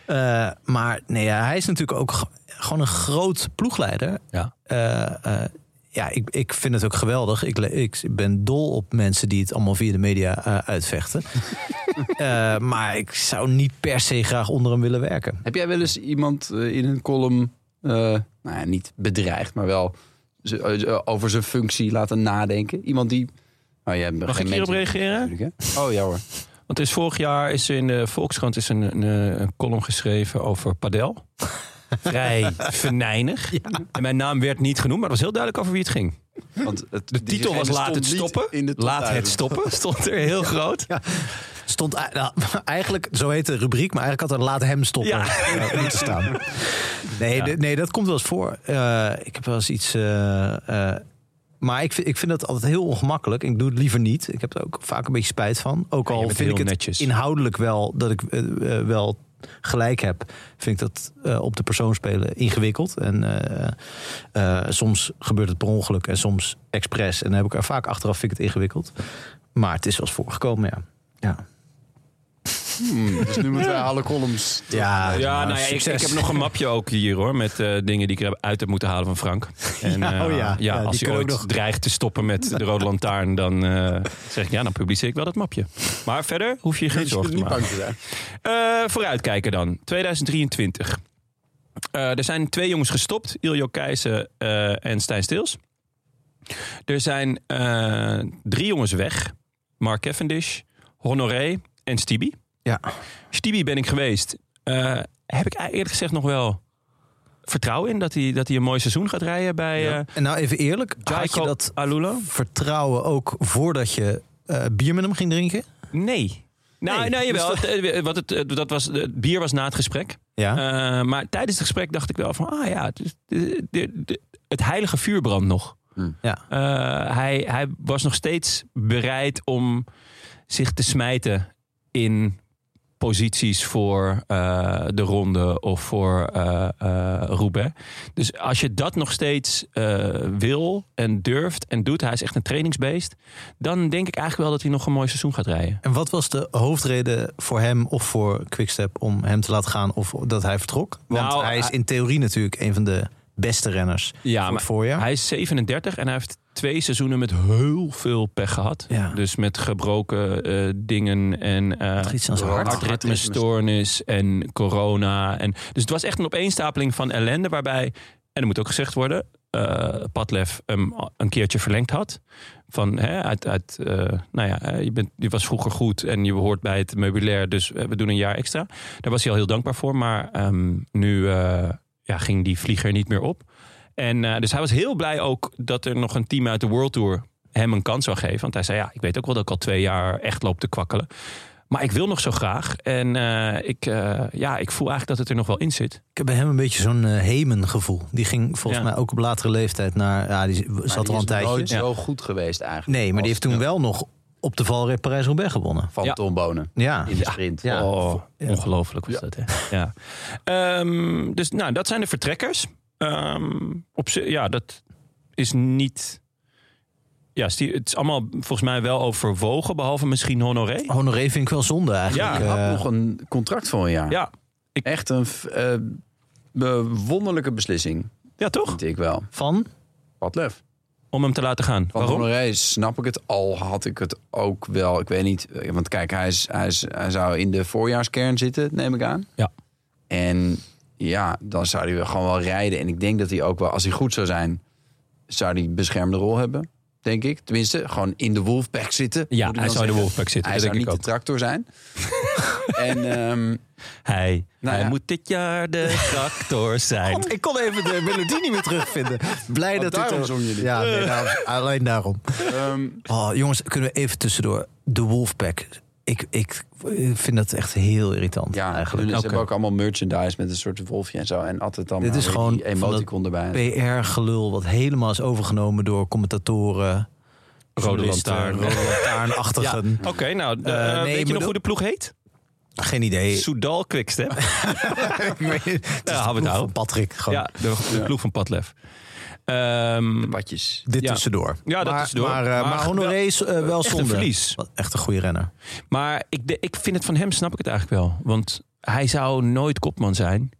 Speaker 2: Eh, maar nee, ja, hij is natuurlijk ook g- gewoon een groot ploegleider.
Speaker 3: Ja.
Speaker 2: Eh, eh, ja, ik, ik vind het ook geweldig. Ik, le- ik ben dol op mensen die het allemaal via de media eh, uitvechten. Eh, maar ik zou niet per se graag onder hem willen werken.
Speaker 1: Heb jij wel eens iemand eh, in een column, eh, nou ja, niet bedreigd, maar wel z- eh, over zijn functie laten nadenken? Iemand die. Oh, jij bent
Speaker 3: Mag
Speaker 1: geen
Speaker 3: ik hierop
Speaker 1: manager,
Speaker 3: reageren?
Speaker 1: natuurlijk, hè? Oh ja hoor.
Speaker 3: Want er is vorig jaar is er in de Volkskrant is een, een, eh, een column geschreven over padel. Vrij venijnig. En mijn naam werd niet genoemd, maar het was heel duidelijk over wie het ging.
Speaker 1: Want het,
Speaker 3: De titel was Laat het stoppen. Laat het stoppen stond er heel groot.
Speaker 2: Stond ei- nou, eigenlijk, zo heet de rubriek, maar eigenlijk had er laat hem stoppen
Speaker 3: Ja.
Speaker 2: eh, moeten staan. Nee, de- nee, dat komt wel eens voor. Eh, ik heb wel eens iets. eh, eh, maar ik vind, ik vind dat altijd heel ongemakkelijk. Ik doe het liever niet. Ik heb er ook vaak een beetje spijt van. Ook
Speaker 3: Ja, je
Speaker 2: al
Speaker 3: bent
Speaker 2: vind ik
Speaker 3: heel
Speaker 2: het
Speaker 3: netjes.
Speaker 2: inhoudelijk wel dat ik eh, eh, wel gelijk heb, vind ik dat eh, op de persoon spelen ingewikkeld. En eh, eh, soms gebeurt het per ongeluk en soms expres. En dan heb ik er vaak achteraf vind ik het ingewikkeld. Maar het is wel eens voorgekomen, ja. Ja,
Speaker 1: dus nu moeten wij alle columns.
Speaker 2: ja,
Speaker 3: Ja, nou ja, ik, ik heb nog een mapje ook hier hoor. Met eh, dingen die ik er uit heb moeten halen van Frank. En,
Speaker 2: Ja,
Speaker 3: eh,
Speaker 2: oh ja. Ja, die
Speaker 3: als hij
Speaker 2: kunnen we
Speaker 3: ooit
Speaker 2: ook nog-
Speaker 3: dreigt te stoppen met de Rode Lantaarn, dan eh, zeg ik ja, dan publiceer ik wel dat mapje. Maar verder hoef je je geen zorgen te
Speaker 1: niet
Speaker 3: maken.
Speaker 1: bang te zijn.
Speaker 3: Eh, vooruitkijken dan. 2023. Eh, er zijn twee jongens gestopt. Iljo Keijsen eh, en Stijn Stils. Er zijn eh, drie jongens weg. Mark Cavendish, Honoré en Stibi.
Speaker 2: Ja.
Speaker 3: Stibi ben ik geweest. Eh, heb ik eerlijk gezegd nog wel vertrouwen in dat hij, dat hij een mooi seizoen gaat rijden bij eh
Speaker 2: En nou even eerlijk, had je
Speaker 3: Jaco
Speaker 2: dat
Speaker 3: Alula?
Speaker 2: vertrouwen ook voordat je eh, bier met hem ging drinken?
Speaker 3: Nee. Nou,
Speaker 2: Nee,
Speaker 3: nee, jawel.
Speaker 2: dus
Speaker 3: Het, eh, wat het, eh, dat was, het bier was na het gesprek.
Speaker 2: Ja.
Speaker 3: Eh, maar tijdens het gesprek dacht ik wel van, ah ja, het, is- de- de- de- het heilige vuur brandt nog.
Speaker 2: ja.
Speaker 3: Eh, hij, hij was nog steeds bereid om zich te smijten in posities voor eh, de ronde of voor eh eh, Roubaix. Dus als je dat nog steeds eh, wil en durft en doet, hij is echt een trainingsbeest, dan denk ik eigenlijk wel dat hij nog een mooi seizoen gaat rijden.
Speaker 2: En wat was de hoofdreden voor hem of voor Quickstep om hem te laten gaan of dat hij vertrok? Want
Speaker 3: Nou,
Speaker 2: hij is
Speaker 3: hij-
Speaker 2: in theorie natuurlijk een van de beste renners
Speaker 3: Ja,
Speaker 2: voor
Speaker 3: maar
Speaker 2: het voorjaar.
Speaker 3: Hij is 37 en hij heeft twee seizoenen met heel veel pech gehad.
Speaker 2: Ja.
Speaker 3: Dus met gebroken eh, dingen en eh
Speaker 2: had iets aan zijn hart.
Speaker 3: hartritmestoornis en corona. En, dus het was echt een opeenstapeling van ellende waarbij, en dat moet ook gezegd worden, eh Padlef hem al een keertje verlengd had. Van, hè, uit, uit, eh, nou ja, eh, je, bent, je was vroeger goed en je behoort bij het meubilair, dus eh, we doen een jaar extra. Daar was hij al heel dankbaar voor, maar ehm, nu eh, ja, ging die vlieger niet meer op. En eh, dus hij was heel blij ook dat er nog een team uit de World Tour hem een kans zou geven. Want hij zei, ja, ik weet ook wel dat ik al twee jaar echt loop te kwakkelen. Maar ik wil nog zo graag. En eh, ik, eh, ja, ik voel eigenlijk dat het er nog wel in zit.
Speaker 2: Ik heb bij hem een beetje zo'n eh, Hemen gevoel. Die ging volgens
Speaker 3: Ja.
Speaker 2: mij ook op latere leeftijd naar... Ja, die zat er al een tijdje.
Speaker 1: nooit
Speaker 3: Ja.
Speaker 1: zo goed geweest eigenlijk.
Speaker 2: Nee, maar die
Speaker 1: als
Speaker 2: heeft toen wel nog op de valreep Parijs-Roubaix gewonnen.
Speaker 1: Van
Speaker 3: Ja.
Speaker 1: Tom Bonen
Speaker 2: Ja.
Speaker 1: in de sprint.
Speaker 2: Ja.
Speaker 3: Oh, ongelooflijk was dat, hè? Ja. Ehm, dus nou, dat zijn de vertrekkers. Ehm, op, zi- ja, dat is niet... Ja, Stie- het is allemaal volgens mij wel overwogen, behalve misschien Honoré.
Speaker 2: Oh, Honoré vind ik wel zonde eigenlijk.
Speaker 3: Ja.
Speaker 1: Hij
Speaker 2: Eh,
Speaker 1: had nog een contract voor een jaar.
Speaker 3: Ja,
Speaker 1: Echt een f- eh, bewonderlijke beslissing,
Speaker 3: ja, toch?
Speaker 1: vind ik wel.
Speaker 2: Van?
Speaker 1: Wat lef.
Speaker 3: Om hem te laten gaan.
Speaker 1: Van
Speaker 3: Waarom?
Speaker 1: Honoré snap ik het al, had ik het ook wel. Ik weet niet, eh, want kijk, hij, is, hij, is, hij zou in de voorjaarskern zitten, neem ik aan.
Speaker 3: Ja.
Speaker 1: En ja, dan zou hij wel gewoon wel rijden. En ik denk dat hij ook wel, als hij goed zou zijn, zou hij een beschermde rol hebben. Denk ik. Tenminste, gewoon in de Wolfpack zitten. moet ik
Speaker 3: Ja,
Speaker 1: dan
Speaker 3: hij zou in de
Speaker 1: zeggen.
Speaker 3: Wolfpack zitten,
Speaker 1: Hij
Speaker 3: dat
Speaker 1: zou
Speaker 3: denk
Speaker 1: niet
Speaker 3: ik
Speaker 1: de tractor zijn. en ehm,
Speaker 3: Hij,
Speaker 1: Nou
Speaker 3: hij
Speaker 1: ja.
Speaker 3: moet dit jaar de tractor zijn.
Speaker 2: Ik kon even de melodie niet meer terugvinden. Blij
Speaker 1: Oh,
Speaker 2: dat dit
Speaker 1: daarom
Speaker 2: er-
Speaker 1: zong je dit.
Speaker 2: Ja, nee, daarom- alleen daarom.
Speaker 1: ehm,
Speaker 2: Oh, jongens, kunnen we even tussendoor. De Wolfpack. Ik, ik vind dat echt heel irritant
Speaker 1: ja,
Speaker 2: eigenlijk.
Speaker 1: Ze
Speaker 2: Oké.
Speaker 1: hebben ook allemaal merchandise met een soort wolfje en zo. En altijd dan
Speaker 2: Dit
Speaker 1: maar
Speaker 2: is
Speaker 1: weer
Speaker 2: gewoon
Speaker 1: die emoticon erbij.
Speaker 2: PR-gelul wat helemaal is overgenomen door commentatoren.
Speaker 3: Rode lantaarn.
Speaker 2: Rode
Speaker 3: Ja,
Speaker 2: lantaarnachtigen.
Speaker 3: oké. nou, eh,
Speaker 2: Eh, nee, Eh.
Speaker 3: weet je
Speaker 2: bedoel-
Speaker 3: nog hoe de ploeg heet?
Speaker 2: Geen idee.
Speaker 3: Soudal Quickstep.
Speaker 2: Ik weet het. Het is de
Speaker 3: hou het
Speaker 2: ploeg
Speaker 3: nou.
Speaker 2: van Patrick. Gewoon
Speaker 3: ja, de, de ploeg van Padlef. Ehm,
Speaker 1: Badjes.
Speaker 2: Dit
Speaker 3: Ja.
Speaker 2: tussendoor.
Speaker 3: Ja, dat
Speaker 2: maar,
Speaker 3: tussendoor.
Speaker 2: Maar, eh, maar,
Speaker 3: Maar
Speaker 2: Honoré is eh, wel
Speaker 3: echt een
Speaker 2: zonde.
Speaker 3: verlies.
Speaker 2: Wat Echt een goede renner.
Speaker 3: maar ik, de- ik vind het van hem, snap ik het eigenlijk wel. Want hij zou nooit kopman zijn.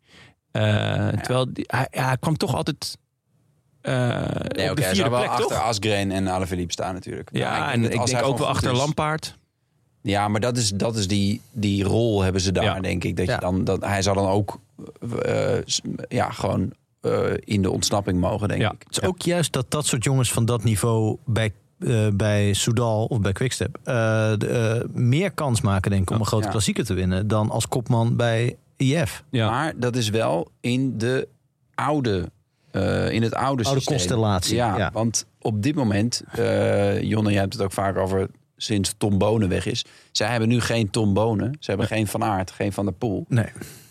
Speaker 3: Eh, Terwijl die- hij, ja, hij kwam toch altijd eh
Speaker 1: Nee,
Speaker 3: op
Speaker 1: oké,
Speaker 3: de
Speaker 1: hij
Speaker 3: vierde
Speaker 1: zou wel
Speaker 3: plek,
Speaker 1: achter
Speaker 3: toch?
Speaker 1: Asgreen en Alaphilippe staan natuurlijk. Maar
Speaker 3: Ja,
Speaker 1: dat
Speaker 3: en ik
Speaker 1: als hij
Speaker 3: denk ook wel
Speaker 1: gewoon goed
Speaker 3: achter
Speaker 1: is-
Speaker 3: Lampaard.
Speaker 1: Ja, maar dat is, dat is die, die rol hebben ze daar,
Speaker 3: Ja.
Speaker 1: denk ik. Dat
Speaker 2: Ja.
Speaker 1: je dan, dat, hij zou dan ook eh, s- ja, gewoon eh, in de ontsnapping mogen, denk
Speaker 3: Ja.
Speaker 1: ik.
Speaker 2: Het is ook juist dat dat soort jongens van dat niveau bij, eh, bij Soudal of bij Quickstep eh, de, eh, meer kans maken, denk ik, om een grote
Speaker 1: ja.
Speaker 2: klassieker te winnen dan als kopman bij IF.
Speaker 3: Ja.
Speaker 1: Maar dat is wel in de oude, eh, in het oude,
Speaker 2: Oude
Speaker 1: systeem.
Speaker 2: constellatie.
Speaker 1: Ja,
Speaker 2: Ja.
Speaker 1: want op dit moment, eh Jonne, jij hebt het ook vaak over sinds Tom Bonen weg is. Zij hebben nu geen Tom Bonen. Ze hebben geen Van Aert, geen Van der Poel.
Speaker 2: Nee.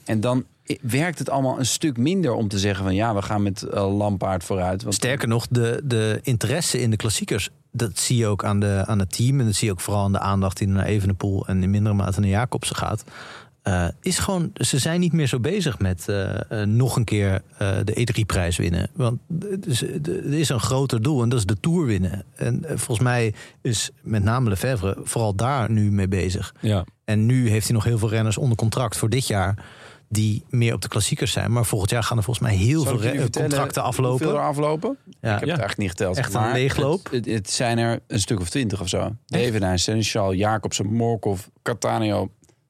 Speaker 1: En dan i- werkt het allemaal een stuk minder om te zeggen van... ja, we gaan met eh, Lampaard vooruit. Want
Speaker 2: Sterker nog, de, de interesse in de klassiekers, dat zie je ook aan, de, aan het team. En dat zie je ook vooral aan de aandacht die naar Evenepoel en in mindere mate naar Jacobsen gaat. Eh, is gewoon, ze zijn niet meer zo bezig met eh, eh, nog een keer eh, de E3-prijs winnen. Want het is- er is een groter doel en dat is de Tour winnen. En eh, volgens mij is met name Lefebvre vooral daar nu mee bezig.
Speaker 3: Ja.
Speaker 2: En nu heeft hij nog heel veel renners onder contract voor dit jaar... die meer op de klassiekers zijn. Maar volgend jaar gaan er volgens mij heel
Speaker 1: Zal ik
Speaker 2: veel
Speaker 1: jullie
Speaker 2: re- eh,
Speaker 1: vertellen
Speaker 2: contracten aflopen.
Speaker 1: Hoeveel er aflopen?
Speaker 2: Ja.
Speaker 1: Ik heb
Speaker 3: Ja.
Speaker 1: het eigenlijk niet geteld.
Speaker 2: Echt een
Speaker 1: maar
Speaker 2: leegloop.
Speaker 1: Het, het, het zijn er een stuk of twintig of zo. Devenijn, Seneschal, Jacobsen, Morkov, Catania,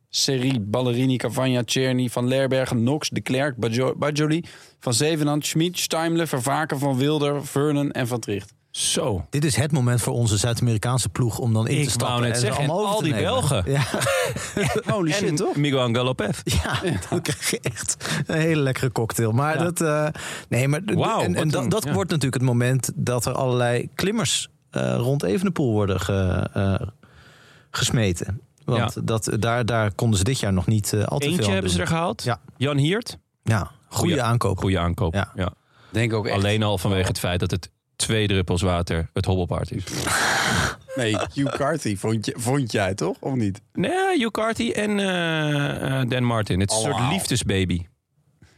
Speaker 1: Seri, Ballerini, Cavagna, Czerny, Van Lerbergen, Knox, De Klerk, Bajo- Bajoli, Van Zevenand, Schmid, Steimle, Vervaken, Van Wilder, Vernon en Van Tricht.
Speaker 3: Zo.
Speaker 2: Dit is het moment voor onze Zuid-Amerikaanse ploeg om dan in
Speaker 3: Ik
Speaker 2: te
Speaker 3: wou
Speaker 2: stappen.
Speaker 3: net
Speaker 2: en ze
Speaker 3: zeggen,
Speaker 2: allemaal
Speaker 3: en
Speaker 2: over
Speaker 3: al
Speaker 2: te
Speaker 3: die
Speaker 2: nemen.
Speaker 3: Belgen.
Speaker 2: Ja,
Speaker 1: Holy
Speaker 3: en Miguel Angel Lopez.
Speaker 2: ja, dan krijg je echt een hele lekkere cocktail. Maar dat, eh, nee, maar d-
Speaker 3: Wauw,
Speaker 2: en,
Speaker 3: wat
Speaker 2: en dat,
Speaker 3: een-
Speaker 2: dat
Speaker 3: ja.
Speaker 2: wordt natuurlijk het moment dat er allerlei klimmers eh, rond Evenepoel worden ge- eh, gesmeten. Want
Speaker 3: Ja.
Speaker 2: dat, daar, daar konden ze dit jaar nog niet eh, al te veel
Speaker 3: Eentje
Speaker 2: aan
Speaker 3: hebben ze
Speaker 2: doen.
Speaker 3: er gehaald.
Speaker 2: Ja.
Speaker 3: Jan Hiert.
Speaker 2: Ja, goede
Speaker 3: Goeie-
Speaker 2: aankoop.
Speaker 3: Goede aankoop.
Speaker 2: Ja.
Speaker 3: ja.
Speaker 1: Denk ook echt.
Speaker 3: Alleen al vanwege het feit dat het twee druppels water het hobbelpaard is.
Speaker 1: Nee, Hugh Carthy vond, je, vond jij toch? Of niet?
Speaker 3: Nee, Hugh Carty en eh, eh, Dan Martin. Het is een
Speaker 1: Oh,
Speaker 3: soort
Speaker 1: wauw.
Speaker 3: liefdesbaby.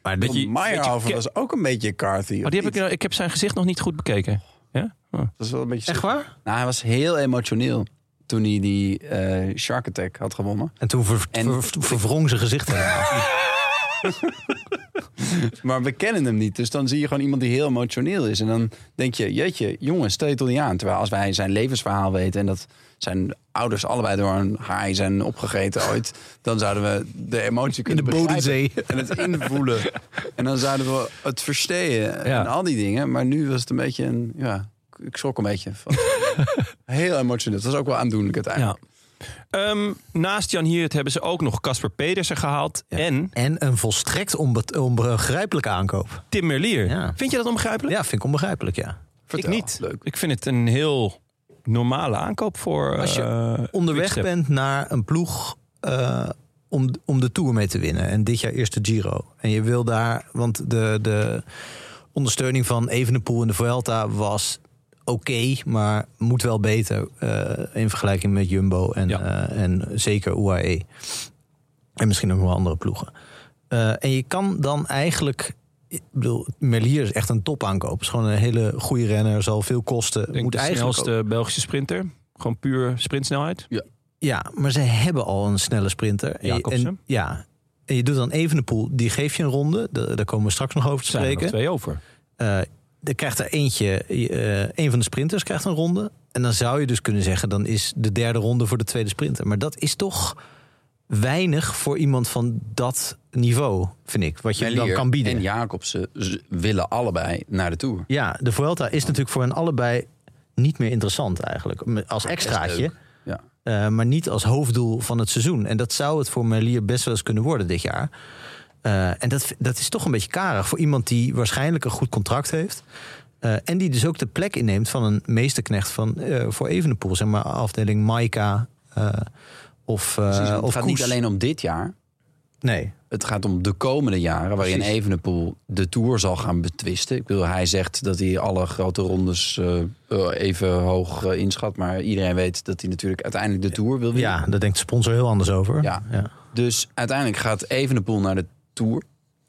Speaker 2: Maar
Speaker 3: Weet
Speaker 2: dit,
Speaker 3: je-
Speaker 1: Meyerhofer
Speaker 3: weet je-
Speaker 1: was ook een beetje Carthy.
Speaker 3: Oh, die heb ik, ik heb zijn gezicht nog niet goed bekeken. Ja? Oh.
Speaker 1: Dat is wel een beetje
Speaker 2: echt waar?
Speaker 1: Nou, hij was heel emotioneel toen hij die eh, Shark Attack had gewonnen.
Speaker 2: En toen ver,
Speaker 1: En-
Speaker 2: ver- ver- verwrong zijn gezicht helemaal.
Speaker 1: Maar we kennen hem niet, dus dan zie je gewoon iemand die heel emotioneel is. En dan denk je, jeetje, jongen, stel je toch niet aan. Terwijl als wij zijn levensverhaal weten en dat zijn ouders allebei door een haai zijn opgegeten ooit... dan zouden we de emotie kunnen
Speaker 2: de
Speaker 1: begrijpen
Speaker 2: Bodensee.
Speaker 1: en het invoelen. En dan zouden we het verstehen
Speaker 3: Ja.
Speaker 1: en al die dingen. Maar nu was het een beetje een, ja, ik- ik schrok een beetje. Van, heel emotioneel, dat was ook wel aandoenlijk uiteindelijk.
Speaker 3: Ehm, naast Jan Hiert hebben ze ook nog Casper Pedersen gehaald. En
Speaker 2: en een volstrekt onbe- onbegrijpelijke aankoop.
Speaker 3: Tim Merlier.
Speaker 2: Ja.
Speaker 3: Vind je dat onbegrijpelijk?
Speaker 2: Ja, vind ik onbegrijpelijk, ja.
Speaker 1: Vertel.
Speaker 3: Ik niet.
Speaker 1: Leuk.
Speaker 3: Ik vind het een heel normale aankoop voor...
Speaker 2: Als je
Speaker 3: eh,
Speaker 2: onderweg
Speaker 3: Quickstep.
Speaker 2: bent naar een ploeg eh, om, om de Tour mee te winnen. En dit jaar eerst de Giro. En je wil daar, want de, de ondersteuning van Evenepoel en de Vuelta was oké, maar moet wel beter eh, in vergelijking met Jumbo en,
Speaker 3: Ja.
Speaker 2: eh, en zeker UAE. En misschien ook nog wel andere ploegen. Eh, en je kan dan eigenlijk... Ik bedoel, Merlier is echt een topaankoop. Is gewoon een hele goede renner, zal veel kosten.
Speaker 3: Ik denk
Speaker 2: moet
Speaker 3: de
Speaker 2: eigenlijk ook-
Speaker 3: snelste Belgische sprinter. Gewoon puur sprintsnelheid.
Speaker 2: Ja, maar ze hebben al een snelle sprinter. En je-
Speaker 3: Jacobsen.
Speaker 2: En, ja. En je doet dan Evenepoel, die geef je een ronde. Da- daar komen we straks nog over te
Speaker 3: Er zijn er nog
Speaker 2: spreken.
Speaker 3: twee over.
Speaker 2: Eh, er krijgt er eentje, eh, een van de sprinters krijgt een ronde. En dan zou je dus kunnen zeggen, dan is de derde ronde voor de tweede sprinter. Maar dat is toch weinig voor iemand van dat niveau, vind ik. Wat je hem dan
Speaker 1: Merlier
Speaker 2: kan bieden.
Speaker 1: En Jacobsen z- willen allebei naar de Tour.
Speaker 2: Ja, de Vuelta is natuurlijk voor hen allebei niet meer interessant eigenlijk. M- Als extraatje.
Speaker 1: leuk. Ja.
Speaker 2: Eh, maar niet als hoofddoel van het seizoen. En dat zou het voor Merlier best wel eens kunnen worden dit jaar. Eh, en dat, dat is toch een beetje karig voor iemand die waarschijnlijk een goed contract heeft. Eh, en die dus ook de plek inneemt van een meesterknecht van, eh, voor Evenepoel. Zeg maar afdeling Maika eh, of, eh
Speaker 1: Precies, want
Speaker 2: of
Speaker 1: het gaat
Speaker 2: Koes.
Speaker 1: niet alleen om dit jaar.
Speaker 2: Nee.
Speaker 1: Het gaat om de komende jaren waarin Evenepoel de Tour zal gaan betwisten. Ik bedoel, hij zegt dat hij alle grote rondes eh, eh, even hoog eh, inschat. Maar iedereen weet dat hij natuurlijk uiteindelijk de Tour wil winnen.
Speaker 2: Ja, daar denkt de sponsor heel anders over.
Speaker 1: Ja.
Speaker 2: ja.
Speaker 1: Dus uiteindelijk gaat Evenepoel naar de Tour.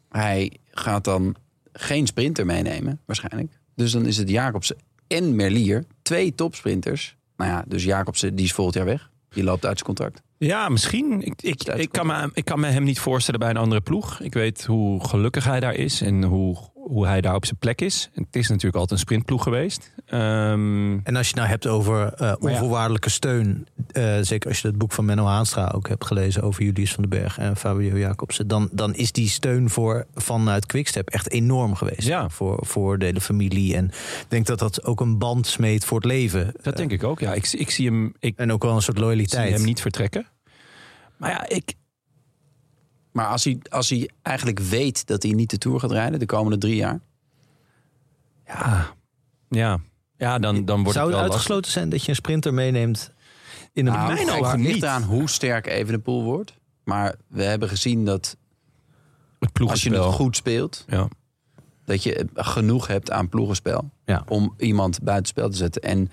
Speaker 1: Hij gaat dan geen sprinter meenemen, waarschijnlijk. Dus dan is het Jacobsen en Merlier, twee topsprinters. Nou ja, dus Jacobsen, die is volgend jaar weg. Die loopt uit zijn contract.
Speaker 3: Ja, misschien. Ik, ik,
Speaker 1: Stuitskop.
Speaker 3: ik, kan me, ik kan me hem niet voorstellen bij een andere ploeg. Ik weet hoe gelukkig hij daar is en hoe, hoe hij daar op zijn plek is. En het is natuurlijk altijd een sprintploeg geweest. Ehm,
Speaker 2: En als je het nou hebt over eh, onvoorwaardelijke steun. eh, zeker als je het boek van Menno Haanstra ook hebt gelezen over Julius van den Berg en Fabio Jacobsen. Dan, dan is die steun voor, vanuit Quickstep echt enorm geweest.
Speaker 3: Ja.
Speaker 2: Voor, voor de hele familie. En ik denk dat dat ook een band smeet voor het leven. Eh,
Speaker 3: dat denk ik ook. Ja, ik, ik zie hem, ik
Speaker 2: En ook wel een soort
Speaker 3: zie
Speaker 2: loyaliteit.
Speaker 3: hem niet vertrekken. Maar ja, ik,
Speaker 1: Maar als hij, als hij eigenlijk weet dat hij niet de Tour gaat rijden de komende drie jaar.
Speaker 3: ja, ja, ja dan, dan
Speaker 2: Zou
Speaker 3: wordt het
Speaker 2: het
Speaker 3: wel lastig. Nou,
Speaker 2: uitgesloten zijn dat je een sprinter meeneemt in een
Speaker 3: mijn
Speaker 1: het
Speaker 3: ogen
Speaker 1: ligt
Speaker 3: niet.
Speaker 1: aan hoe sterk Evenepoel wordt. Maar we hebben gezien dat
Speaker 3: het
Speaker 1: als je het
Speaker 3: ploegenspel.
Speaker 1: goed speelt,
Speaker 3: Ja.
Speaker 1: dat je genoeg hebt aan ploegenspel.
Speaker 2: Ja.
Speaker 1: Om iemand buitenspel te zetten. En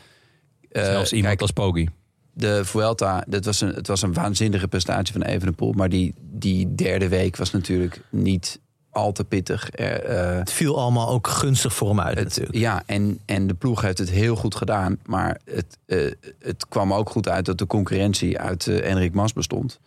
Speaker 1: eh,
Speaker 3: Zelfs iemand
Speaker 1: kijk,
Speaker 3: als Poggi.
Speaker 1: de Vuelta, dat was een, het was een waanzinnige prestatie van Evenepoel. Maar die, die derde week was natuurlijk niet al te pittig. Eh, eh,
Speaker 2: Het viel allemaal ook gunstig voor hem uit
Speaker 1: het,
Speaker 2: natuurlijk.
Speaker 1: ja, en, en de ploeg heeft het heel goed gedaan. Maar het, eh, het kwam ook goed uit dat de concurrentie uit eh Enrik Mas bestond.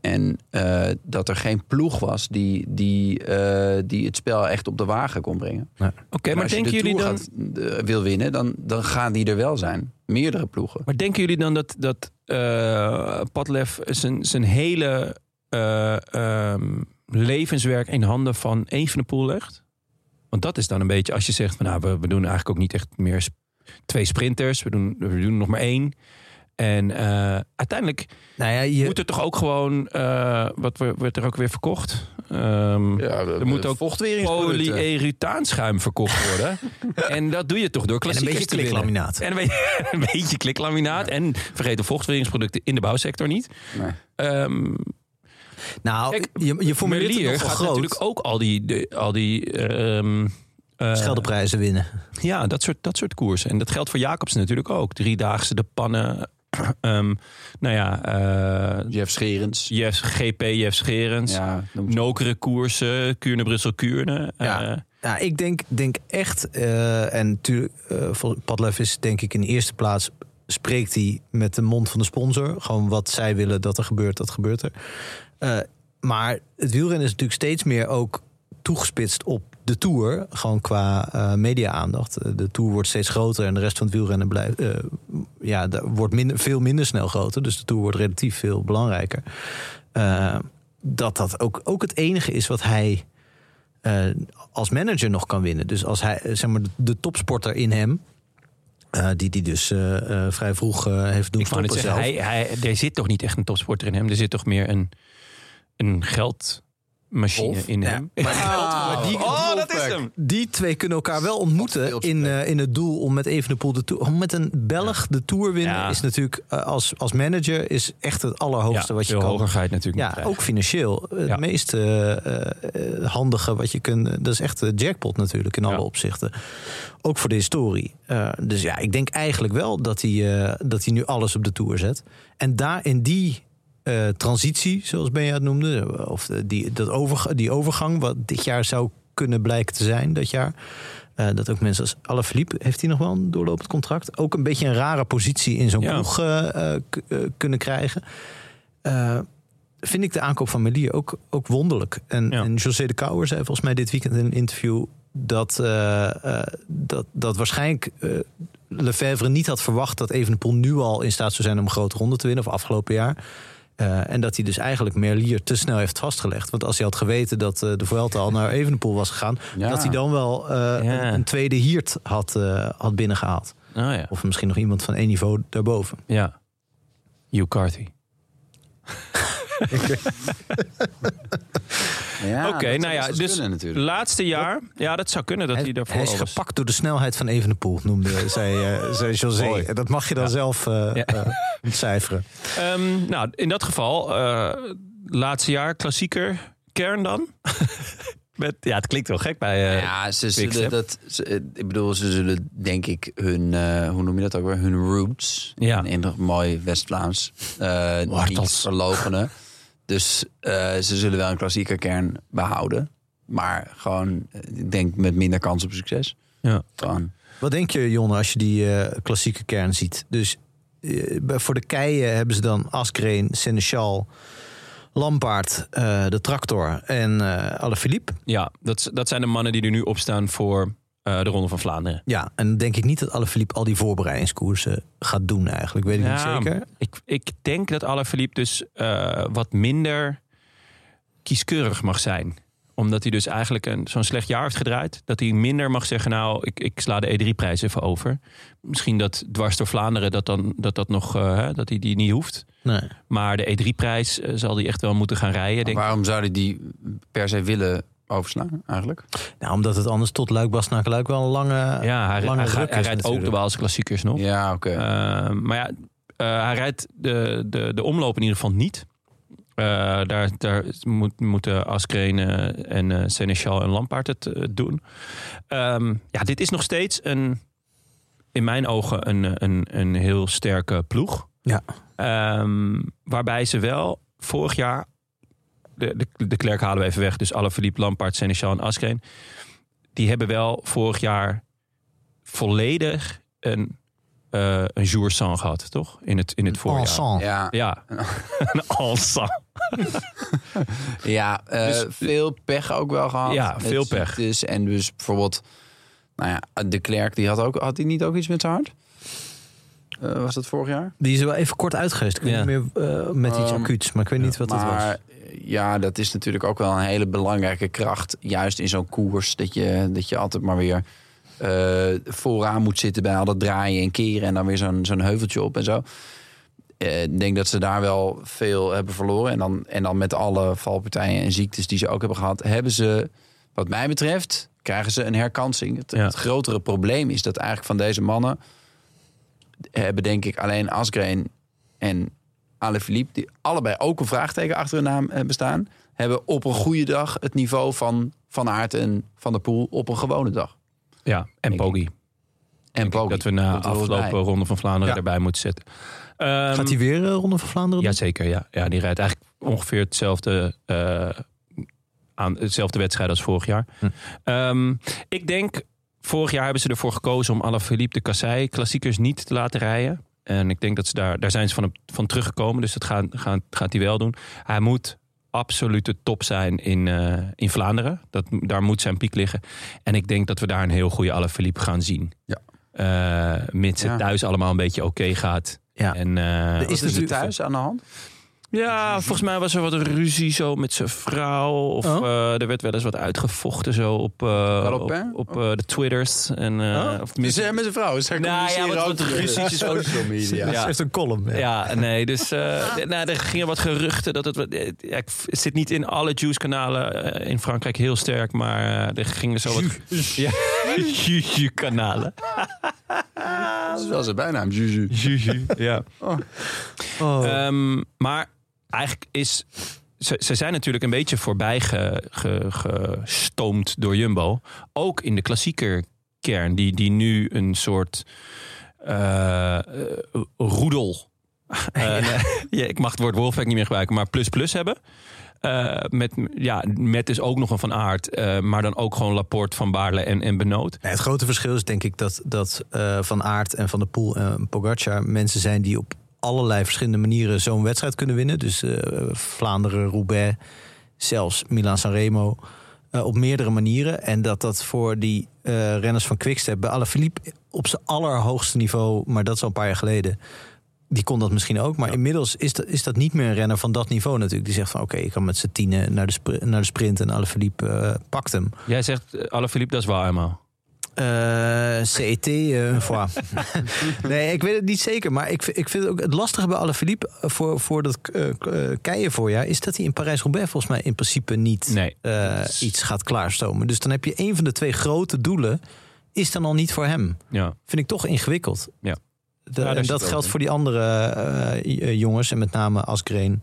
Speaker 1: En eh, dat er geen ploeg was die, die, eh, die het spel echt op de wagen kon brengen.
Speaker 3: Oké, maar,
Speaker 1: als je
Speaker 3: denken
Speaker 1: de
Speaker 3: jullie dan...
Speaker 1: Tour gaat, eh, wil winnen, dan, dan gaan die er wel zijn. Meerdere ploegen.
Speaker 3: Maar denken jullie dan dat, dat eh, Padlef zijn, zijn hele eh, ehm, levenswerk in handen van Evenepoel legt? Want dat is dan een beetje als je zegt, van, nou, we, we doen eigenlijk ook niet echt meer sp- twee sprinters. We doen, we doen nog maar één. En eh, uiteindelijk
Speaker 2: Nou ja, je,
Speaker 3: moet er toch ook gewoon, eh, wat we- werd er ook weer verkocht? Ehm, er moet ook polyerutaanschuim verkocht worden. en dat doe je toch door
Speaker 2: en een
Speaker 3: klassiekers
Speaker 2: beetje
Speaker 3: te winnen.
Speaker 2: kliklaminaat.
Speaker 3: En een beetje, een beetje kliklaminaat. En vergeet de vochtweringsproducten in de bouwsector niet.
Speaker 1: Nee.
Speaker 3: Ehm
Speaker 2: Nou,
Speaker 3: Kijk,
Speaker 2: je, je formuleert het
Speaker 3: Merlier
Speaker 2: nogal
Speaker 3: gaat
Speaker 2: groot.
Speaker 3: natuurlijk ook al die... De, al die ehm, eh,
Speaker 2: Scheldeprijzen winnen.
Speaker 3: ja, dat soort, dat soort koersen. En dat geldt voor Jacobsen natuurlijk ook. Driedaagse, de pannen. ehm, nou ja, eh
Speaker 1: Jeff Scherens.
Speaker 3: Jeff, GP, Jeff Scherens.
Speaker 1: Ja, noem ze-
Speaker 3: Nokere koersen, Kuurne-Brussel-Kuurne.
Speaker 2: Ja.
Speaker 3: Eh,
Speaker 2: Ja, ik denk, denk echt, eh, en natuurlijk, eh, vol- Padlef is denk ik in eerste plaats, spreekt hij met de mond van de sponsor. Gewoon wat zij willen dat er gebeurt, dat gebeurt er. Eh, maar het wielrennen is natuurlijk steeds meer ook toegespitst op de Tour. Gewoon qua eh, media-aandacht. Eh, De Tour wordt steeds groter en de rest van het wielrennen blijft, eh, ja, daar wordt minder, veel minder snel groter. Dus de Tour wordt relatief veel belangrijker. Eh, dat dat ook, ook het enige is wat hij eh, als manager nog kan winnen. Dus als hij, eh, zeg maar, de- de topsporter in hem, eh, die die dus eh, eh, vrij vroeg eh, heeft doen
Speaker 3: Ik wou net
Speaker 2: stoppen
Speaker 3: zeggen,
Speaker 2: zelf.
Speaker 3: hij, hij, er zit toch niet echt een topsporter in hem. Er zit toch meer een, een geldmachine
Speaker 1: Of?
Speaker 3: in
Speaker 2: Ja.
Speaker 3: hem.
Speaker 1: Maar die-
Speaker 3: oh, dat is hem!
Speaker 2: die twee kunnen elkaar wel ontmoeten
Speaker 1: Wat
Speaker 2: in, eh, in het doel om met Evenepoel de Tour... Om met een Belg de Tour winnen
Speaker 3: Ja.
Speaker 2: is natuurlijk eh, als, als manager is echt het allerhoogste wat je
Speaker 3: veel
Speaker 2: kan.
Speaker 3: hoger ga je het natuurlijk
Speaker 2: Ja,
Speaker 3: niet krijgen.
Speaker 2: ook financieel. Het
Speaker 3: Ja.
Speaker 2: meest eh, eh, handige wat je kunt... Dat is echt de jackpot natuurlijk in
Speaker 3: Ja.
Speaker 2: alle opzichten. Ook voor de historie. Eh, dus ja, ik denk eigenlijk wel dat hij, eh, dat hij nu alles op de Tour zet. En daar in die... eh, transitie, zoals Benja het noemde, of eh, die, dat overga- die overgang, wat dit jaar zou kunnen blijken te zijn, dat jaar. Eh, dat ook mensen als Alaphilippe, heeft hij nog wel een doorlopend contract? Ook een beetje een rare positie in zo'n
Speaker 3: Ja.
Speaker 2: ploeg eh, eh, k- eh, kunnen krijgen. Eh, vind ik de aankoop van Melier ook, ook wonderlijk. En,
Speaker 3: Ja.
Speaker 2: en José de Kouwer zei volgens mij dit weekend in een interview... dat, eh, eh, dat, dat waarschijnlijk eh Lefebvre niet had verwacht... dat Evenepoel nu al in staat zou zijn om een grote ronde te winnen... of afgelopen jaar. Eh, en dat hij dus eigenlijk Merlier te snel heeft vastgelegd. Want als hij had geweten dat eh, de Vuelta al naar Evenepoel was gegaan...
Speaker 1: Ja.
Speaker 2: dat hij dan wel eh,
Speaker 3: Ja.
Speaker 2: een, een tweede hiert had, eh, had binnengehaald.
Speaker 3: Oh, ja.
Speaker 2: Of misschien nog iemand van één niveau daarboven.
Speaker 3: ja. Hugh Carthy.
Speaker 1: Ja,
Speaker 3: Oké,
Speaker 1: dat
Speaker 3: nou
Speaker 1: zou
Speaker 3: ja,
Speaker 1: best
Speaker 3: dus
Speaker 1: kunnen natuurlijk.
Speaker 3: laatste jaar. Ja, dat zou kunnen dat hij,
Speaker 2: hij,
Speaker 3: daarvoor
Speaker 2: hij is
Speaker 3: al was.
Speaker 2: gepakt door de snelheid van Evenepoel, noemde zij, eh zei José.
Speaker 3: Mooi.
Speaker 2: En Dat mag je dan zelf eh
Speaker 3: Ja.
Speaker 2: eh, cijferen.
Speaker 3: Ehm, nou, in dat geval eh, laatste jaar klassieker kern dan? Met, ja, het klinkt wel gek bij... eh,
Speaker 1: ja, ze
Speaker 3: Quickstep.
Speaker 1: zullen dat. ze- eh, ik bedoel, ze zullen denk ik hun. eh, hoe noem je dat ook weer? Hun roots.
Speaker 3: Ja.
Speaker 1: In nog mooi West-Vlaams. eh niet
Speaker 3: Wortels.
Speaker 1: verlogenen. Dus eh, ze zullen wel een klassieke kern behouden. Maar gewoon, eh, ik denk met minder kans op succes.
Speaker 3: Ja.
Speaker 1: Gewoon.
Speaker 2: Wat denk je, Jonne, als je die eh, klassieke kern ziet? Dus eh, bij- voor de keien hebben ze dan Askreen, Seneschal, Lampaard, eh, de tractor en eh Alaphilippe.
Speaker 3: Ja, dat, z- dat zijn de mannen die er nu opstaan voor eh, de Ronde van Vlaanderen.
Speaker 2: Ja, en dan denk ik niet dat Alaphilippe al die voorbereidingskoersen gaat doen eigenlijk. Weet ik
Speaker 3: Ja,
Speaker 2: niet zeker.
Speaker 3: Ik, ik denk dat Alaphilippe dus eh, wat minder kieskeurig mag zijn. Omdat hij dus eigenlijk een, zo'n slecht jaar heeft gedraaid. Dat hij minder mag zeggen, nou, ik, ik sla de E3-prijs even over. Misschien dat dwars door Vlaanderen dat dan, dat, dat nog, eh, hè, dat hij die niet hoeft.
Speaker 2: Nee.
Speaker 3: Maar de E3-prijs eh, zal hij echt wel moeten gaan rijden, denk ik.
Speaker 1: Waarom zouden die per se willen overslaan eigenlijk?
Speaker 2: Nou, omdat het anders tot Luik-Bas naar Luik wel een lange,
Speaker 3: Ja, hij,
Speaker 2: lange
Speaker 3: hij,
Speaker 2: ruk
Speaker 3: hij
Speaker 2: is
Speaker 3: rijdt ook de
Speaker 2: natuurlijk.
Speaker 3: Waalse klassiekers nog.
Speaker 1: Ja, oké.
Speaker 3: Eh, maar ja, eh, hij rijdt de, de, de omloop in ieder geval niet. Eh, daar daar moet, moeten Askreen eh, en eh, Seneschal en Lampaard het eh, doen. Ehm, ja, dit is nog steeds een, in mijn ogen een, eh, een, een heel sterke ploeg.
Speaker 2: Ja.
Speaker 3: Ehm, waarbij ze wel vorig jaar, de, de, de klerk halen we even weg, dus Alaphilippe, Lampaard, Seneschal en Askreen. Die hebben wel vorig jaar volledig een, eh een jour sans gehad, toch? In het, in het voorjaar.
Speaker 2: Ensemble.
Speaker 1: Ja,
Speaker 3: Ja, een ensemble.
Speaker 1: ja eh,
Speaker 3: Dus-
Speaker 1: veel pech ook wel gehad.
Speaker 3: Ja,
Speaker 1: Met
Speaker 3: veel pech.
Speaker 1: ziektes en dus bijvoorbeeld, nou ja, de Klerk die had ook, had hij niet ook iets met zijn hart? Eh, was dat vorig jaar?
Speaker 2: Die is er wel even kort uit geweest. Ik weet
Speaker 3: Ja.
Speaker 2: niet meer eh, met iets
Speaker 1: Ehm,
Speaker 2: acuuts, maar ik weet niet wat dat was.
Speaker 1: maar eh, ja, dat is natuurlijk ook wel een hele belangrijke kracht. Juist in zo'n koers dat je, dat je altijd maar weer eh, vooraan moet zitten bij al dat draaien en keren. En dan weer zo'n zo'n heuveltje op en zo. Eh, Ik denk dat ze daar wel veel hebben verloren. En dan, en dan met alle valpartijen en ziektes die ze ook hebben gehad, hebben ze, wat mij betreft, krijgen ze een herkansing. Het,
Speaker 3: Ja.
Speaker 1: het grotere probleem is dat eigenlijk van deze mannen hebben, denk ik, alleen Asgreen en Alaphilippe, die allebei ook een vraagteken achter hun naam hebben staan, hebben op een goede dag het niveau van Van Aert en Van der Poel op een gewone dag.
Speaker 3: Ja, en
Speaker 1: ik.
Speaker 3: Poggi.
Speaker 1: En Poggi.
Speaker 3: Dat we na
Speaker 1: komt er wel
Speaker 3: afgelopen
Speaker 1: bij.
Speaker 3: ronde van Vlaanderen
Speaker 2: Ja.
Speaker 3: erbij moeten zetten. Ehm,
Speaker 2: Gaat hij weer eh, Ronde van Vlaanderen doen?
Speaker 3: Jazeker, ja. ja. Die rijdt eigenlijk ongeveer hetzelfde, eh, aan hetzelfde wedstrijd als vorig jaar.
Speaker 2: Hm.
Speaker 3: Ehm, ik denk, vorig jaar hebben ze ervoor gekozen om Alaphilippe de Kassei klassiekers niet te laten rijden. En ik denk dat ze daar, daar zijn ze van, op- van teruggekomen. Dus dat gaan, gaan, gaat hij wel doen. Hij moet absolute top zijn in, eh, in Vlaanderen. Dat, daar moet zijn piek liggen. En ik denk dat we daar een heel goede Alaphilippe gaan zien.
Speaker 1: Ja.
Speaker 3: Eh, mits het
Speaker 1: Ja.
Speaker 3: thuis allemaal een beetje oké gaat.
Speaker 2: Ja.
Speaker 3: En, eh,
Speaker 2: Er
Speaker 1: Wat is, er
Speaker 2: natuurlijk-
Speaker 1: thuis aan de hand?
Speaker 3: ja, volgens mij was er wat ruzie zo met zijn vrouw. Of
Speaker 2: Oh.
Speaker 3: eh, er werd wel eens wat uitgevochten zo op, eh, op,
Speaker 1: Galopin?
Speaker 3: op eh, de Twitters. En, eh, of tenminste-
Speaker 1: Met zijn vrouw. Ze
Speaker 3: Nou ja, wat- wat ruzietjes van-
Speaker 1: media.
Speaker 3: Ja.
Speaker 2: Ze heeft een column. ja.
Speaker 3: Ja, nee, dus eh, nou, er gingen wat geruchten. Dat het, wat- eh, ja, ik v- het zit niet in alle Juice-kanalen eh, in Frankrijk heel sterk, maar eh, er gingen zo wat... Ja, Juice-kanalen.
Speaker 1: Dat is wel zijn bijnaam, Juju.
Speaker 3: Juice, ja.
Speaker 2: Oh.
Speaker 3: Ehm, maar eigenlijk is. Ze, ze zijn natuurlijk een beetje voorbij ge- ge- gestoomd door Jumbo. Ook in de klassieker kern, die, die nu een soort eh, eh, roedel. Eh, nee, ja, ik mag het woord Wolfpack niet meer gebruiken, maar plus plus hebben. Eh, met, ja, met is ook nog een van aard, eh, maar dan ook gewoon Laporte, Van Baarle en, en Benoot.
Speaker 2: Nee, het grote verschil is denk ik dat, dat eh, Van Aert en Van der Poel en Pogacar mensen zijn die op allerlei verschillende manieren zo'n wedstrijd kunnen winnen. Dus eh, Vlaanderen, Roubaix, zelfs Milaan-San Remo. eh, op meerdere manieren. En dat dat voor die eh, renners van Quickstep bij Alaphilippe op zijn allerhoogste niveau, maar dat is al een paar jaar geleden. Die kon dat misschien ook, maar inmiddels is dat, is dat niet meer een renner van dat niveau natuurlijk. Die zegt van oké, ik kan met z'n tienen naar de, spr- naar de sprint en Alaphilippe eh, pakt hem.
Speaker 3: Jij zegt, eh, Alaphilippe, dat is waar eenmaal.
Speaker 2: Eh, CET, eh, een fois. nee, ik weet het niet zeker. Maar ik, ik vind ook het lastige bij Alaphilippe voor, voor dat eh, eh, keien voorjaar... is dat hij in Parijs-Roubaix volgens mij in principe niet
Speaker 3: Nee.
Speaker 2: eh, iets gaat klaarstomen. Dus dan heb je één van de twee grote doelen... is dan al niet voor hem.
Speaker 3: Ja.
Speaker 2: Vind ik toch ingewikkeld.
Speaker 3: Ja.
Speaker 2: De-
Speaker 3: Ja, daar
Speaker 2: en
Speaker 3: zit
Speaker 2: dat
Speaker 3: ook
Speaker 2: geldt
Speaker 1: in.
Speaker 2: voor die andere eh, eh, jongens. En met name Asgreen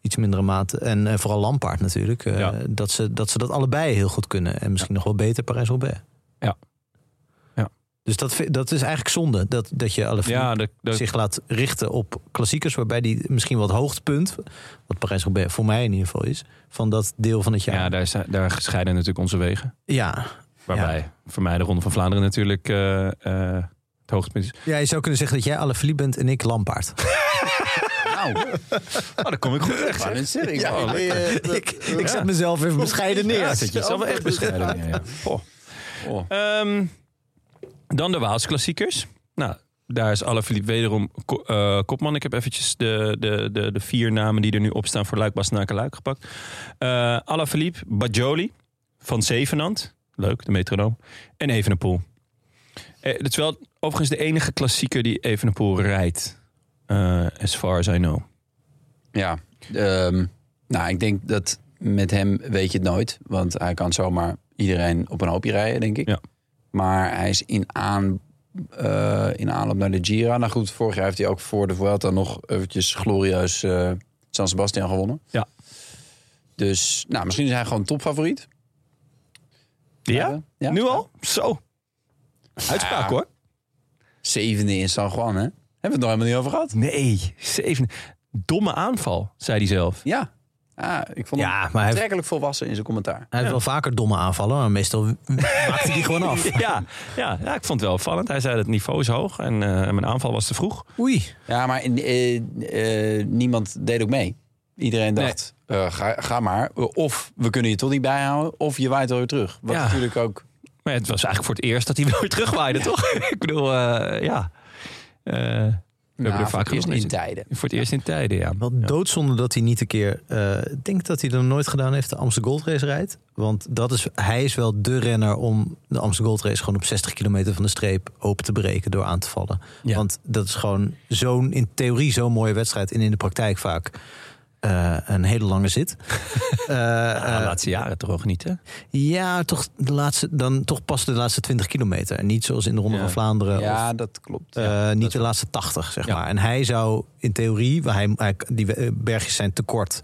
Speaker 2: iets mindere mate. En eh, vooral Lampaard natuurlijk. eh,
Speaker 3: Ja.
Speaker 2: dat, ze, dat ze dat allebei heel goed kunnen. En misschien nog wel beter Parijs-Roubaix.
Speaker 3: Ja. Ja.
Speaker 2: Dus dat, vi- dat is eigenlijk zonde. Dat, dat je alle
Speaker 3: Ja, dat, dat-
Speaker 2: zich laat richten op klassiekers. Waarbij die misschien wat hoogtepunt. Wat Parijs-Roubaix voor mij in ieder geval is. Van dat deel van het jaar.
Speaker 3: ja daar, is- daar scheiden natuurlijk onze wegen.
Speaker 2: ja.
Speaker 3: Waarbij voor mij de Ronde van Vlaanderen natuurlijk eh, eh, het hoogtepunt is.
Speaker 2: Ja, je zou kunnen zeggen dat jij Alaphilippe bent en ik Lampaard.
Speaker 1: Nou,
Speaker 3: Oh, daar kom ik goed
Speaker 1: ik wou net zeggen, ik
Speaker 2: Ja,
Speaker 1: wou-
Speaker 2: ik,
Speaker 1: Ja,
Speaker 2: eh, ik, ik zet mezelf even bescheiden neer.
Speaker 3: Ja, zit je zelf wel echt bescheiden. neer, ja. Goh.
Speaker 1: Oh.
Speaker 3: Ehm, dan de Waals klassiekers. Nou, daar is Alaphilippe wederom ko- eh, kopman. Ik heb eventjes de, de, de, de vier namen die er nu op staan voor Luik, Bastenaken, Luik gepakt. Eh Alaphilippe, Bajoli, Van Zevenand. Leuk, de metronoom. En Evenepoel. Eh, dat is wel overigens de enige klassieker die Evenepoel rijdt. eh, as far as I know.
Speaker 1: Ja, ehm, nou, ik denk dat met hem weet je het nooit. Want hij kan zomaar iedereen op een hoopje rijden, denk ik.
Speaker 3: Ja.
Speaker 1: Maar hij is in, aan, eh, in aanloop naar de Gira. Nou goed, vorig jaar heeft hij ook voor de Vuelta nog eventjes glorieus eh, San Sebastian gewonnen.
Speaker 3: Ja.
Speaker 1: Dus, nou, misschien is hij gewoon topfavoriet.
Speaker 3: Ja?
Speaker 1: Ja. Ah.
Speaker 3: Nu al? Zo. Uitspraak
Speaker 1: Ja.
Speaker 3: hoor.
Speaker 1: Zevende in San Juan, hè? Hebben we het nog helemaal niet over gehad?
Speaker 3: Nee, zeven. Domme aanval, zei hij zelf.
Speaker 1: Ja. Ah, ik vond
Speaker 2: Ja,
Speaker 1: hem
Speaker 2: maar hij-
Speaker 1: betrekkelijk volwassen in zijn commentaar.
Speaker 2: Hij heeft wel vaker domme aanvallen, maar meestal maakt hij die gewoon af.
Speaker 3: Ja, ja, ja, ik vond het wel opvallend. Hij zei dat het niveau is hoog en eh, mijn aanval was te vroeg.
Speaker 2: Oei.
Speaker 1: Ja, maar eh, eh, niemand deed ook mee. Iedereen dacht, eh, ga, ga maar. Of we kunnen je toch niet bijhouden, of je waait alweer terug. Wat
Speaker 3: Ja.
Speaker 1: natuurlijk ook...
Speaker 3: Maar het was eigenlijk voor het eerst dat hij wel weer terugwaaide, toch? ik bedoel, eh, ja. Eh, we
Speaker 1: Nou,
Speaker 3: hebben er
Speaker 1: voor
Speaker 3: vaak
Speaker 1: het eerst
Speaker 3: genoeg
Speaker 1: in
Speaker 3: mensen-
Speaker 1: tijden.
Speaker 3: Voor het eerst in tijden, ja.
Speaker 2: Wel doodzonde dat hij niet een keer... eh, Ik denk dat hij dat nooit gedaan heeft, de Amsterdam Gold Race rijdt. Want dat is, hij is wel de renner om de Amsterdam Gold Race... gewoon op 60 kilometer van de streep open te breken door aan te vallen.
Speaker 3: Ja.
Speaker 2: Want dat is gewoon zo'n, in theorie zo'n mooie wedstrijd... en in de praktijk vaak eh, een hele lange zit. Eh,
Speaker 3: de
Speaker 2: eh,
Speaker 3: laatste Ah, jaren toch ook niet, hè?
Speaker 2: Ja, toch, de laatste, dan toch pas de laatste 20 kilometer. En niet zoals in de Ronde
Speaker 3: Ja.
Speaker 2: van Vlaanderen.
Speaker 1: Ja,
Speaker 2: of,
Speaker 1: dat klopt.
Speaker 2: eh, niet de laatste 80, zeg
Speaker 3: Ja.
Speaker 2: maar. En hij zou in theorie, waar hij, hij- die eh, bergjes zijn te kort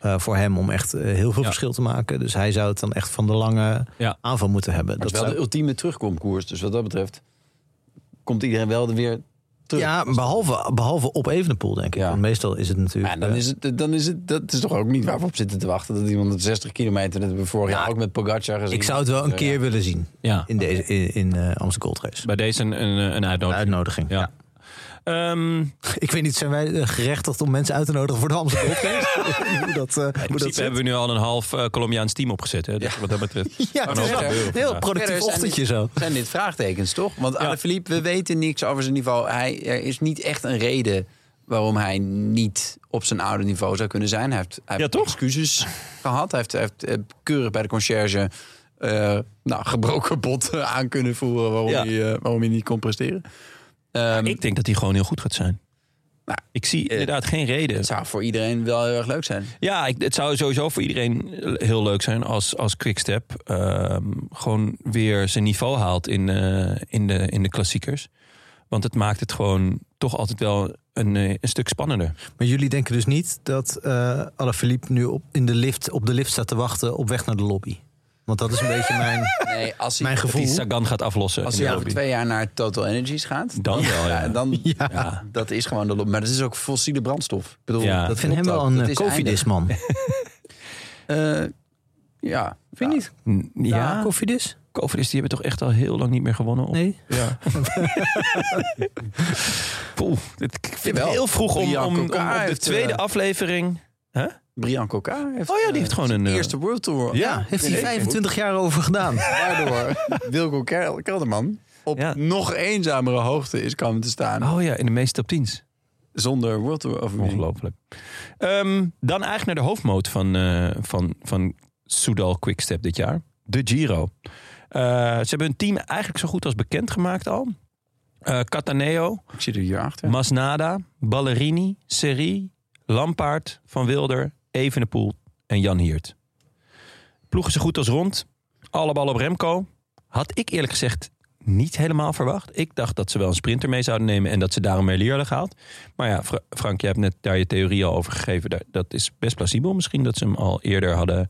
Speaker 2: eh, voor hem om echt eh, heel veel
Speaker 3: Ja.
Speaker 2: verschil te maken. Dus hij zou het dan echt van de lange
Speaker 3: Ja.
Speaker 2: aanval moeten hebben.
Speaker 1: dat is wel
Speaker 2: zou-
Speaker 1: de ultieme terugkomkoers. Dus wat dat betreft komt iedereen wel er weer terug.
Speaker 2: ja, behalve, behalve op Evenepoel, denk ik.
Speaker 1: Ja.
Speaker 2: Want meestal is het natuurlijk...
Speaker 1: Maar dan
Speaker 2: eh,
Speaker 1: is het, dan is het, dat is toch ook niet waar we op zitten te wachten. Dat iemand op 60 kilometer, dat hebben we vorig jaar ook met Pogacar gezien.
Speaker 2: ik zou het wel een keer willen zien
Speaker 3: Ja.
Speaker 2: in, deze, in, in eh, Amsterdam Gold Race.
Speaker 3: Bij deze een, een, een
Speaker 2: Een
Speaker 3: uitnodiging.
Speaker 2: uitnodiging.
Speaker 3: Ja. Ehm,
Speaker 2: Ik weet niet, zijn wij eh, gerechtigd om mensen uit te nodigen voor de Amsterdam Gold Race? hoe dat, eh,
Speaker 3: in
Speaker 2: hoe dat
Speaker 3: principe
Speaker 2: zit?
Speaker 3: hebben we nu al een half eh, Colombiaans team opgezet, hè? Dus wat dat betreft.
Speaker 2: Ja, het
Speaker 3: Kan
Speaker 2: is
Speaker 3: ook
Speaker 2: wel
Speaker 3: gebeuren
Speaker 2: een heel
Speaker 3: vandaag.
Speaker 2: productief
Speaker 1: Verder zijn
Speaker 2: ochtendje
Speaker 1: dit-
Speaker 2: zo.
Speaker 1: Zijn dit vraagtekens, toch? Want Alaphilippe, we weten niks over zijn niveau. Hij, er is niet echt een reden waarom hij niet op zijn oude niveau zou kunnen zijn. Hij heeft, hij heeft
Speaker 3: Ja, toch?
Speaker 1: excuses gehad. Hij heeft, hij heeft eh, keurig bij de conciërge eh, nou, gebroken bot eh, aan kunnen voeren... waarom,
Speaker 3: Ja.
Speaker 1: hij, eh, waarom hij niet kon presteren. Ehm,
Speaker 3: Ik denk dat hij gewoon heel goed gaat zijn.
Speaker 1: Nou,
Speaker 3: ik zie inderdaad geen reden.
Speaker 1: het zou voor iedereen wel heel erg leuk zijn.
Speaker 3: Ja, ik, het zou sowieso voor iedereen heel leuk zijn als, als Quickstep ehm gewoon weer zijn niveau haalt in, eh, in, de, in de klassiekers. Want het maakt het gewoon toch altijd wel een, eh, een stuk spannender.
Speaker 2: Maar jullie denken dus niet dat eh Alaphilippe nu op, in de lift, op de lift staat te wachten op weg naar de lobby? Want dat is een beetje mijn...
Speaker 1: Nee, als hij,
Speaker 2: Mijn gevoel.
Speaker 3: Die Sagan gaat aflossen.
Speaker 1: als
Speaker 3: in de
Speaker 1: hij over
Speaker 3: lobby.
Speaker 1: twee jaar naar Total Energies gaat...
Speaker 3: Dan wel, ja.
Speaker 1: dan,
Speaker 2: Ja.
Speaker 1: ja, dat is gewoon de... lo- Maar dat is ook fossiele brandstof. Ik bedoel,
Speaker 3: Ja.
Speaker 1: dat
Speaker 2: Ik vind hem
Speaker 1: klopt
Speaker 2: wel
Speaker 1: ook. Dat
Speaker 2: een eh,
Speaker 1: is
Speaker 2: koffiedis, man.
Speaker 1: Eh, ja.
Speaker 2: Vind je niet?
Speaker 3: N- Ja,
Speaker 2: koffiedis?
Speaker 3: Cofidis die hebben toch echt al heel lang niet meer gewonnen. Op.
Speaker 2: Nee?
Speaker 3: Ja. Poeh, dit- ik vind het
Speaker 1: Jawel.
Speaker 3: heel vroeg om,
Speaker 1: Bianca
Speaker 3: om, om
Speaker 1: Elkaar
Speaker 3: op de
Speaker 1: heeft,
Speaker 3: tweede
Speaker 1: eh,
Speaker 3: aflevering... Huh?
Speaker 1: Brian Coca heeft...
Speaker 3: Oh ja, die heeft
Speaker 1: eh,
Speaker 3: gewoon
Speaker 1: zijn
Speaker 3: een, eh,
Speaker 1: eerste World Tour.
Speaker 2: Ja, heeft hij
Speaker 1: Nee,
Speaker 2: 25 jaar over gedaan.
Speaker 1: Daardoor Wilco Ker- Kelderman op
Speaker 3: Ja.
Speaker 1: nog eenzamere hoogte is komen te staan.
Speaker 3: Oh ja, in de meeste top 10's.
Speaker 1: Zonder World Tour overwinning.
Speaker 3: Ongelooflijk. Ehm, dan eigenlijk naar de hoofdmoot van, eh van, van Soudal Quickstep dit jaar. De Giro. Eh, ze hebben hun team eigenlijk zo goed als bekendgemaakt al. Eh, Cataneo,
Speaker 1: Ik zit er hier achter.
Speaker 3: Masnada, Ballerini, Serie, Lampaard, Van Wilder, Evenepoel en Jan Hiert. Ploegen ze goed als rond. Alle bal op Remco. Had ik eerlijk gezegd niet helemaal verwacht. Ik dacht dat ze wel een sprinter mee zouden nemen en dat ze daarom Merlier hadden gehaald. Maar ja, Fra- Frank, je hebt net daar je theorie al over gegeven. Daar- Dat is best plausibel misschien dat ze hem al eerder hadden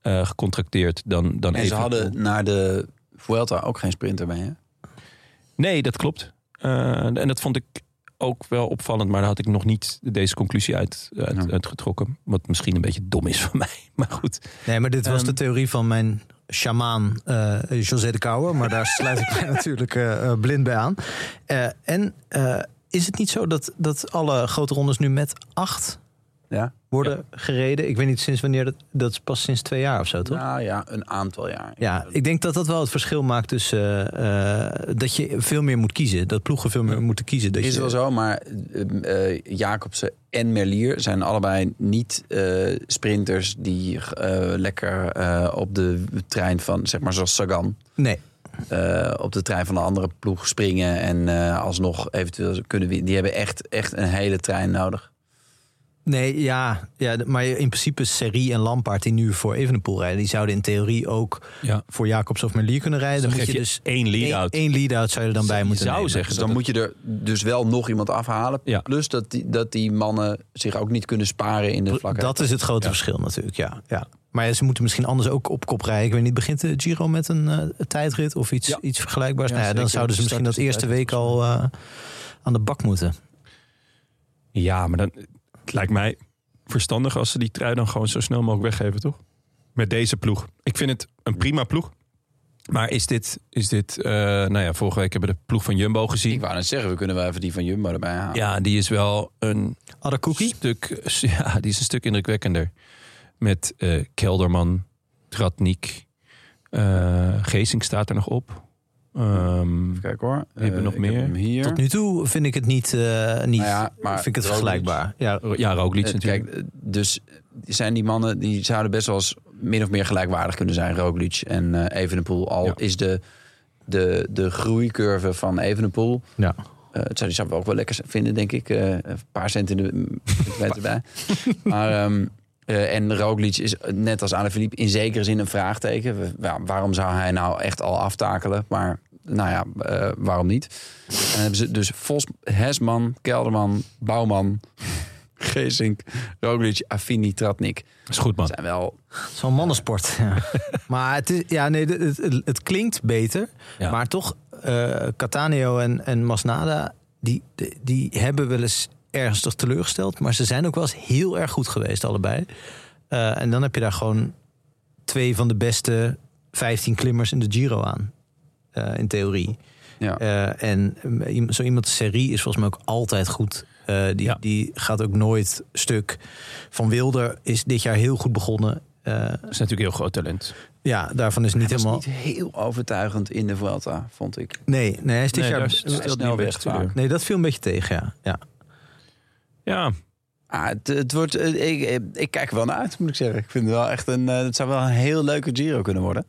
Speaker 3: eh, gecontracteerd dan, dan
Speaker 1: En ze
Speaker 3: even.
Speaker 1: hadden naar de Vuelta ook geen sprinter mee, hè?
Speaker 3: Nee, dat klopt. Eh, en dat vond ik ook wel opvallend, maar daar had ik nog niet deze conclusie uit, uit,
Speaker 1: Ja.
Speaker 3: uitgetrokken. Wat misschien een beetje dom is van mij, maar goed.
Speaker 2: Nee, maar dit was
Speaker 3: Ehm,
Speaker 2: de theorie van mijn shamaan eh, José de Kouwer. Maar daar sluit ik mij natuurlijk eh, eh, blind bij aan. Eh, en eh, is het niet zo dat, dat alle grote rondes nu met acht
Speaker 1: Ja.
Speaker 2: worden gereden? Ik weet niet sinds wanneer, dat, dat is pas sinds twee jaar of zo, toch?
Speaker 1: Nou ja, een aantal jaar.
Speaker 2: Ja, ik denk dat dat wel het verschil maakt tussen eh, eh, dat je veel meer moet kiezen. Dat ploegen veel meer moeten kiezen. Dat
Speaker 1: Is
Speaker 2: je,
Speaker 1: wel zo, maar eh, eh, Jacobsen en Merlier zijn allebei niet eh, sprinters die eh, lekker eh, op de trein van, zeg maar zoals Sagan,
Speaker 2: Nee,
Speaker 1: eh, op de trein van een andere ploeg springen en eh, alsnog eventueel kunnen winnen. Die hebben echt, echt een hele trein nodig.
Speaker 2: Nee, ja, ja, d- maar in principe Serie en Lampaard die nu voor Evenepoel rijden... die zouden in theorie ook
Speaker 3: Ja.
Speaker 2: voor Jacobs of Merlier kunnen rijden. Dan
Speaker 3: Dan
Speaker 2: moet
Speaker 3: geef
Speaker 2: je
Speaker 3: je
Speaker 2: dus
Speaker 3: één lead-out.
Speaker 2: Eén, één lead-out zou je er dan bij
Speaker 3: Je
Speaker 2: moeten
Speaker 3: zou
Speaker 2: nemen.
Speaker 3: zeggen
Speaker 1: Dus dan moet je er dus wel nog iemand afhalen.
Speaker 3: Ja.
Speaker 1: Plus dat die, dat die mannen zich ook niet kunnen sparen in de vlakke.
Speaker 2: Dat is het grote
Speaker 3: Ja.
Speaker 2: verschil natuurlijk, ja. ja. Maar ja, ze moeten misschien anders ook op kop rijden. Ik weet niet, begint de Giro met een eh, tijdrit of iets,
Speaker 3: Ja.
Speaker 2: iets vergelijkbaars?
Speaker 1: Ja,
Speaker 2: nou ja, dan
Speaker 1: zeker.
Speaker 2: zouden ze
Speaker 1: Start
Speaker 2: misschien dat
Speaker 1: is de
Speaker 2: eerste week al eh, aan de bak moeten.
Speaker 3: Ja, maar dan het lijkt mij verstandig als ze die trui dan gewoon zo snel mogelijk weggeven, toch? Met deze ploeg. Ik vind het een prima ploeg. Maar is dit, is dit eh, nou ja, vorige week hebben we de ploeg van Jumbo
Speaker 1: Ik
Speaker 3: gezien.
Speaker 1: wou net zeggen, we kunnen wel even die van Jumbo erbij halen.
Speaker 3: Ja, die is wel een
Speaker 2: Adder Cookie?
Speaker 3: stuk, ja, die is een stuk indrukwekkender. Met eh, Kelderman, Tratnik, eh Geesink staat er nog op. Ehm,
Speaker 1: Even kijken hoor.
Speaker 3: hebben
Speaker 1: Eh,
Speaker 3: nog
Speaker 1: ik heb
Speaker 3: meer.
Speaker 1: hem hier.
Speaker 2: Tot nu toe vind ik het niet, eh, niet
Speaker 1: Nou ja, maar
Speaker 2: vind ik
Speaker 1: Roglic-
Speaker 2: het vergelijkbaar. Ja,
Speaker 3: ja, Roglic
Speaker 1: Eh,
Speaker 3: natuurlijk.
Speaker 1: Kijk, eh, dus zijn die mannen die zouden best wel eens min of meer gelijkwaardig kunnen zijn, Roglic en eh Evenepoel. Al
Speaker 3: Ja.
Speaker 1: is de, de, de groeicurve van Evenepoel,
Speaker 2: ja.
Speaker 1: eh, het zou die zou ik ook wel lekker vinden, denk ik. Eh, een paar cent in de meter bij. Maar, ehm, eh, en Roglic is eh, net als Alaphilippe in zekere zin een vraagteken. We- wa- waarom zou hij nou echt al aftakelen? Maar nou ja, eh, waarom niet? En dan hebben ze dus Vos, Hesman, Kelderman, Bouwman, Geesink, Roglic, Affini, Tratnik.
Speaker 3: is goed,
Speaker 2: Oh.
Speaker 3: man.
Speaker 1: Dat zijn wel...
Speaker 2: Zo'n mannensport. Ja. maar het, is, ja, nee, het, het, het klinkt beter.
Speaker 3: Ja.
Speaker 2: Maar toch, eh Cataneo en, en Masnada, die, die- die hebben wel eens ernstig teleurgesteld. Maar ze zijn ook wel eens heel erg goed geweest, allebei. Eh, en dan heb je daar gewoon twee van de beste 15 klimmers in de Giro aan. eh, in theorie.
Speaker 1: Ja.
Speaker 2: Eh, en eh, iem- zo iemand serie is volgens mij ook altijd goed. Eh, die,
Speaker 3: Ja.
Speaker 2: die gaat ook nooit stuk. Van Wilder is dit jaar heel goed begonnen. Eh,
Speaker 3: Dat is natuurlijk heel groot talent.
Speaker 2: ja, daarvan is niet
Speaker 1: Hij was
Speaker 2: helemaal.
Speaker 1: niet heel overtuigend in de Vuelta, vond ik.
Speaker 2: Nee, nee, hij is dit
Speaker 3: Nee, daar
Speaker 2: jaar.
Speaker 3: is- stelt
Speaker 1: snel
Speaker 3: niet
Speaker 1: weg
Speaker 3: best voor.
Speaker 1: vaak.
Speaker 2: Nee, dat viel een beetje tegen, ja. ja.
Speaker 3: Ja,
Speaker 1: Ah, het, het wordt, eh, ik, ik, ik kijk er wel naar uit, moet ik zeggen. Ik vind het wel echt een. eh, Het zou wel een heel leuke Giro kunnen worden.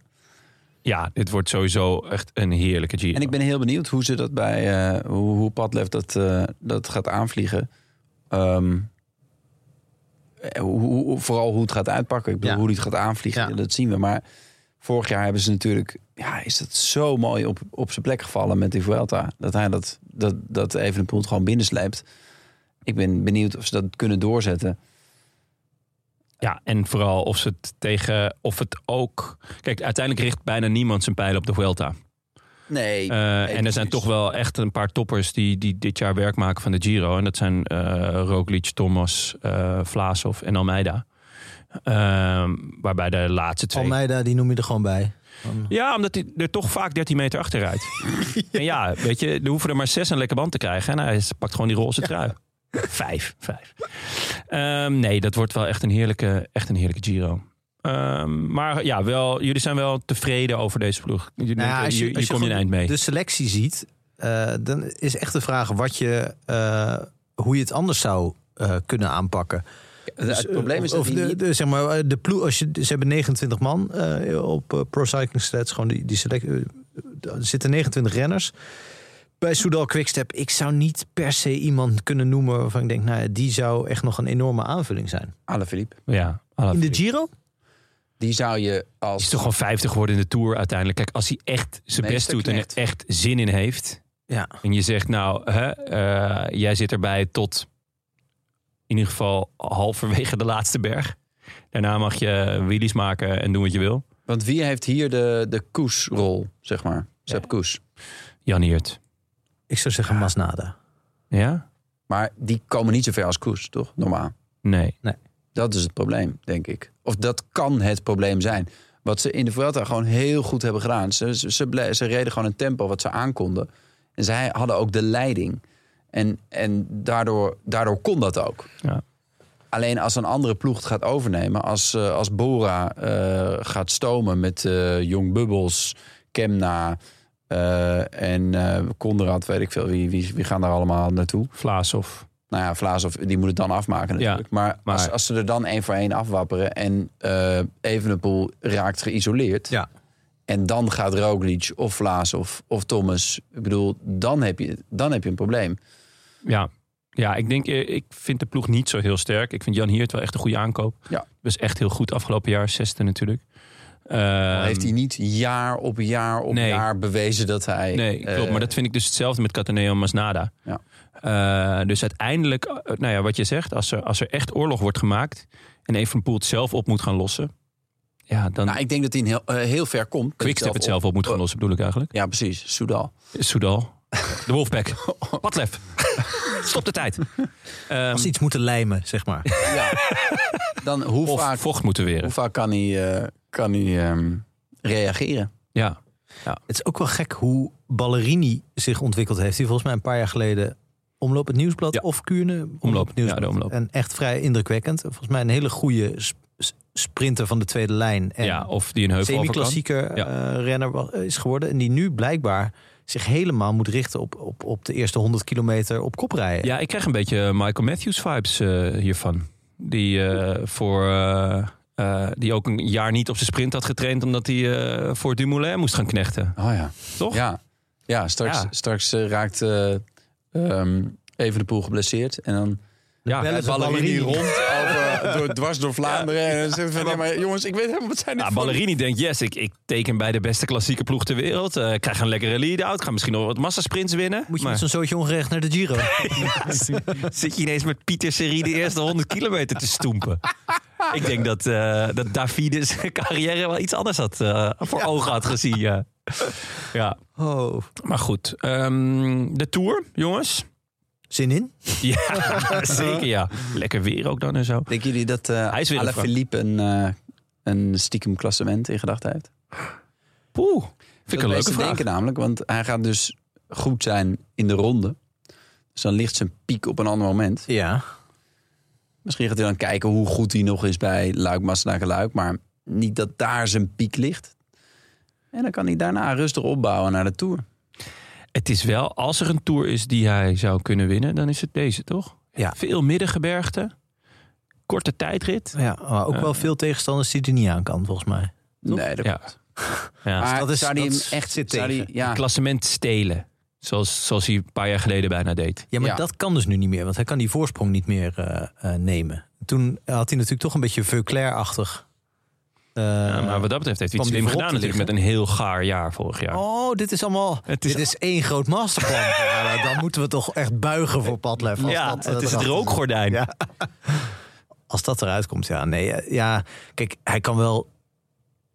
Speaker 3: Ja, dit wordt sowieso echt een heerlijke Giro.
Speaker 1: En ik ben heel benieuwd hoe ze dat bij. eh, hoe, hoe Padlef dat, eh, dat gaat aanvliegen. Ehm, eh, hoe, hoe- vooral hoe het gaat uitpakken. Ik bedoel,
Speaker 2: Ja.
Speaker 1: hoe die het gaat aanvliegen,
Speaker 2: Ja.
Speaker 1: dat zien we. Maar vorig jaar hebben ze natuurlijk. Ja, is dat zo mooi op, op zijn plek gevallen met die Vuelta. Dat hij dat, dat, dat Evenepoel het gewoon binnensleept. Ik ben benieuwd of ze dat kunnen doorzetten.
Speaker 3: Ja, en vooral of ze het tegen... Of het ook... Kijk, uiteindelijk richt bijna niemand zijn pijlen op de Vuelta.
Speaker 1: Nee.
Speaker 3: Eh, en er zijn
Speaker 1: precies.
Speaker 3: toch wel echt een paar toppers die, die dit jaar werk maken van de Giro. En dat zijn eh Roglic, Thomas, eh Vlaashoff en Almeida. Ehm, waarbij de laatste twee...
Speaker 2: Almeida, die noem je er gewoon bij.
Speaker 3: Ja, omdat hij er toch vaak 13 meter achter rijdt. En ja, weet je, er hoeven er maar zes een lekker band te krijgen. En hij is- pakt gewoon die roze trui. Vijf, vijf. Ehm, nee, dat wordt wel echt een heerlijke, echt een heerlijke Giro. Ehm, maar ja, wel, jullie zijn wel tevreden over deze ploeg. Je denkt,
Speaker 2: Nou ja,
Speaker 3: eh,
Speaker 2: als
Speaker 3: hier-
Speaker 2: als
Speaker 3: hier kom je een
Speaker 2: gewoon
Speaker 3: eind mee.
Speaker 2: De selectie ziet, eh, dan is echt de vraag wat je, eh, hoe je het anders zou eh, kunnen aanpakken.
Speaker 1: het probleem is
Speaker 2: of
Speaker 1: dat hij
Speaker 2: Dus, eh, de,
Speaker 1: niet-
Speaker 2: de, zeg maar, eh, de ploeg, als je, ze hebben 29 man eh, op eh, Pro Cycling Stats. Gewoon die, die select, eh, er zitten 29 renners. Bij Soudal Quickstep, ik zou niet per se iemand kunnen noemen waarvan ik denk, nou ja, die zou echt nog een enorme aanvulling zijn.
Speaker 1: Alaphilippe.
Speaker 3: Ja,
Speaker 2: In de Giro?
Speaker 1: Die zou je
Speaker 3: is
Speaker 1: als...
Speaker 3: toch gewoon 50 geworden in de Tour uiteindelijk. Kijk, als hij echt zijn best doet en er
Speaker 1: Meesterknecht.
Speaker 3: echt zin in heeft.
Speaker 2: Ja.
Speaker 3: En je zegt nou, hè, eh, jij zit erbij tot in ieder geval halverwege de laatste berg. Daarna mag je wheelies maken en doen wat je wil.
Speaker 1: Want wie heeft hier de, de koesrol, zeg maar? Sepp Koes.
Speaker 3: Jan Hiert.
Speaker 2: Ik zou zeggen Masnada.
Speaker 3: Ja?
Speaker 1: Maar die komen niet zo ver als Koes, toch? Normaal.
Speaker 3: Nee.
Speaker 1: Dat is het probleem, denk ik. Of dat kan het probleem zijn. Wat ze in de Vuelta gewoon heel goed hebben gedaan. Ze, ze, ze, ble- ze reden gewoon een tempo wat ze aankonden. En zij hadden ook de leiding. En, en daardoor, daardoor kon dat ook.
Speaker 3: Ja.
Speaker 1: Alleen als een andere ploeg het gaat overnemen. Als, eh, als Bora eh, gaat stomen met eh, Jong Bubbles, Kemna eh, en eh Konrad, weet ik veel. Wie, wie, wie gaan daar allemaal naartoe?
Speaker 3: Vlaas of...
Speaker 1: Nou ja, Vlaasov, die moet het dan afmaken natuurlijk. maar
Speaker 3: maar-
Speaker 1: Als, als ze er dan één voor één afwapperen... en eh Evenepoel raakt geïsoleerd...
Speaker 2: Ja.
Speaker 1: en dan gaat Roglic of Vlaasov of Thomas... ik bedoel, dan heb je, dan heb je een probleem.
Speaker 3: Ja. Ja, ik denk, eh, ik vind de ploeg niet zo heel sterk. Ik vind Jan Hiert wel echt een goede aankoop.
Speaker 1: Ja.
Speaker 3: Was echt heel goed afgelopen jaar, zesde natuurlijk.
Speaker 1: Dan
Speaker 3: Ehm,
Speaker 1: heeft hij niet jaar op jaar op
Speaker 3: Nee.
Speaker 1: jaar bewezen dat hij...
Speaker 3: Nee,
Speaker 1: eh,
Speaker 3: klopt. Maar dat vind ik dus hetzelfde met Cataneo en Masnada.
Speaker 1: Ja.
Speaker 3: Eh, dus uiteindelijk, eh, nou ja, wat je zegt, als er, als er echt oorlog wordt gemaakt en Evenpoel het zelf op moet gaan lossen, ja, dan
Speaker 1: Nou, ik denk dat hij een heel, eh, heel ver komt. Dat
Speaker 3: Quickstep het zelf op moet gaan lossen, bedoel ik eigenlijk.
Speaker 1: Ja, precies. Soudal.
Speaker 3: Soudal, de Wolfpack, Patlef, stop de tijd. Ehm,
Speaker 2: Als ze iets moeten lijmen, zeg maar.
Speaker 1: Ja. dan hoe
Speaker 3: of
Speaker 1: vaak,
Speaker 3: vocht moeten
Speaker 1: hoe
Speaker 3: weren.
Speaker 1: vaak kan hij, eh, kan hij ehm, reageren?
Speaker 3: Ja,
Speaker 2: Het is ook wel gek hoe Ballerini zich ontwikkeld heeft. Die volgens mij een paar jaar geleden Omloop het Nieuwsblad
Speaker 3: Ja.
Speaker 2: of Kuurne Omloop,
Speaker 3: Omloop,
Speaker 2: het Nieuwsblad.
Speaker 3: ja, de Omloop.
Speaker 2: En echt vrij indrukwekkend. Volgens mij een hele goede sp- s- sprinter van de tweede lijn. En
Speaker 3: ja, of die een heuvel over kan.
Speaker 2: semi-klassieker
Speaker 3: Ja.
Speaker 2: eh, renner wa- is geworden. En die nu blijkbaar zich helemaal moet richten op, op, op de eerste 100 kilometer op kop rijden.
Speaker 3: Ja, ik krijg een beetje Michael Matthews vibes eh, hiervan. Die, eh, voor, eh, eh, die ook een jaar niet op zijn sprint had getraind... omdat hij eh, voor Dumoulin moest gaan knechten.
Speaker 1: Oh ja.
Speaker 3: Toch?
Speaker 1: Ja, ja straks,
Speaker 3: Ja.
Speaker 1: straks eh, raakt eh ehm even de poel geblesseerd. En dan
Speaker 3: Ja,
Speaker 2: Wel eens
Speaker 3: ja,
Speaker 2: een
Speaker 1: Ballerini
Speaker 2: ballerini.
Speaker 1: rond, over, door, dwars door Vlaanderen. En dan zegt van, ja, maar jongens, ik weet helemaal wat zijn dit voor-
Speaker 3: nou, Ballerini denkt, yes, ik, ik teken bij de beste klassieke ploeg ter wereld. Eh, Ik krijg een lekkere lead-out. Ga misschien nog wat massasprints winnen.
Speaker 2: Moet je
Speaker 3: maar
Speaker 2: met zo'n zootje ongerecht naar de Giro.
Speaker 3: zit je ineens met Pieter Serie de eerste 100 kilometer te stoempen. Ik denk dat, eh dat Davide's carrière wel iets anders had, eh, voor ogen had gezien. ja. ja.
Speaker 2: Oh,
Speaker 3: Maar goed, ehm, de Tour, jongens.
Speaker 2: zin in?
Speaker 3: Ja, zeker ja. Lekker weer ook dan en zo.
Speaker 1: Denken jullie dat
Speaker 3: Hij is weer
Speaker 1: eh Alain
Speaker 3: een Frank.
Speaker 1: Philippe een, eh, een stiekem klassement in gedachten heeft?
Speaker 3: Poeh, vind ik een
Speaker 1: Dat
Speaker 3: leuke
Speaker 1: mensen
Speaker 3: vraag.
Speaker 1: denken namelijk, want hij gaat dus goed zijn in de ronde. Dus dan ligt zijn piek op een ander moment.
Speaker 2: Ja.
Speaker 1: Misschien gaat hij dan kijken hoe goed hij nog is bij Luik, Massenaken, Luik. Maar niet dat daar zijn piek ligt. En dan kan hij daarna rustig opbouwen naar de Tour.
Speaker 3: Het is wel, als er een Tour is die hij zou kunnen winnen, dan is het deze, toch?
Speaker 2: Ja.
Speaker 3: Veel middengebergte, korte tijdrit.
Speaker 2: ja, maar ook wel veel tegenstanders die er niet aan kan, volgens mij.
Speaker 1: Nee, dat
Speaker 3: Ja. Ja.
Speaker 1: Maar
Speaker 2: dat is-
Speaker 1: zou die
Speaker 2: dat
Speaker 1: hem
Speaker 2: is-
Speaker 1: echt
Speaker 2: zit
Speaker 1: zou die-
Speaker 2: tegen.
Speaker 1: ja,
Speaker 3: Klassement stelen, zoals, zoals hij een paar jaar geleden bijna deed.
Speaker 2: Ja, maar
Speaker 1: Ja.
Speaker 2: dat kan dus nu niet meer, want hij kan die voorsprong niet meer eh, eh, nemen. Toen had hij natuurlijk toch een beetje Veuclair-achtig. eh,
Speaker 3: Ja, maar wat dat betreft heeft
Speaker 2: kwam
Speaker 3: hij iets
Speaker 2: die
Speaker 3: slim
Speaker 2: voorop
Speaker 3: gedaan
Speaker 2: te
Speaker 3: natuurlijk met een heel gaar jaar vorig jaar.
Speaker 2: Oh, dit is allemaal.
Speaker 3: Het is-
Speaker 2: dit is één groot masterplan. ja, nou, dan moeten we toch echt buigen voor Padlef. als
Speaker 3: ja,
Speaker 2: dat, eh,
Speaker 3: het is het
Speaker 2: erachter zit.
Speaker 3: rookgordijn.
Speaker 2: Ja. Als dat eruit komt, ja. Nee, eh, ja. Kijk, hij kan wel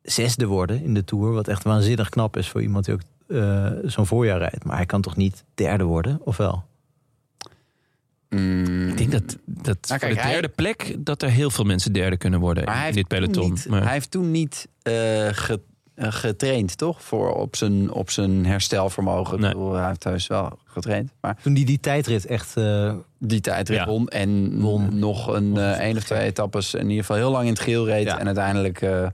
Speaker 2: zesde worden in de Tour. Wat echt waanzinnig knap is voor iemand die ook eh, zo'n voorjaar rijdt. Maar hij kan toch niet derde worden, of wel?
Speaker 1: Mm.
Speaker 3: Ik denk dat, dat
Speaker 1: Nou,
Speaker 3: voor
Speaker 1: kijk,
Speaker 3: de
Speaker 1: hij-
Speaker 3: derde plek dat er heel veel mensen derde kunnen worden
Speaker 1: Maar hij
Speaker 3: in
Speaker 1: heeft
Speaker 3: dit
Speaker 1: toen
Speaker 3: peloton.
Speaker 1: niet,
Speaker 3: Maar-
Speaker 1: Hij heeft toen niet eh, ge- eh, getraind, toch? Voor op, zijn, op zijn herstelvermogen. Ik
Speaker 3: Nee.
Speaker 1: bedoel, hij heeft thuis wel getraind. Maar
Speaker 2: Toen hij die tijdrit echt... eh,
Speaker 1: die tijd
Speaker 3: Ja.
Speaker 1: won en
Speaker 2: Won.
Speaker 1: nog een eh, één of twee etappes. In ieder geval heel lang in het geel reed.
Speaker 2: Ja.
Speaker 1: En uiteindelijk eh,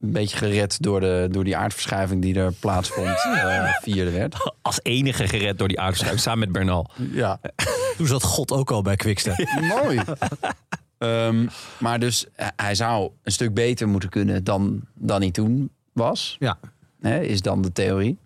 Speaker 1: een beetje gered door, de, door die aardverschuiving die er plaatsvond. eh, vierde werd.
Speaker 3: als enige gered door die aardverschuiving samen met Bernal.
Speaker 1: Ja.
Speaker 2: toen zat God ook al bij Quickstep.
Speaker 1: Mooi. Ehm, maar dus eh, hij zou een stuk beter moeten kunnen dan, dan hij toen was.
Speaker 2: Ja.
Speaker 1: Hè, is dan de theorie.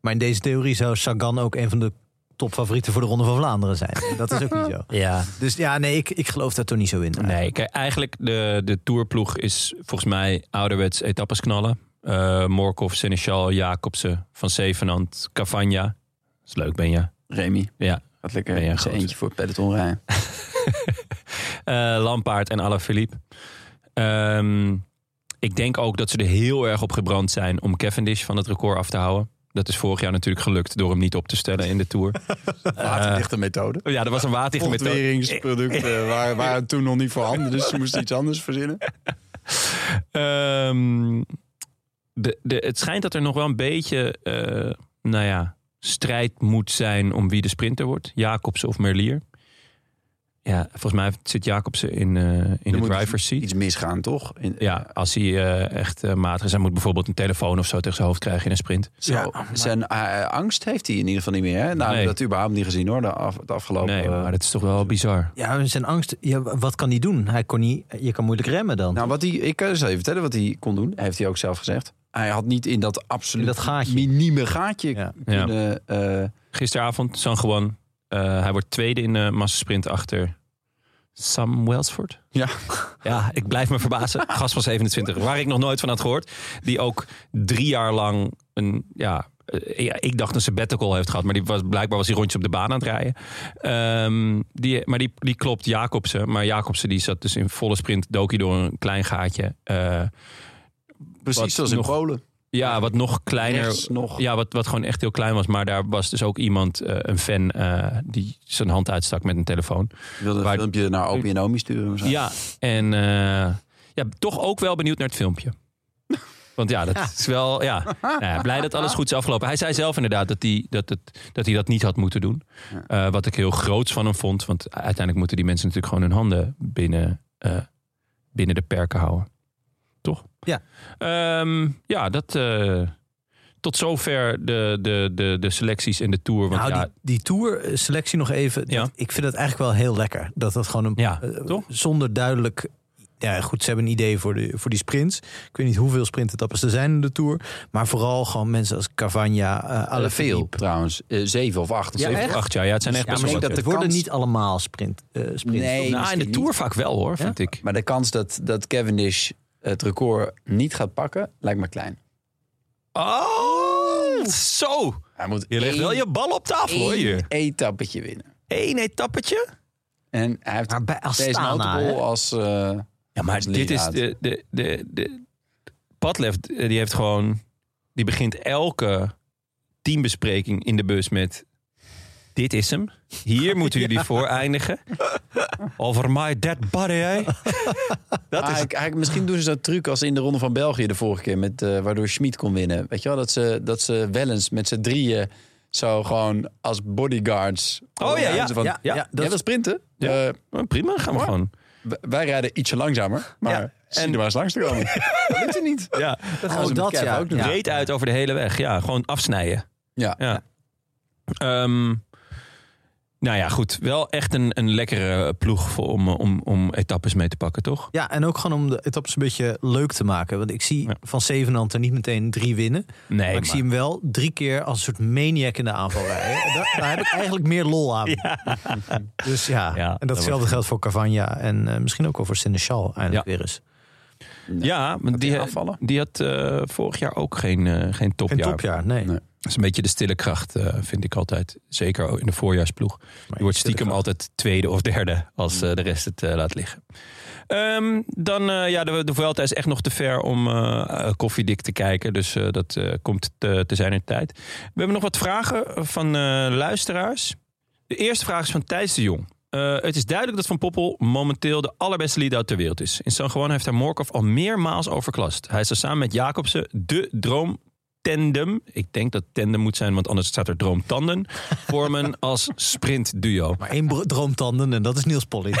Speaker 2: Maar in deze theorie zou Sagan ook een van de topfavorieten voor de Ronde van Vlaanderen zijn. Dat is ook niet zo.
Speaker 3: Ja.
Speaker 2: Dus ja, nee, ik, ik geloof daar toch niet zo in.
Speaker 3: Nee, kijk, eigenlijk de, de tourploeg is volgens mij ouderwets etappes knallen. Eh Morkov, Seneschal, Jacobsen, Van Zevenant, Cavagna. Is leuk, ben je?
Speaker 1: Remy.
Speaker 3: Ja.
Speaker 1: Gaat lekker
Speaker 3: Ben jij
Speaker 1: zijn
Speaker 3: groot.
Speaker 1: eentje voor het peloton rijden.
Speaker 3: Eh, Lampaard en Alaphilippe. Ehm ik denk ook dat ze er heel erg op gebrand zijn om Cavendish van het record af te houden. Dat is vorig jaar natuurlijk gelukt door hem niet op te stellen in de Tour.
Speaker 1: Waterdichte methode.
Speaker 3: Ja, dat was een waterdichte methode.
Speaker 1: Ontweringsproducten waren, waren toen nog niet voorhanden. Dus ze moesten iets anders verzinnen.
Speaker 3: Ehm, de, de, het schijnt dat er nog wel een beetje, eh, nou ja, strijd moet zijn om wie de sprinter wordt. Jacobsen of Merlier. Ja, volgens mij zit Jacobsen in, eh, in de
Speaker 1: moet
Speaker 3: driver's seat.
Speaker 1: Iets misgaan, toch? In,
Speaker 3: Ja, als hij eh, echt eh, matig is. Hij moet bijvoorbeeld een telefoon of zo tegen zijn hoofd krijgen in een sprint.
Speaker 1: Zo, Zijn eh, angst heeft hij in ieder geval niet meer. Hè? Nou,
Speaker 3: Nee.
Speaker 1: dat überhaupt niet gezien hoor, de af, het afgelopen...
Speaker 3: Nee,
Speaker 1: eh,
Speaker 3: maar dat is toch wel bizar.
Speaker 2: Ja, zijn angst. Ja, wat kan hij doen? Hij kon niet, je kan moeilijk remmen dan.
Speaker 1: Nou, wat hij, ik kan eens even vertellen wat hij kon doen. Heeft hij ook zelf gezegd. Hij had niet in dat absoluut
Speaker 2: In dat gaatje.
Speaker 1: minieme gaatje
Speaker 2: Ja.
Speaker 1: kunnen... eh,
Speaker 3: Gisteravond, San Juan. Eh, hij wordt tweede in de massasprint achter Sam Welsford.
Speaker 1: Ja.
Speaker 3: Ja, ik blijf me verbazen. Gast van 27, waar ik nog nooit van had gehoord. Die ook drie jaar lang een, ja, eh, ja, ik dacht een sabbatical heeft gehad. Maar die was, blijkbaar was hij rondjes op de baan aan het rijden. Ehm, die, maar die, die klopt Jacobsen. Maar Jacobsen die zat dus in volle sprint, dook hij door een klein gaatje. Eh,
Speaker 1: precies
Speaker 3: Wat
Speaker 1: zoals in
Speaker 3: nog
Speaker 1: Polen.
Speaker 3: ja, wat nog kleiner.
Speaker 1: Rechts nog.
Speaker 3: Ja, wat, wat gewoon echt heel klein was. Maar daar was dus ook iemand, eh, een fan, eh, die zijn hand uitstak met een telefoon.
Speaker 1: Ik wilde een
Speaker 3: Waar-
Speaker 1: filmpje naar Opie en Omi sturen. of zo.
Speaker 3: Ja, en eh, ja, toch ook wel benieuwd naar het filmpje. Want ja, dat is wel. Ja, nou ja, blij dat alles goed is afgelopen. Hij zei zelf inderdaad dat hij dat, het- dat, hij dat niet had moeten doen. Eh, wat ik heel groots van hem vond. Want uiteindelijk moeten die mensen natuurlijk gewoon hun handen binnen, eh, binnen de perken houden. Toch?
Speaker 2: Ja.
Speaker 3: Ehm, ja, dat. eh, tot zover de, de, de, de selecties in de tour. Want
Speaker 2: Nou,
Speaker 3: ja,
Speaker 2: die, die tour-selectie nog even. Dat-
Speaker 3: Ja.
Speaker 2: ik vind het eigenlijk wel heel lekker. Dat dat gewoon een.
Speaker 3: Ja,
Speaker 2: eh,
Speaker 3: toch?
Speaker 2: Zonder duidelijk. Ja, goed, ze hebben een idee voor, de, voor die sprints. Ik weet niet hoeveel sprintetappes er zijn in de tour. Maar vooral gewoon mensen als Cavagna, eh
Speaker 1: Eh,
Speaker 2: Alaphilippe.
Speaker 1: veel trouwens. Eh, zeven of acht. of
Speaker 2: Ja,
Speaker 1: zeven.
Speaker 2: echt?
Speaker 3: acht jaar. Ja, het zijn echt
Speaker 1: Ja,
Speaker 3: best
Speaker 1: maar
Speaker 3: wel
Speaker 1: ik denk
Speaker 3: wat,
Speaker 2: Het
Speaker 1: dat
Speaker 3: ja.
Speaker 1: de
Speaker 2: worden
Speaker 1: kans-
Speaker 2: niet allemaal sprint, eh, sprints.
Speaker 1: Nee,
Speaker 2: toch?
Speaker 3: Nou, in de
Speaker 1: misschien
Speaker 3: tour
Speaker 1: niet.
Speaker 3: vaak wel hoor,
Speaker 2: Ja?
Speaker 3: vind ik.
Speaker 1: Maar de kans dat, dat Cavendish het record niet gaat pakken, lijkt me klein.
Speaker 3: Oh, zo.
Speaker 1: Hij moet
Speaker 3: Je legt
Speaker 1: één-
Speaker 3: wel je bal op tafel hoor.
Speaker 1: één
Speaker 3: Je.
Speaker 1: etappetje winnen.
Speaker 3: Eén etappetje.
Speaker 1: En hij heeft
Speaker 2: Maar bij
Speaker 1: deze
Speaker 2: Astana. hè?
Speaker 1: notable als... eh,
Speaker 3: Ja, maar
Speaker 1: als
Speaker 3: dit is
Speaker 1: leerraad.
Speaker 3: de, de, de, de Padlef, eh, die heeft gewoon, die begint elke teambespreking in de bus met, dit is hem. Hier moeten jullie voor eindigen. Over my dead body, hè.
Speaker 1: Ah, ik- eigenlijk misschien doen ze zo'n truc als in de Ronde van België de vorige keer. Met, eh, waardoor Schmid kon winnen. Weet je wel, dat ze, dat ze wel eens met z'n drieën zo gewoon als bodyguards...
Speaker 3: ja, ja,
Speaker 1: Ze van,
Speaker 2: ja, ja,
Speaker 1: jij
Speaker 2: dat-
Speaker 1: wil sprinten?
Speaker 3: Ja.
Speaker 1: Eh,
Speaker 3: Maar Oh, prima, gaan we
Speaker 1: Hoor.
Speaker 3: gewoon.
Speaker 1: w- wij rijden ietsje langzamer, maar
Speaker 3: Ja,
Speaker 1: en...
Speaker 3: en-
Speaker 1: er maar eens langs te komen. dat lukt er niet.
Speaker 3: Ja,
Speaker 1: gaan ze
Speaker 2: Oh,
Speaker 1: met
Speaker 2: dat
Speaker 1: Kev
Speaker 2: ja.
Speaker 1: ook doen.
Speaker 2: Ja.
Speaker 3: breed uit over de hele weg. Ja, gewoon afsnijden.
Speaker 1: Ja.
Speaker 3: Ja. Ehm, nou ja, goed. Wel echt een, een lekkere ploeg voor, om, eh, om, om etappes mee te pakken, toch?
Speaker 2: Ja, en ook gewoon om de etappes een beetje leuk te maken. Want ik zie
Speaker 3: Ja.
Speaker 2: van Zevenhand er niet meteen drie winnen.
Speaker 3: Nee,
Speaker 2: maar ik zie hem wel drie keer als een soort maniac in de aanval rijden. En daar, daar heb ik eigenlijk meer lol aan. Dus ja,
Speaker 3: Ja,
Speaker 2: en
Speaker 3: dat
Speaker 2: datzelfde
Speaker 3: wordt-
Speaker 2: geldt voor Cavagna en eh, misschien ook wel voor Seneschal eindelijk weer eens.
Speaker 3: ja, want die,
Speaker 1: aanvallen?
Speaker 3: die had eh, vorig jaar ook geen, eh, geen
Speaker 2: Geen
Speaker 3: topjaar.
Speaker 2: topjaar, nee.
Speaker 1: Nee.
Speaker 3: Dat is een beetje de stille kracht, eh, vind ik altijd. Zeker ook in de voorjaarsploeg. Je wordt
Speaker 2: stille
Speaker 3: stiekem altijd tweede of derde als eh, de rest het eh, laat liggen. Ehm, dan, eh, ja, de, de Vuelta is echt nog te ver om eh, eh, koffiedik te kijken. Dus eh, dat eh, komt te, te zijn in tijd. We hebben nog wat vragen van eh, luisteraars. De eerste vraag is van Thijs de Jong. Eh, het is duidelijk dat Van Poppel momenteel de allerbeste lead-out ter wereld is. In San Juan heeft hij Morkov al meermaals overklast. Hij is er samen met Jacobsen de droomtandem. Ik denk dat tandem moet zijn, want anders staat er droomtanden. Vormen als sprintduo.
Speaker 2: Maar één bro- droomtanden en dat is Niels Polly.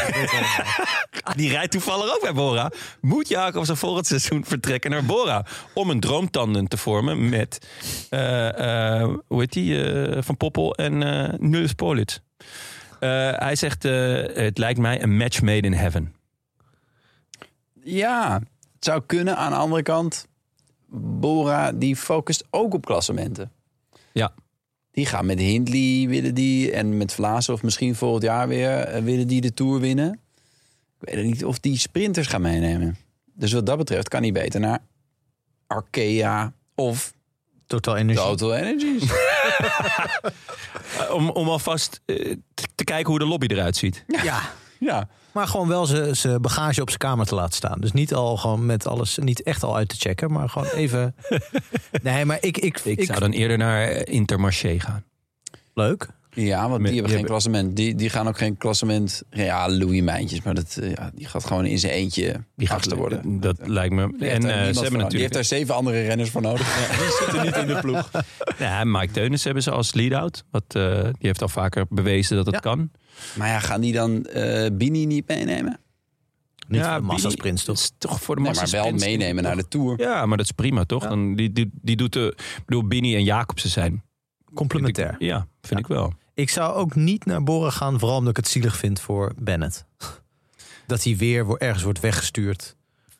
Speaker 3: Die rijdt toevallig ook bij Bora. Moet Jacobsen volgend seizoen vertrekken naar Bora. Om een droomtanden te vormen met, eh, eh, hoe heet die, eh, Van Poppel en eh Niels Politz. Eh, hij zegt, eh, het lijkt mij een match made in heaven.
Speaker 1: Ja, het zou kunnen. Aan de andere kant, Bora die focust ook op klassementen.
Speaker 3: Ja.
Speaker 1: Die Die gaan met Hindley, willen die, en met Vlaas of misschien volgend jaar weer, eh, willen die de Tour winnen. Ik weet het niet of die sprinters gaan meenemen. Dus wat dat betreft kan hij beter naar Arkea of
Speaker 2: Totaal energie.
Speaker 1: Total Energies.
Speaker 3: Eh, Om, om alvast eh, te, te kijken hoe de lobby eruit ziet.
Speaker 2: Ja.
Speaker 1: ja.
Speaker 2: Maar gewoon wel zijn bagage op zijn kamer te laten staan. Dus niet al gewoon met alles, niet echt al uit te checken, maar gewoon even. nee, maar ik, ik,
Speaker 3: Ik, zou dan eerder naar eh, Intermarché gaan.
Speaker 2: leuk.
Speaker 1: Ja, want
Speaker 3: Met-
Speaker 1: die hebben
Speaker 3: die
Speaker 1: geen
Speaker 3: hebben-
Speaker 1: klassement. Die, die gaan ook geen klassement. Ja, Louis Mijntjes, maar dat, eh, ja, die gaat gewoon in zijn eentje
Speaker 3: Die
Speaker 1: achtste worden.
Speaker 3: Dat lijkt me.
Speaker 1: Die
Speaker 3: en
Speaker 1: heeft daar
Speaker 3: eh,
Speaker 1: niemand
Speaker 3: ze
Speaker 1: voor nodig.
Speaker 3: hebben
Speaker 1: Die
Speaker 3: natuurlijk.
Speaker 1: heeft daar zeven andere renners voor nodig. Die zitten niet in de ploeg.
Speaker 3: Ja, Mike Teunis hebben ze als lead-out. Wat, eh, die heeft al vaker bewezen dat het
Speaker 2: Ja.
Speaker 3: kan.
Speaker 1: Maar ja, gaan die dan eh, Bini niet meenemen?
Speaker 2: Niet
Speaker 3: ja,
Speaker 2: voor de
Speaker 3: Bini-
Speaker 2: massasprints
Speaker 3: Dat
Speaker 2: toch?
Speaker 3: is toch voor de
Speaker 1: Nee, maar
Speaker 3: massa.
Speaker 1: wel meenemen naar de Tour.
Speaker 3: Ja, maar dat is prima, toch? Dan, die, die, die doet de... Ik bedoel, Bini en Jacobsen zijn...
Speaker 2: Complementair.
Speaker 3: Vind ik- ja, vind ik wel.
Speaker 2: Ik zou ook niet naar Boren gaan, vooral omdat ik het zielig vind voor Bennett. Dat hij weer wo- ergens wordt weggestuurd.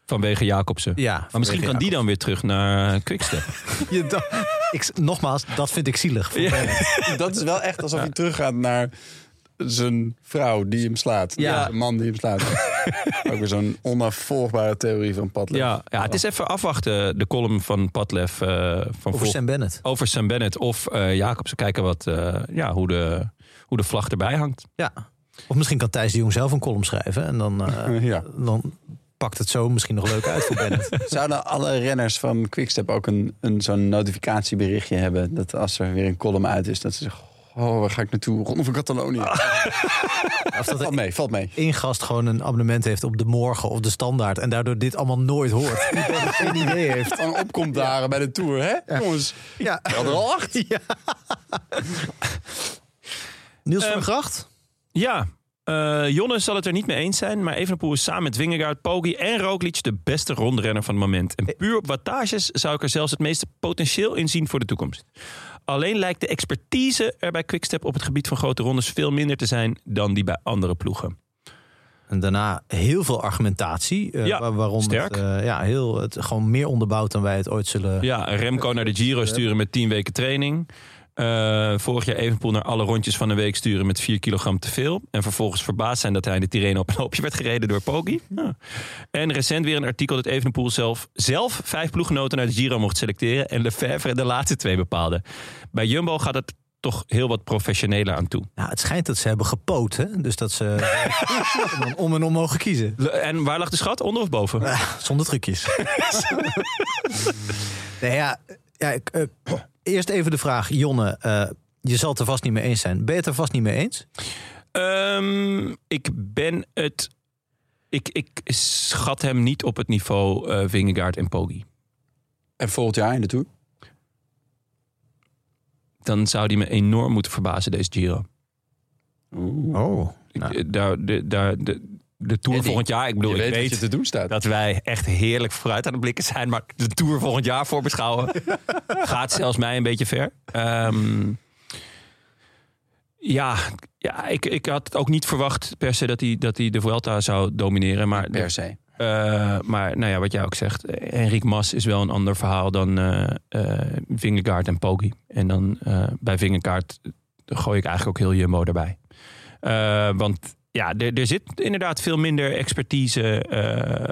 Speaker 3: Vanwege Jacobsen.
Speaker 2: Ja,
Speaker 3: maar misschien kan die dan weer terug naar eh, Quickstep.
Speaker 2: Je da- ik, nogmaals, dat vind ik zielig. voor Bennett.
Speaker 1: Dat is wel echt alsof hij teruggaat naar zijn vrouw die hem slaat.
Speaker 2: Ja.
Speaker 1: Zijn man die hem slaat. ook weer zo'n onafvolgbare theorie van Padlet.
Speaker 3: ja, ja, het is even afwachten, de column van Padlef. eh, van
Speaker 2: Over
Speaker 3: vol-
Speaker 2: Sam Bennett.
Speaker 3: over Sam Bennett of eh, Jacobsen. Kijken wat, eh, ja, hoe, de, hoe de vlag erbij hangt.
Speaker 2: Ja. Of misschien kan Thijs de Jong zelf een column schrijven. En dan, eh,
Speaker 1: Ja.
Speaker 2: dan pakt het zo misschien nog leuk uit voor Bennett.
Speaker 1: Zouden alle renners van Quickstep ook een, een, zo'n notificatieberichtje hebben? Dat als er weer een column uit is, dat ze zeggen... Oh, waar ga ik naartoe? Ronde van Catalonië.
Speaker 2: Of dat
Speaker 1: Valt
Speaker 2: er
Speaker 1: mee, valt mee.
Speaker 2: één gast gewoon een abonnement heeft op De Morgen of De Standaard. En daardoor dit allemaal nooit hoort. Die Bennett geen idee heeft.
Speaker 1: Gewoon opkomt daar bij de Tour, hè? Jongens,
Speaker 2: Ja.
Speaker 1: ik had er al acht.
Speaker 2: Niels
Speaker 3: Ehm.
Speaker 2: van Gracht?
Speaker 3: Ja, eh, Jonne zal het er niet mee eens zijn. Maar Evenepoel is samen met Wingegaard, Poggi en Roglic de beste rondrenner van het moment. En puur op wattages zou ik er zelfs het meeste potentieel in zien voor de toekomst. Alleen lijkt de expertise er bij Quickstep op het gebied van grote rondes veel minder te zijn dan die bij andere ploegen.
Speaker 2: En daarna heel veel argumentatie. eh,
Speaker 3: Ja,
Speaker 2: waar- waarom
Speaker 3: sterk.
Speaker 2: Het, eh, ja, heel, het, gewoon meer onderbouwd dan wij het ooit zullen.
Speaker 3: Ja, Remco naar de Giro sturen met 10 weken training. Eh, vorig jaar Evenpoel naar alle rondjes van een week sturen met 4 kilogram te veel. En vervolgens verbaasd zijn dat hij in de Tirreno op een hoopje werd gereden door Poggi. Ja. En recent weer een artikel dat Evenpoel zelf, zelf vijf ploeggenoten naar de Giro mocht selecteren. En Lefebvre de laatste twee bepaalde. Bij Jumbo gaat het toch heel wat professioneler aan toe.
Speaker 2: Nou, het schijnt dat ze hebben gepoot. Hè? Dus dat ze eh, dan om en om mogen kiezen.
Speaker 3: Le- En waar lag de schat? Onder of boven?
Speaker 2: Zonder trucjes. nee, ja, ja, ik, eh, eerst even de vraag. Jonne, eh, je zal het er vast niet mee eens zijn. Ben je het er vast niet mee eens?
Speaker 3: Ehm, ik ben het... Ik, ik schat hem niet op het niveau eh Vingegaard en Poggi.
Speaker 1: En volgend jaar in de Tour?
Speaker 3: dan zou die me enorm moeten verbazen, deze Giro.
Speaker 2: Oh.
Speaker 3: Ik- eh, daar, de, daar, de, de Tour
Speaker 1: Eddie,
Speaker 3: volgend jaar, ik bedoel, ik weet dat,
Speaker 1: doen staat.
Speaker 3: wij echt heerlijk vooruit aan de blikken zijn, maar de Tour volgend jaar voorbeschouwen gaat zelfs mij een beetje ver. Ehm, ja, ja ik, ik had het ook niet verwacht per se dat hij, dat hij de Vuelta zou domineren, maar
Speaker 1: Per se.
Speaker 3: eh, maar nou ja, wat jij ook zegt, eh, Henrik Mas is wel een ander verhaal dan eh eh, Vingegaard en Poggi. En dan eh, bij Vingegaard eh, gooi ik eigenlijk ook heel Jumbo erbij. Eh, want ja, er er zit inderdaad veel minder expertise eh,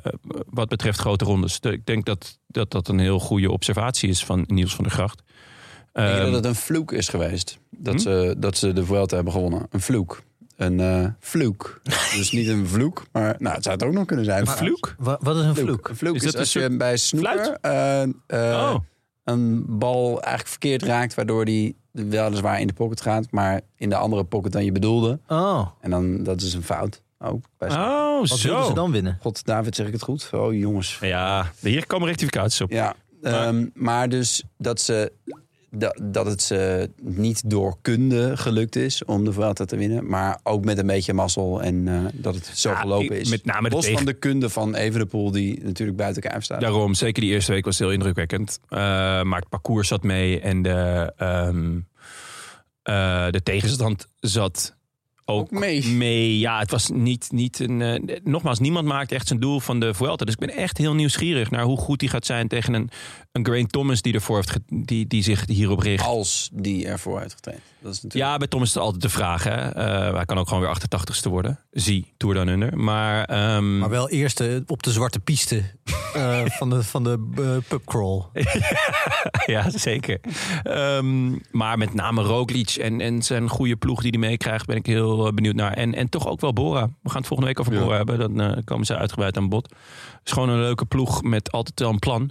Speaker 3: wat betreft grote rondes. De- Ik denk dat, dat dat een heel goede observatie is van Niels van der Gracht.
Speaker 1: Ik denk
Speaker 3: Ehm,
Speaker 1: dat het een vloek is geweest. Dat,
Speaker 3: Hm?
Speaker 1: ze, dat ze de Vuelta hebben gewonnen. Een vloek. Een eh vloek. dus niet een vloek, maar nou, het zou het ook nog kunnen zijn.
Speaker 3: een vloek?
Speaker 2: Wat, wat is een vloek?
Speaker 1: Een vloek
Speaker 3: Is
Speaker 1: is,
Speaker 3: dat
Speaker 1: dat
Speaker 3: een
Speaker 1: als je
Speaker 3: soort
Speaker 1: bij snoeker
Speaker 3: fluit?
Speaker 1: eh, eh,
Speaker 3: Oh,
Speaker 1: een bal eigenlijk verkeerd raakt... waardoor die weliswaar in de pocket gaat... maar in de andere pocket dan je bedoelde.
Speaker 2: Oh,
Speaker 1: En dan, dat is een fout. Ook bij snoeker.
Speaker 3: oh
Speaker 2: wat wilden ze
Speaker 3: zo.
Speaker 2: dan winnen?
Speaker 1: God, David, zeg ik het goed? Oh, jongens.
Speaker 3: Ja, hier komen rectificaties op.
Speaker 1: Ja,
Speaker 3: Maar-
Speaker 1: maar, maar dus dat, ze, dat, dat het ze niet door kunde gelukt is om de Vuelta te winnen. Maar ook met een beetje mazzel en eh, dat het zo
Speaker 3: Ja, ik-
Speaker 1: gelopen is.
Speaker 3: met name de
Speaker 1: Los
Speaker 3: tegen-
Speaker 1: van de kunde van Evenepoel, die natuurlijk buiten kijf staat.
Speaker 3: Daarom, zeker die eerste week was heel indrukwekkend. Eh, maar het parcours zat mee en de, ehm, eh, de tegenstand zat ook,
Speaker 1: Ook mee.
Speaker 3: mee. Ja, het was niet, niet een... eh, nogmaals, niemand maakt echt zijn doel van de Vuelta. Dus ik ben echt heel nieuwsgierig naar hoe goed hij gaat zijn tegen een, een Grain Thomas die ervoor heeft... ge- die, die zich hierop richt.
Speaker 1: Als die ervoor uitgetraind. Dat is natuurlijk...
Speaker 3: Ja, bij Tom is het altijd de vraag. Hè? Eh, hij kan ook gewoon weer 88ste worden. Zie, Tour dan Under. Maar, ehm,
Speaker 2: Maar wel eerst eh, op de zwarte piste eh, van de, van de eh, pubcrawl.
Speaker 3: ja, zeker. Ehm, maar met name Roglic en, en zijn goede ploeg die hij meekrijgt... ben ik heel eh, benieuwd naar. En, en toch ook wel Bora. We gaan het volgende week over
Speaker 1: Ja.
Speaker 3: Bora hebben. Dan eh, komen ze uitgebreid aan bod. Het is gewoon een leuke ploeg met altijd wel een plan.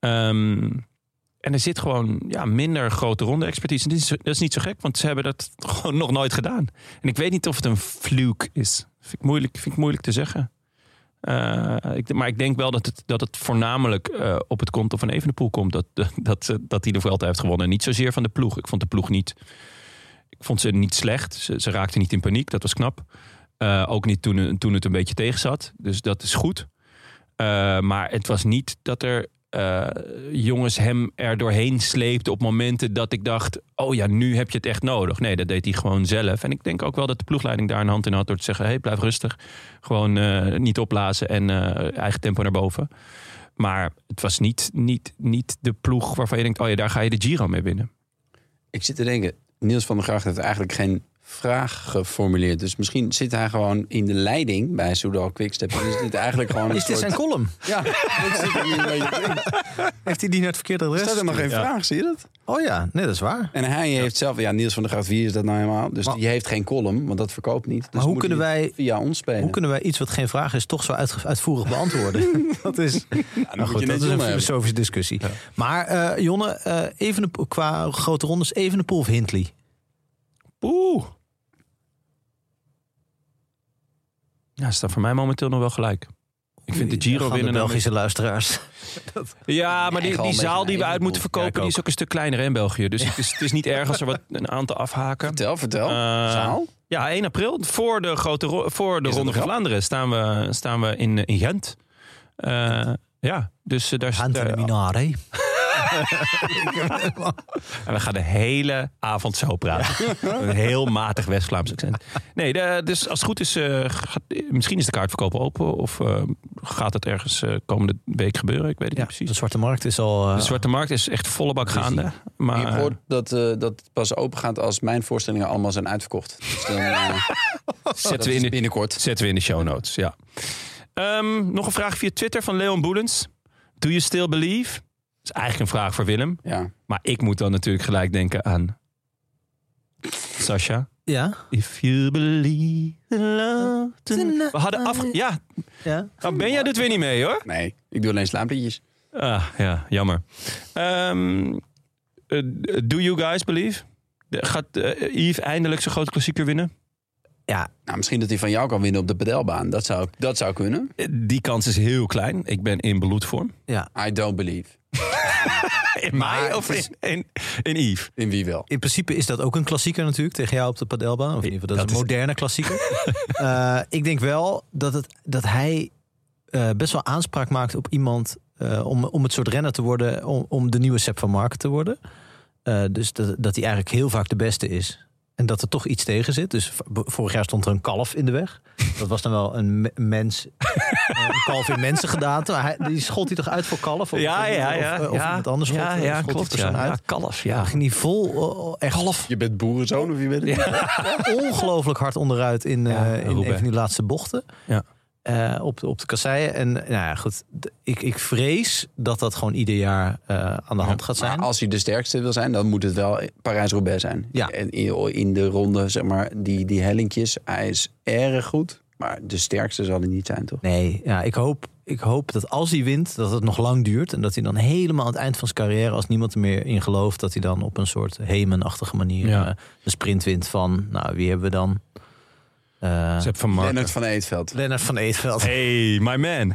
Speaker 3: Ehm, en er zit gewoon ja, minder grote ronde expertise. En dit is, dat is niet zo gek, want ze hebben dat gewoon nog nooit gedaan. En ik weet niet of het een fluke is. Vind ik moeilijk, vind ik moeilijk te zeggen. Eh, ik, maar ik denk wel dat het, dat het voornamelijk eh, op het konto van Evenepoel komt. Dat, dat, dat, ze- dat hij de Vuelta heeft gewonnen. En niet zozeer van de ploeg. Ik vond de ploeg niet... Ik vond ze niet slecht. Ze, ze raakte niet in paniek. Dat was knap. Eh, ook niet toen, toen het een beetje tegen zat. Dus dat is goed. Eh, maar het was niet dat er eh, jongens hem er doorheen sleepten op momenten dat ik dacht... oh ja, nu heb je het echt nodig. Nee, dat deed hij gewoon zelf. En ik denk ook wel dat de ploegleiding daar een hand in had... door te zeggen, hey, blijf rustig. Gewoon eh, niet opblazen en eh, eigen tempo naar boven. Maar het was niet, niet, niet de ploeg waarvan je denkt... oh ja, daar ga je de Giro mee winnen.
Speaker 1: Ik zit te denken, Niels van der Gracht heeft eigenlijk geen vraag geformuleerd. Dus misschien zit hij gewoon in de leiding bij Soudal Quickstep. En is dit eigenlijk gewoon een
Speaker 2: Is dit
Speaker 1: soort...
Speaker 2: zijn column?
Speaker 1: Ja, dat zit er nu een beetje in. Er
Speaker 2: Heeft hij die naar het verkeerde adres?
Speaker 1: staat helemaal geen
Speaker 2: gestuurd?
Speaker 1: vraag, zie je dat?
Speaker 2: Oh ja, nee, dat is waar.
Speaker 1: En hij heeft zelf, ja, Niels van der Gracht, wie is dat nou helemaal? Dus
Speaker 2: Maar-
Speaker 1: die heeft geen column, want dat verkoopt niet. Dus
Speaker 2: hoe
Speaker 1: moet
Speaker 2: kunnen
Speaker 1: hij het
Speaker 2: wij-
Speaker 1: Via ons spelen.
Speaker 2: Hoe kunnen wij iets wat geen vraag is toch zo uitge- uitvoerig beantwoorden? dat is,
Speaker 1: moet
Speaker 2: nou
Speaker 1: je
Speaker 2: goed,
Speaker 1: net
Speaker 2: dat is
Speaker 1: Jonne
Speaker 2: een
Speaker 1: hebben.
Speaker 2: filosofische discussie. Maar eh Jonne, eh Evenepoel- qua grote rondes, Evenepoel of Hindley?
Speaker 3: Oeh. Ja, staat voor mij momenteel nog wel gelijk. Ik vind de
Speaker 2: Daar
Speaker 3: Giro
Speaker 2: gaan
Speaker 3: winnen...
Speaker 2: de
Speaker 3: nou-
Speaker 2: Belgische luisteraars.
Speaker 3: Ja, maar
Speaker 1: Eigenlijk
Speaker 3: die,
Speaker 1: al
Speaker 3: die
Speaker 1: een
Speaker 3: zaal
Speaker 1: beetje
Speaker 3: die we
Speaker 1: naar
Speaker 3: uit moeten
Speaker 1: Evenepoel.
Speaker 3: verkopen, die is ook een stuk kleiner hè, in België. Dus het, is, het is niet erg als er wat, een aantal afhaken.
Speaker 1: Vertel, vertel.
Speaker 3: Eh,
Speaker 1: Zaal?
Speaker 3: Ja, 1 april, voor de, grote ro- voor de
Speaker 1: dat
Speaker 3: Ronde
Speaker 1: een
Speaker 3: van
Speaker 1: grap?
Speaker 3: Vlaanderen, staan we, staan we in, eh, in Gent. Eh, ja, dus eh, daar
Speaker 2: Hand van de
Speaker 3: daar-
Speaker 2: Minare.
Speaker 3: en we gaan de hele avond zo praten. Een heel matig West-Vlaams accent. Nee, de- dus als het goed is, eh, gaat, misschien is de kaartverkoop open. Of eh, gaat het ergens eh, komende week gebeuren? Ik weet het niet
Speaker 2: De
Speaker 3: precies.
Speaker 2: Zwarte Markt is al... eh,
Speaker 3: De Zwarte Markt is echt volle bak gaande.
Speaker 1: Ik heb
Speaker 3: Maar,
Speaker 1: gehoord dat, eh, dat het pas open gaat als mijn voorstellingen allemaal zijn uitverkocht. Dus dan, eh, Oh, dat
Speaker 3: Zetten we,
Speaker 1: is dus
Speaker 3: in de,
Speaker 1: binnenkort.
Speaker 3: zetten we in de show notes, ja. Ehm, nog een vraag via Twitter van Leon Boelens. Do you still believe? Dat is eigenlijk een vraag voor Willem.
Speaker 1: Ja.
Speaker 3: Maar ik moet dan natuurlijk gelijk denken aan... Sasha.
Speaker 2: ja?
Speaker 3: If you believe in love tonight. We hadden afge... Ja,
Speaker 2: ja?
Speaker 3: nou ben jij doet weer niet mee hoor.
Speaker 1: Nee, ik doe alleen slaapliedjes.
Speaker 3: Ah, ja, jammer. Ehm, eh, do you guys believe? De- Gaat eh, Yves eindelijk zijn grote klassieker winnen?
Speaker 1: Nou, misschien dat hij van jou kan winnen op de pedelbaan. Dat zou, dat zou kunnen.
Speaker 3: Eh, Die kans is heel klein. Ik ben in bloedvorm.
Speaker 2: Ja.
Speaker 1: I don't believe.
Speaker 3: In mij of in, in, in Yves?
Speaker 1: In wie wel?
Speaker 2: In principe is dat ook een klassieker natuurlijk, tegen jou op de padelbaan. Of in ieder geval, dat, is een moderne klassieker. Eh, ik denk wel dat, het, dat hij eh, best wel aanspraak maakt op iemand eh, om, om het soort renner te worden, om, om de nieuwe Sepp van Marken te worden. Eh, dus dat, dat hij eigenlijk heel vaak de beste is. En dat er toch iets tegen zit. Dus v- vorig jaar stond er een kalf in de weg. Dat was dan wel een me- mens. eh, een kalf in mensengedaante. Maar hij- Die schoot hij toch uit voor kalf? Of,
Speaker 3: Ja,
Speaker 2: of-
Speaker 3: ja,
Speaker 2: of-
Speaker 3: ja.
Speaker 2: Of,
Speaker 3: ja.
Speaker 2: iemand anders schoot,
Speaker 3: Ja, ja
Speaker 2: schoot die
Speaker 3: klopt. Ja.
Speaker 2: persoon uit.
Speaker 3: ja, kalf. Ja.
Speaker 2: Hij ging die vol eh, echt
Speaker 1: Je bent boerenzoon of je bent...
Speaker 2: ongelooflijk hard onderuit in, eh,
Speaker 3: Ja,
Speaker 2: in
Speaker 3: Roubaix.
Speaker 2: een van die laatste bochten.
Speaker 3: Ja.
Speaker 2: Eh, op, de, op de kasseien. En nou ja, goed, d- ik, ik vrees dat dat gewoon ieder jaar eh, aan de hand gaat
Speaker 1: Maar
Speaker 2: zijn.
Speaker 1: als hij de sterkste wil zijn, dan moet het wel Parijs-Roubaix zijn.
Speaker 2: Ja.
Speaker 1: En in in de ronde, zeg maar, die, die hellinkjes. Hij is erg goed, maar de sterkste zal hij niet zijn, toch?
Speaker 2: Nee, ja, ik, hoop, ik hoop dat als hij wint, dat het nog lang duurt. En dat hij dan helemaal aan het eind van zijn carrière, als niemand er meer in gelooft, dat hij dan op een soort hemenachtige manier
Speaker 3: Ja.
Speaker 2: eh, een sprint wint van, nou, wie hebben we dan? Eh,
Speaker 3: Sepp van Marken.
Speaker 1: Lennart van Eetveld.
Speaker 2: Lennart van Eetveld.
Speaker 3: Hey, my man.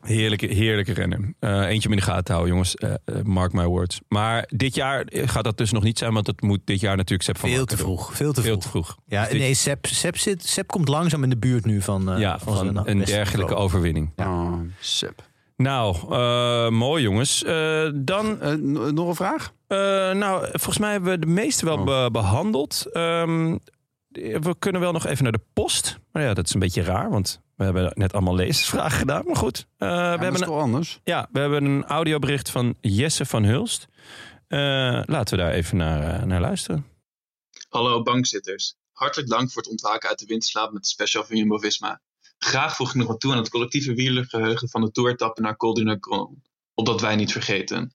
Speaker 3: Heerlijke, heerlijke rennen. Eh, eentje meer in de gaten houden, jongens. Eh, eh, mark my words. Maar dit jaar gaat dat dus nog niet zijn, want het moet dit jaar natuurlijk Sepp van
Speaker 2: Veel
Speaker 3: Marken
Speaker 2: te
Speaker 3: doen.
Speaker 2: vroeg. Veel te
Speaker 3: Veel
Speaker 2: vroeg.
Speaker 3: te vroeg.
Speaker 2: Ja,
Speaker 3: Dus dit-
Speaker 2: nee, Sepp, Sepp, zit, Sepp komt langzaam in de buurt nu van, eh,
Speaker 3: ja, van
Speaker 2: zijn
Speaker 3: een
Speaker 2: beste
Speaker 3: dergelijke
Speaker 2: niveau.
Speaker 3: overwinning.
Speaker 1: Oh, sup.
Speaker 3: Nou, eh, mooi jongens. Eh, dan
Speaker 1: Eh, n- nog een vraag? Oh.
Speaker 3: Eh, nou, volgens mij hebben we de meeste wel be- behandeld. Ehm, we kunnen wel nog even naar de post. Maar ja, dat is een beetje raar, want we hebben net allemaal lezersvragen gedaan. Maar goed, eh, we,
Speaker 1: dat
Speaker 3: hebben
Speaker 1: is
Speaker 3: een,
Speaker 1: toch anders?
Speaker 3: ja, we hebben een audiobericht van Jesse van Hulst. Eh, laten we daar even naar, eh, naar luisteren.
Speaker 4: Hallo bankzitters. Hartelijk dank voor het ontwaken uit de winterslaap met de special van Jumbo-Visma. Graag voeg ik nog wat toe aan het collectieve wielergeheugen van de toertappen naar Col du Nagron, opdat wij niet vergeten.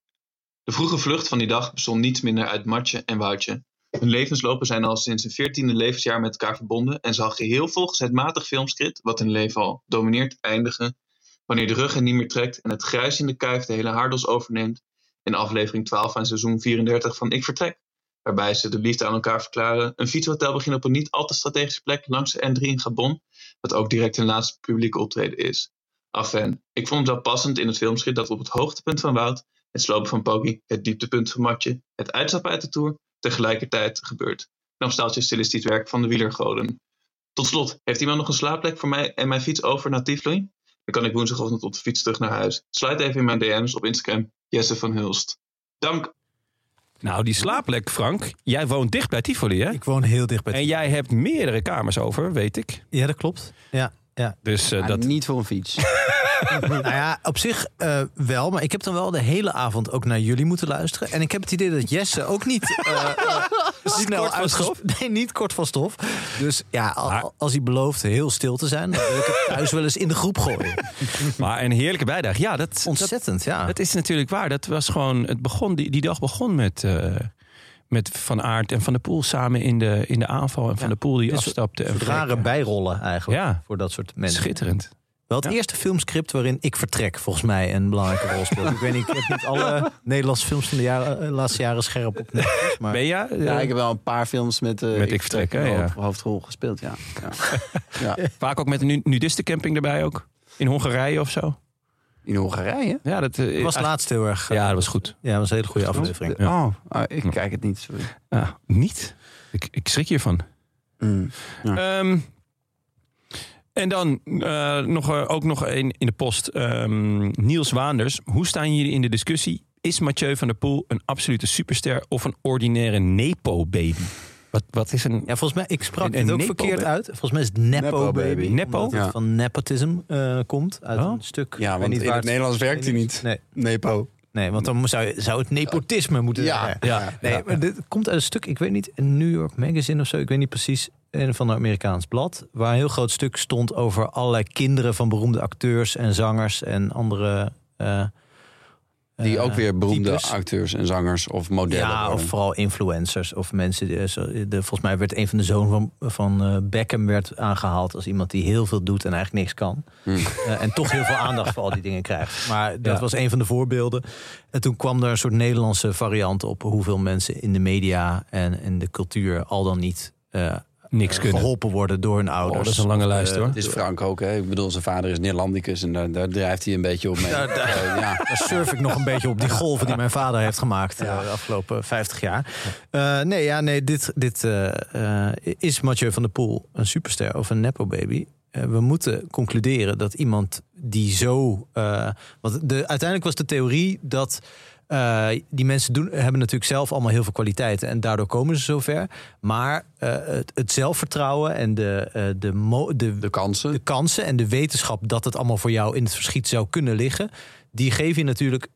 Speaker 4: De vroege vlucht van die dag bestond niets minder uit Matje en Woutje. Hun levenslopen zijn al sinds hun veertiende levensjaar met elkaar verbonden en zal geheel volgens het matig filmscript, wat hun leven al domineert, eindigen wanneer de rug hen niet meer trekt en het gruis in de kuif de hele haardos overneemt in aflevering 12 van seizoen 34 van Ik Vertrek waarbij ze de liefde aan elkaar verklaren. Een fietshotel begint op een niet al te strategische plek langs de N3 in Gabon, wat ook direct hun laatste publieke optreden is. Affen, ik vond het wel passend in het filmschrift dat op het hoogtepunt van Wout, het slopen van Poggi, het dieptepunt van Matje, het uitstappen uit de Tour, tegelijkertijd gebeurt. Dan staaltje stilistisch werk van de wielergoden. Tot slot, heeft iemand nog een slaapplek voor mij en mijn fiets over naar Tivoli? Dan kan ik woensdagochtend op de fiets terug naar huis. Sluit even in mijn DM's op Instagram, Jesse van Hulst. Dank!
Speaker 3: Nou, die slaapplek, Frank. Jij woont dicht bij Tivoli, hè?
Speaker 2: Ik woon heel dicht bij...
Speaker 3: En jij hebt meerdere kamers over, weet ik.
Speaker 2: Ja, dat klopt. Ja, ja.
Speaker 3: Dus eh,
Speaker 1: Ja,
Speaker 3: dat...
Speaker 1: Ah, Niet voor een fiets.
Speaker 2: Nou ja, op zich eh, wel. Maar ik heb dan wel de hele avond ook naar jullie moeten luisteren. En ik heb het idee dat Jesse ook niet eh, eh, snel
Speaker 3: kort van
Speaker 2: uitges-
Speaker 3: stof?
Speaker 2: Nee, niet kort van stof. Dus ja, al- als hij belooft heel stil te zijn... dan wil ik het thuis wel eens in de groep gooien.
Speaker 3: Maar een heerlijke bijdrage. Ja, dat, dat,
Speaker 2: Ontzettend, ja.
Speaker 3: dat is natuurlijk waar. Dat was gewoon, het begon, die, die dag begon met, eh, met Van Aert en Van der Poel samen in de, in de aanval. En Van der Poel die
Speaker 2: Een soort-
Speaker 3: afstapte. en
Speaker 2: Een soort rare
Speaker 3: vertrok.
Speaker 2: bijrollen eigenlijk
Speaker 3: Ja.
Speaker 2: voor dat soort mensen.
Speaker 3: Schitterend.
Speaker 2: Wel het eerste filmscript waarin ik vertrek volgens mij een belangrijke rol speelt. ik weet niet, ik heb niet alle Nederlandse films van de jaren, eh, laatste jaren scherp op. Netflix, Maar
Speaker 3: Benja?
Speaker 1: Ja,
Speaker 3: eh,
Speaker 1: ik heb wel een paar films met, eh,
Speaker 3: Met Ik Vertrek, hè,
Speaker 1: een
Speaker 3: ja.
Speaker 1: hoofd- hoofdrol gespeeld, ja. ja.
Speaker 3: Vaak ook met een nu- nudistencamping erbij ook. In Hongarije of zo.
Speaker 1: In Hongarije?
Speaker 3: Ja, dat eh,
Speaker 2: Het was laatst heel erg. eh,
Speaker 3: Ja, dat was goed.
Speaker 2: Ja, dat was een hele goede aflevering.
Speaker 3: Ja. Hm.
Speaker 1: Oh, ah, ik kijk het niet. Sorry.
Speaker 3: Ja, niet? Ik, ik schrik hiervan.
Speaker 1: Mm.
Speaker 3: Ehm, en dan eh, nog, eh, ook nog een in de post. Ehm, Niels Waanders. Hoe staan jullie in de discussie? Is Mathieu van der Poel een absolute superster of een ordinaire Nepo-baby? Wat, wat is een.
Speaker 2: Ja, volgens mij, ik sprak
Speaker 3: En- en
Speaker 2: het ook
Speaker 3: Nepo,
Speaker 2: verkeerd
Speaker 3: hè?
Speaker 2: uit. Volgens mij is het Nepo,
Speaker 1: Nepo
Speaker 2: Baby.
Speaker 1: Baby.
Speaker 3: Nepo?
Speaker 2: Omdat het
Speaker 1: Ja.
Speaker 2: van nepotism eh, komt. Uit
Speaker 3: Oh.
Speaker 2: een stuk.
Speaker 1: Ja,
Speaker 2: Ik weet
Speaker 1: want in
Speaker 2: waar
Speaker 1: het Nederlands werkt hij niet.
Speaker 2: Nee,
Speaker 1: Nepo.
Speaker 2: nee, want dan zou, je- zou het nepotisme moeten
Speaker 1: Ja.
Speaker 2: zijn.
Speaker 3: Ja,
Speaker 2: Nee, maar dit komt uit een stuk, ik weet niet, een New York Magazine of zo, ik weet niet precies, een van een Amerikaans blad, waar een heel groot stuk stond over allerlei kinderen van beroemde acteurs en zangers en andere. eh,
Speaker 1: Die
Speaker 2: eh,
Speaker 1: ook weer beroemde
Speaker 2: types.
Speaker 1: acteurs en zangers of modellen
Speaker 2: Ja, of
Speaker 1: worden.
Speaker 2: vooral influencers of mensen. Die, eh, zo- de, volgens mij werd een van de zoon van, van eh, Beckham werd aangehaald als iemand die heel veel doet en eigenlijk niks kan. Eh, en toch heel veel aandacht voor al die dingen krijgt. Maar dat
Speaker 3: Hm. Ja.
Speaker 2: was een van de voorbeelden. En toen kwam er een soort Nederlandse variant op hoeveel mensen in de media en in de cultuur al dan niet eh,
Speaker 3: niks kunnen.
Speaker 2: geholpen worden door hun
Speaker 3: Oh,
Speaker 2: ouders.
Speaker 3: dat is een lange lijst hoor.
Speaker 1: Het is Frank ook, hè? Ik bedoel, zijn vader is Nederlandicus en eh, daar, daar drijft hij een beetje op mee. Ja, ja.
Speaker 2: Daar surf ik nog een beetje op die golven die mijn vader heeft gemaakt eh, de afgelopen 50 jaar. Eh, nee, ja, nee, dit, dit eh, eh, is Mathieu van der Poel een superster of een nepo baby. Eh, we moeten concluderen dat iemand die zo, eh, want de, uiteindelijk was de theorie dat eh, die mensen doen, hebben natuurlijk zelf allemaal heel veel kwaliteiten en daardoor komen ze zover. Maar eh, het, het zelfvertrouwen en de, eh, de, mo- de,
Speaker 1: De kansen.
Speaker 2: de kansen en de wetenschap dat het allemaal voor jou in het verschiet zou kunnen liggen, die geven je natuurlijk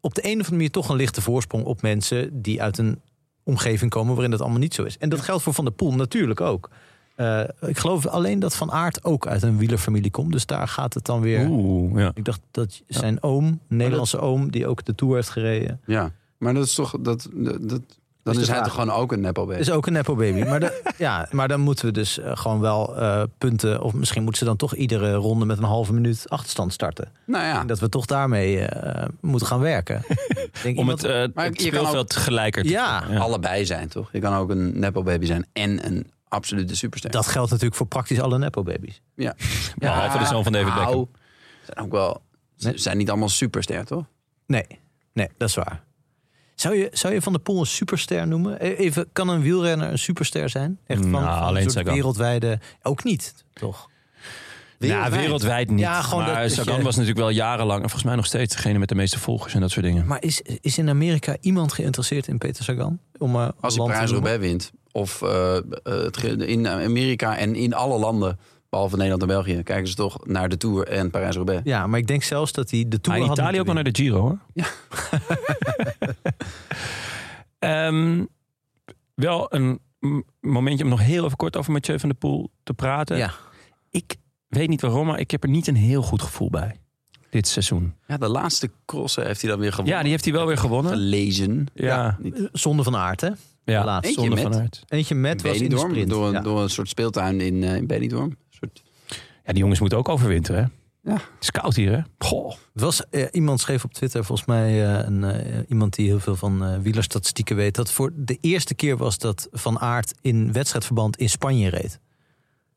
Speaker 2: op de een of andere manier toch een lichte voorsprong op mensen die uit een omgeving komen waarin dat allemaal niet zo is. En dat geldt voor Van der Poel natuurlijk ook. Eh, ik geloof alleen dat Van Aert ook uit een wielerfamilie komt, dus daar gaat het dan weer.
Speaker 3: Oeh, ja.
Speaker 2: Ik dacht dat zijn oom, Nederlandse oom, die ook de Tour heeft gereden,
Speaker 1: Ja, maar dat is toch... Dat, dat, dat, dan
Speaker 2: de
Speaker 1: is hij
Speaker 2: vraag.
Speaker 1: toch gewoon ook een nepo baby?
Speaker 2: is ook een nepo baby. Maar, de- ja, maar dan moeten we dus eh, gewoon wel eh, punten, of misschien moeten ze dan toch iedere ronde met een halve minuut achterstand starten.
Speaker 1: Nou ja,
Speaker 2: En
Speaker 3: Ah.
Speaker 2: dat we toch daarmee eh, moeten gaan werken. Ik Denk
Speaker 3: Om
Speaker 2: iemand-
Speaker 3: het, eh
Speaker 1: Maar
Speaker 3: het
Speaker 1: je kan
Speaker 3: speelveld gelijker te Nou,
Speaker 2: ja,
Speaker 1: allebei zijn, toch? Je kan ook een nepo baby zijn en een absolute superster.
Speaker 2: dat geldt natuurlijk voor praktisch alle nepo-babies.
Speaker 1: Ja.
Speaker 3: Behalve de zoon van David
Speaker 1: nou,
Speaker 3: Beckham.
Speaker 1: Zijn ook wel... Ze zijn niet allemaal superster, toch?
Speaker 2: Nee, nee, dat is waar. Zou je, zou je Van de Poel een superster noemen? E- Even, kan een wielrenner een superster zijn? Echt van,
Speaker 3: Nou,
Speaker 2: van een
Speaker 3: alleen
Speaker 2: soort
Speaker 3: Sagan. Nou,
Speaker 2: wereldwijde... Ook niet, toch?
Speaker 3: Ja, wereldwijd niet.
Speaker 2: Ja, gewoon
Speaker 3: maar
Speaker 2: dat-
Speaker 3: Sagan
Speaker 2: dat je-
Speaker 3: was natuurlijk wel jarenlang, en volgens mij nog steeds, degene met de meeste volgers en dat soort dingen.
Speaker 2: Maar is, is in Amerika iemand geïnteresseerd in Peter Sagan? Om, eh,
Speaker 1: Als hij
Speaker 2: land te
Speaker 1: Parijs-Roubaix wint, Of eh, eh, het ge- in Amerika en in alle landen, behalve Nederland en België, kijken ze toch naar de Tour en Parijs-Roubaix.
Speaker 2: Ja, maar ik denk zelfs dat hij de
Speaker 3: Ah,
Speaker 2: Tour
Speaker 3: in
Speaker 2: had
Speaker 3: Italië ook wel
Speaker 2: moeten
Speaker 3: naar de Giro, hoor.
Speaker 1: Ja.
Speaker 3: Ehm, wel een m- momentje om nog heel even kort over Mathieu van der Poel te praten.
Speaker 2: winnen.
Speaker 3: Ik weet niet waarom, maar ik heb er niet een heel goed gevoel bij. Dit seizoen.
Speaker 1: Ja, de laatste crossen heeft hij dan weer gewonnen.
Speaker 3: Ja, die heeft hij wel weer gewonnen.
Speaker 1: gelezen.
Speaker 3: Ja,
Speaker 1: Niet-
Speaker 2: Ja, zonder van aard, hè?
Speaker 3: ja.
Speaker 2: Laatst.
Speaker 1: Eentje
Speaker 3: zonder
Speaker 1: met.
Speaker 3: van aard.
Speaker 2: Eentje met was in de
Speaker 1: Benidorm,
Speaker 2: sprint.
Speaker 1: door, een-
Speaker 2: ja.
Speaker 1: door een soort speeltuin in, eh in Benidorm. Een soort,
Speaker 3: Ja, die jongens moeten ook overwinteren, hè?
Speaker 1: Ja.
Speaker 3: Het is koud hier, hè? Goh.
Speaker 2: Het was, eh, iemand schreef op Twitter, volgens mij eh, een, eh, iemand die heel veel van eh wielerstatistieken weet, dat voor de eerste keer was dat Van Aert in wedstrijdverband in Spanje reed.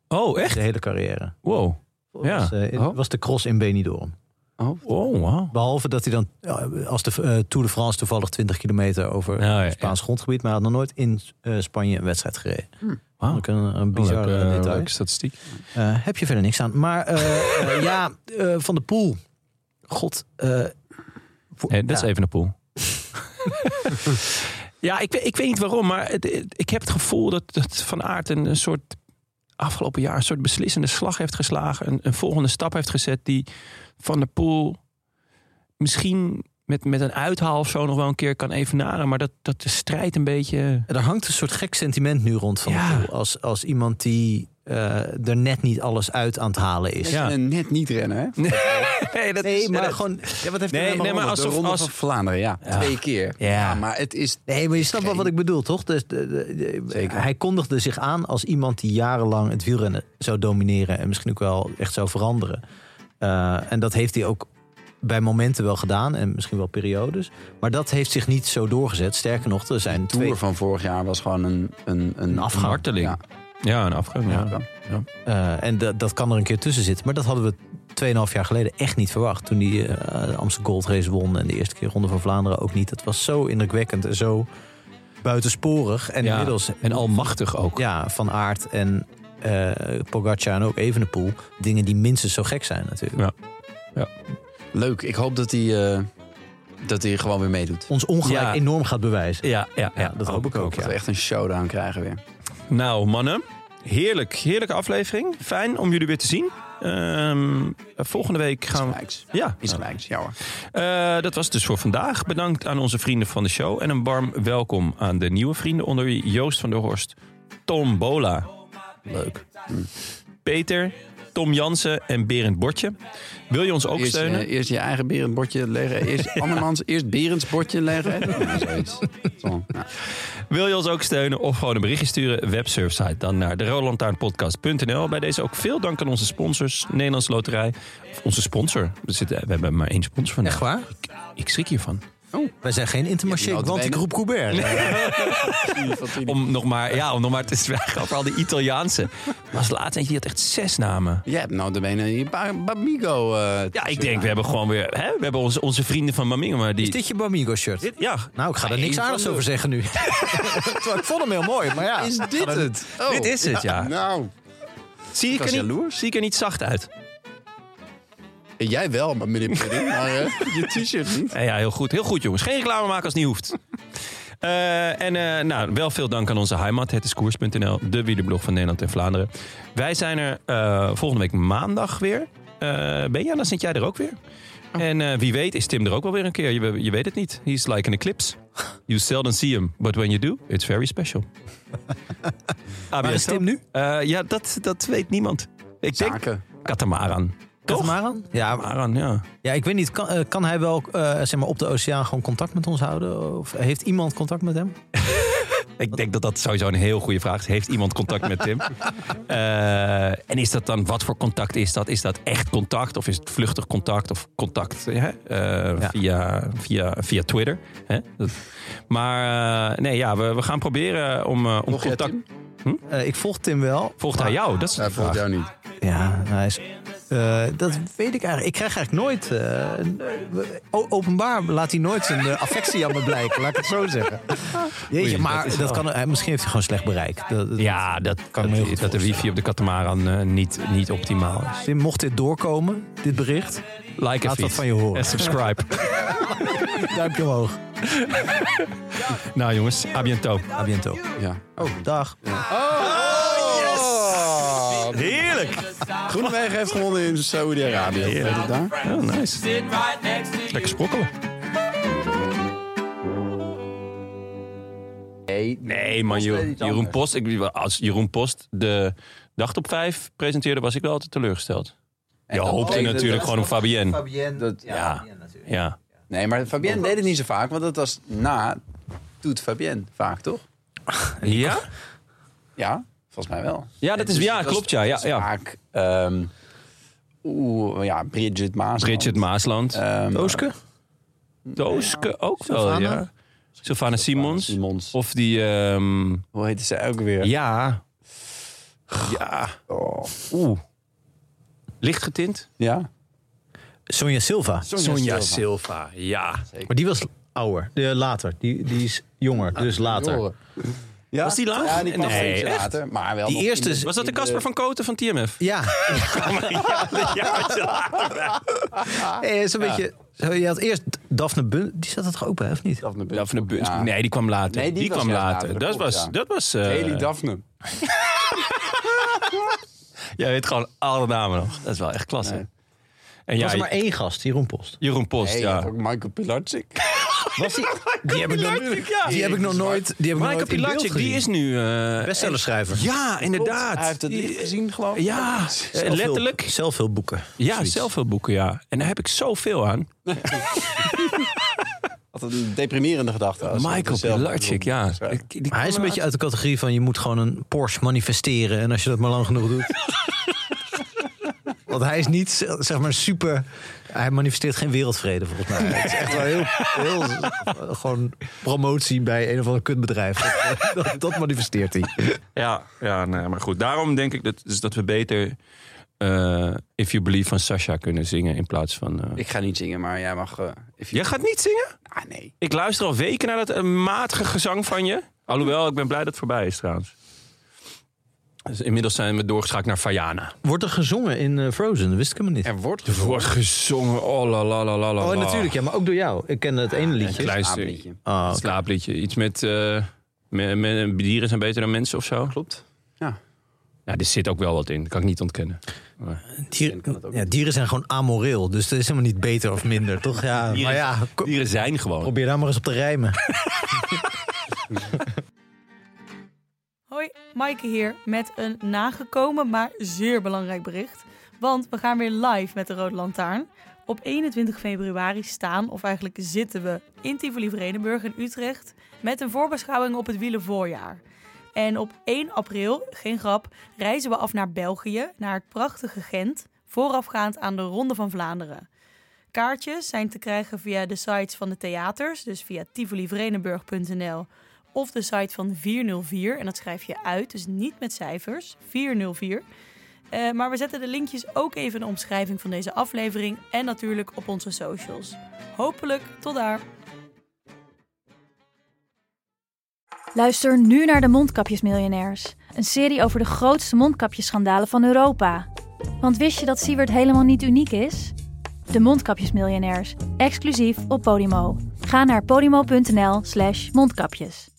Speaker 3: Oh, echt?
Speaker 2: De hele carrière.
Speaker 3: Wow. Ja.
Speaker 2: Was, eh,
Speaker 1: Oh.
Speaker 2: was de cross in Benidorm.
Speaker 3: Oh, wow.
Speaker 2: Behalve dat hij dan, eh, als de eh, Tour de France toevallig 20 kilometer over
Speaker 3: Oh, ja, ja.
Speaker 2: Spaans grondgebied, maar hij had nog nooit in eh, Spanje een wedstrijd gereden.
Speaker 3: Wauw.
Speaker 2: Ook een, een bizar
Speaker 3: Leuke,
Speaker 2: eh,
Speaker 3: Oh. eh,
Speaker 2: detail.
Speaker 3: leuke statistiek.
Speaker 2: Eh, heb je verder niks aan. Maar eh, eh, ja, eh, Van de Poel. God. eh, voor-
Speaker 3: Nee, Eh, dat
Speaker 2: ja.
Speaker 3: is even een poel. ja, ik, weet- ik weet niet waarom, maar het- het- ik heb het gevoel dat, dat Van Aert een, een soort afgelopen jaar een soort beslissende slag heeft geslagen. Een, een volgende stap heeft gezet die Van der Poel misschien met, met een uithaal of zo nog wel een keer kan evenaren. Maar dat, dat de strijd een beetje...
Speaker 2: Er hangt een soort gek sentiment nu rond Van
Speaker 3: Ja.
Speaker 2: de Poel. Als, als iemand die eh, er net niet alles uit aan het halen is.
Speaker 3: Ja.
Speaker 1: En Eh, net niet rennen, hè?
Speaker 3: Nee, dat
Speaker 2: Nee, maar gewoon... Ja, wat heeft
Speaker 3: Nee,
Speaker 2: hij nou
Speaker 3: nee, maar
Speaker 2: allemaal-
Speaker 3: als-
Speaker 1: de
Speaker 3: alsof-
Speaker 1: Ronde
Speaker 3: als-
Speaker 1: van Vlaanderen, ja. Twee keer.
Speaker 3: Ja.
Speaker 1: maar het is...
Speaker 2: Nee, maar je snapt wel wat ik bedoel, toch? Dus de- de- de-
Speaker 1: Zeker.
Speaker 2: Hij kondigde zich aan als iemand die jarenlang het wielrennen zou domineren. En misschien ook wel echt zou veranderen. Eh, en dat heeft hij ook bij momenten wel gedaan. En misschien wel periodes. Maar dat heeft zich niet zo doorgezet. Sterker nog, er zijn
Speaker 1: De Tour
Speaker 2: twee...
Speaker 1: van vorig jaar was gewoon een... Een,
Speaker 2: Een afgang.
Speaker 3: Marteling.
Speaker 1: Ja.
Speaker 3: Ja, een afgang. Ja.
Speaker 1: Ja.
Speaker 2: eh, en dat- dat kan er een keer tussen zitten. Maar dat hadden we 2,5 jaar geleden echt niet verwacht. Toen die eh, de Amsterdam Gold Race won. En de eerste keer Ronde van Vlaanderen ook niet. Dat was zo indrukwekkend en zo buitensporig. En
Speaker 3: Ja,
Speaker 2: inmiddels...
Speaker 3: En almachtig ook.
Speaker 2: ja, Van Aert en eh Pogacar en ook Evenepoel. Dingen die minstens zo gek zijn natuurlijk.
Speaker 3: Ja.
Speaker 1: Leuk, ik hoop dat hij, eh, dat hij gewoon weer meedoet.
Speaker 2: Ons ongelijk
Speaker 3: Ja.
Speaker 2: enorm gaat bewijzen.
Speaker 3: Ja, ja,
Speaker 2: Ja, dat hoop ik ook.
Speaker 1: Dat
Speaker 2: ja.
Speaker 1: we echt een showdown krijgen weer.
Speaker 3: Nou, mannen. Heerlijk, heerlijke aflevering. Fijn om jullie weer te zien. Ehm, volgende week
Speaker 1: Is
Speaker 3: gaan we...
Speaker 1: gelijks.
Speaker 3: Ja,
Speaker 1: Is gelijks, ja hoor.
Speaker 3: eh, dat was het dus voor vandaag. Bedankt aan onze vrienden van de show. En een warm welkom aan de nieuwe vrienden onder wie Joost van der Horst, Tom Bola. Leuk.
Speaker 1: Hm.
Speaker 3: Peter, Tom Jansen en Berend Bortje. Wil je ons ook
Speaker 1: Eerst,
Speaker 3: steunen?
Speaker 1: eh, eerst je eigen berendbordje leggen. Eerst andermans, eerst Berends bordje leggen. Ja, zoiets. Zo, ja.
Speaker 3: Wil je ons ook steunen of gewoon een berichtje sturen? Websurfsite dan naar de Bij deze ook veel dank aan onze sponsors. Nederlands Loterij. Of onze sponsor. We, zitten, we hebben maar één sponsor vandaag.
Speaker 2: Echt waar?
Speaker 3: Ik, ik schrik hiervan.
Speaker 1: Oh,
Speaker 2: Wij zijn geen intermarché,
Speaker 1: Ja, die
Speaker 2: want ik roep Coubert.
Speaker 3: Om nog maar, ja, om nog maar te zwijgen over al die Italiaanse. Maar als laatste eentje, die had echt zes namen.
Speaker 1: Jij hebt nou de benen hier ba- Babigo. eh,
Speaker 3: Ja, ik denk, we hebben gewoon weer... Hè, we hebben onze, onze vrienden van Mamingo, maar die...
Speaker 2: Is dit je Bamigo shirt?
Speaker 3: Ja.
Speaker 2: Nou, ik ga er niks
Speaker 1: van
Speaker 2: aardigs
Speaker 1: de-
Speaker 2: over zeggen nu. Terwijl ik vond hem heel mooi, maar ja.
Speaker 1: Is dit het? Oh,
Speaker 3: Dit is het, ja.
Speaker 1: Nou,
Speaker 3: Zie ik,
Speaker 1: was
Speaker 3: er niet,
Speaker 1: jaloers.
Speaker 3: zie ik er niet zacht uit?
Speaker 1: jij wel, maar meneer Pudding. Maar eh, je t-shirt niet.
Speaker 3: Eh, Ja, ja, heel goed. Heel goed, jongens. Geen reclame maken als het niet hoeft. Eh, en eh, nou, wel veel dank aan onze heimat, het is koers.nl, de wielerblog van Nederland en Vlaanderen. Wij zijn er eh, volgende week maandag weer. Eh Benja, dan zit jij er ook weer. En eh, wie weet is Tim er ook wel weer een keer. Je, je weet het niet. He's like an eclipse. You seldom see him, but when you do, it's very special. Ah, Waar
Speaker 2: is Tim nu?
Speaker 3: Eh, ja, dat, dat weet niemand. Ik denk
Speaker 1: Zaken.
Speaker 3: Katamaran.
Speaker 2: Toch,
Speaker 3: Toch?
Speaker 2: Maran? Ja, maar-
Speaker 3: Katamaran, ja.
Speaker 2: ja, ik weet niet. Kan, eh, kan hij wel eh, zeg maar op de oceaan gewoon contact met ons houden? Of heeft iemand contact met hem?
Speaker 3: Ik denk dat dat sowieso een heel goede vraag is. Heeft iemand contact met Tim? Eh, en is dat dan, wat voor contact is dat? Is dat echt contact of is het vluchtig contact of contact hè? Eh,
Speaker 2: Ja.
Speaker 3: via, via, via Twitter? Hè? Dat- Maar eh, nee, ja, we, we gaan proberen om, eh, om
Speaker 1: Volg jij
Speaker 3: contact...
Speaker 1: Tim?
Speaker 2: Eh, ik volg Tim wel.
Speaker 3: Volgt hij jou? Dat is de
Speaker 1: Hij volgt
Speaker 3: vraag.
Speaker 1: jou niet.
Speaker 2: Ja, hij is. eh, dat weet ik eigenlijk. Ik krijg eigenlijk nooit. eh, een- o- openbaar laat hij nooit zijn eh, affectie aan me blijken, laat ik het zo zeggen. Jeetje,
Speaker 3: Oei,
Speaker 2: maar
Speaker 3: dat is
Speaker 2: dat
Speaker 3: wel-
Speaker 2: kan, hij- misschien heeft hij gewoon slecht bereik. Dat, dat-
Speaker 3: Ja, dat,
Speaker 2: me heel
Speaker 3: dat,
Speaker 2: goed
Speaker 3: dat de wifi op de katamaran eh, niet, niet optimaal is.
Speaker 2: Tim, mocht dit doorkomen, dit bericht,
Speaker 3: Like en
Speaker 2: Laat wat
Speaker 3: feed.
Speaker 2: van je horen.
Speaker 3: En subscribe.
Speaker 2: duimpje omhoog.
Speaker 3: Nou jongens, à bientôt.
Speaker 2: A biento.
Speaker 1: Ja. Oh,
Speaker 2: Dag.
Speaker 3: Oh, Heerlijk.
Speaker 1: Groenewegen heeft gewonnen in Saoedi-Arabië. Weet het daar?
Speaker 3: Oh, nice. Lekker sprokkelen.
Speaker 1: Nee,
Speaker 3: Nee, man, Jeroen, Jeroen Post. Ik, als Jeroen Post de dag op vijf presenteerde, was ik wel altijd teleurgesteld. Je
Speaker 1: dat
Speaker 3: hoopte
Speaker 1: betekent-
Speaker 3: natuurlijk gewoon op Fabienne.
Speaker 2: Fabienne.
Speaker 1: Dat-
Speaker 2: ja,
Speaker 3: ja.
Speaker 2: Fabienne natuurlijk.
Speaker 3: Ja.
Speaker 1: Nee, maar Fabienne deed het niet zo vaak, want dat was na Toet Fabienne vaak, toch?
Speaker 3: Ja?
Speaker 1: Ja, volgens mij wel.
Speaker 3: Ja, dat
Speaker 1: Dus
Speaker 3: is, ja
Speaker 1: het was-
Speaker 3: klopt. Ja, ja,
Speaker 1: het was
Speaker 3: ja.
Speaker 1: Vaak, ehm, oeh, ja, Bridget Maas.
Speaker 3: Bridget Maasland.
Speaker 1: Ehm,
Speaker 3: Dooske? Dooske ook wel,
Speaker 2: Sylvana?
Speaker 3: ja. Sylvana Simons.
Speaker 1: Simons.
Speaker 3: Of die... ehm,
Speaker 1: Hoe heette ze ook weer?
Speaker 3: ja. Ja.
Speaker 1: Oh.
Speaker 3: Oeh. Licht getint.
Speaker 1: Ja?
Speaker 2: Sonja Silva.
Speaker 3: Sonja Silva. Ja.
Speaker 2: Maar die was ouder. De, later. Die, die is jonger, dus later.
Speaker 1: Ja?
Speaker 3: Was die laag?
Speaker 1: Ja, die kwam
Speaker 3: Nee,
Speaker 1: steeds
Speaker 3: echt?
Speaker 1: later. Maar wel
Speaker 2: Die
Speaker 1: nog
Speaker 2: eerste
Speaker 1: in
Speaker 2: is-
Speaker 3: Was dat de
Speaker 1: in
Speaker 3: Casper van Koten van TMF?
Speaker 2: Ja. Eh, Zo'n beetje... zo, Je had eerst Daphne Bun... Die zat er toch ook bij, of niet?
Speaker 1: Daphne Bus.
Speaker 3: Daphne Bus.
Speaker 1: Ja.
Speaker 3: Nee, die kwam later.
Speaker 1: Nee,
Speaker 3: die
Speaker 1: die was
Speaker 3: kwam
Speaker 1: juist
Speaker 3: later.
Speaker 1: later.
Speaker 3: Dat
Speaker 1: Dat klopt,
Speaker 3: was...
Speaker 1: ja.
Speaker 3: Dat was eh,
Speaker 1: Haley Daphne.
Speaker 3: jij weet gewoon alle namen nog. Dat is wel echt klasse.
Speaker 1: Nee.
Speaker 3: En
Speaker 2: was
Speaker 3: ja,
Speaker 2: er maar één gast, Jeroen Post.
Speaker 3: Jeroen Post,
Speaker 1: Nee, je had
Speaker 3: ja.
Speaker 1: ook Michael Pilatschik.
Speaker 2: Was die, die heb ik nog,
Speaker 3: Pilatschik, ja.
Speaker 2: die heb ik nog nooit, die heb ik nog
Speaker 3: Michael
Speaker 2: nooit in beeld
Speaker 3: Pilatschik, die
Speaker 2: gezien.
Speaker 3: is nu... eh,
Speaker 2: bestsellerschrijver.
Speaker 3: ja, inderdaad.
Speaker 1: Hij heeft het
Speaker 3: Die-
Speaker 1: licht gezien, geloof ik.
Speaker 3: Ja, eh,
Speaker 2: Zelf veel-
Speaker 3: letterlijk.
Speaker 2: Zelf veel boeken.
Speaker 3: Ja, zelf veel boeken, ja. En daar heb ik zoveel aan.
Speaker 1: Had een deprimerende gedachte. als hij
Speaker 3: Michael
Speaker 1: het zelf
Speaker 3: Pilatschik, ja.
Speaker 1: schrijft.
Speaker 3: Ik- die
Speaker 2: Maar hij is een
Speaker 3: kwam
Speaker 2: beetje uit de categorie van je moet gewoon een Porsche manifesteren. En als je dat maar lang genoeg doet. Want hij is niet, zeg maar, super... Hij manifesteert geen wereldvrede, volgens mij. Het is echt wel heel... heel eh, gewoon promotie bij een of ander kutbedrijf. Dat, dat, dat manifesteert hij.
Speaker 3: Ja, ja nee, maar goed. Daarom denk ik dat, dus dat we beter eh, If You Believe van Sasha kunnen zingen in plaats van... eh,
Speaker 1: Ik ga niet zingen, maar jij mag... eh, if you-
Speaker 3: Jij gaat niet zingen?
Speaker 1: Ah, nee.
Speaker 3: Ik luister al weken naar dat eh, matige gezang van je. Alhoewel, ik ben blij dat het voorbij is trouwens. Dus inmiddels zijn we doorgeschakeld naar Fayana.
Speaker 2: Wordt er gezongen in eh, Frozen? Dat wist ik helemaal niet.
Speaker 1: Er wordt
Speaker 3: Er wordt gezongen, oh la la la la la.
Speaker 2: Oh,
Speaker 3: la.
Speaker 2: natuurlijk. Ja, maar ook door jou. Ik ken het ene liedje.
Speaker 3: Klein
Speaker 1: Slaapliedje.
Speaker 3: stukje.
Speaker 2: Ah, oké.
Speaker 3: Slaapliedje. Iets met, eh, me- me- dieren zijn beter dan mensen of zo.
Speaker 1: Klopt. Ja.
Speaker 3: Ja, er zit ook wel wat in. Dat kan ik niet ontkennen.
Speaker 2: Dier-
Speaker 1: kan het ook
Speaker 2: ja, dieren zijn gewoon amoreel. Dus dat is helemaal niet beter of minder, toch? Ja, maar ja, ko-
Speaker 3: Dieren zijn gewoon.
Speaker 2: probeer daar maar eens op te rijmen.
Speaker 5: Hoi, Maaike hier met een nagekomen, maar zeer belangrijk bericht. Want we gaan weer live met de Rode Lantaarn. Op 21 februari staan, of eigenlijk zitten we, in Tivoli Vredenburg in Utrecht... met een voorbeschouwing op het wielenvoorjaar. En op 1 april, geen grap, reizen we af naar België, naar het prachtige Gent... voorafgaand aan de Ronde van Vlaanderen. Kaartjes zijn te krijgen via de sites van de theaters, dus via tivolivredenburg.nl of de site van 404. En dat schrijf je uit, dus niet met cijfers. 404. Eh, maar we zetten de linkjes ook even in de omschrijving van deze aflevering en natuurlijk op onze socials. Hopelijk tot daar!
Speaker 6: Luister nu naar de Mondkapjesmiljonairs. Een serie over de grootste mondkapjesschandalen van Europa. Want wist je dat Siewert helemaal niet uniek is? De Mondkapjesmiljonairs. Exclusief op Podimo. Ga naar podimo.nl slash mondkapjes.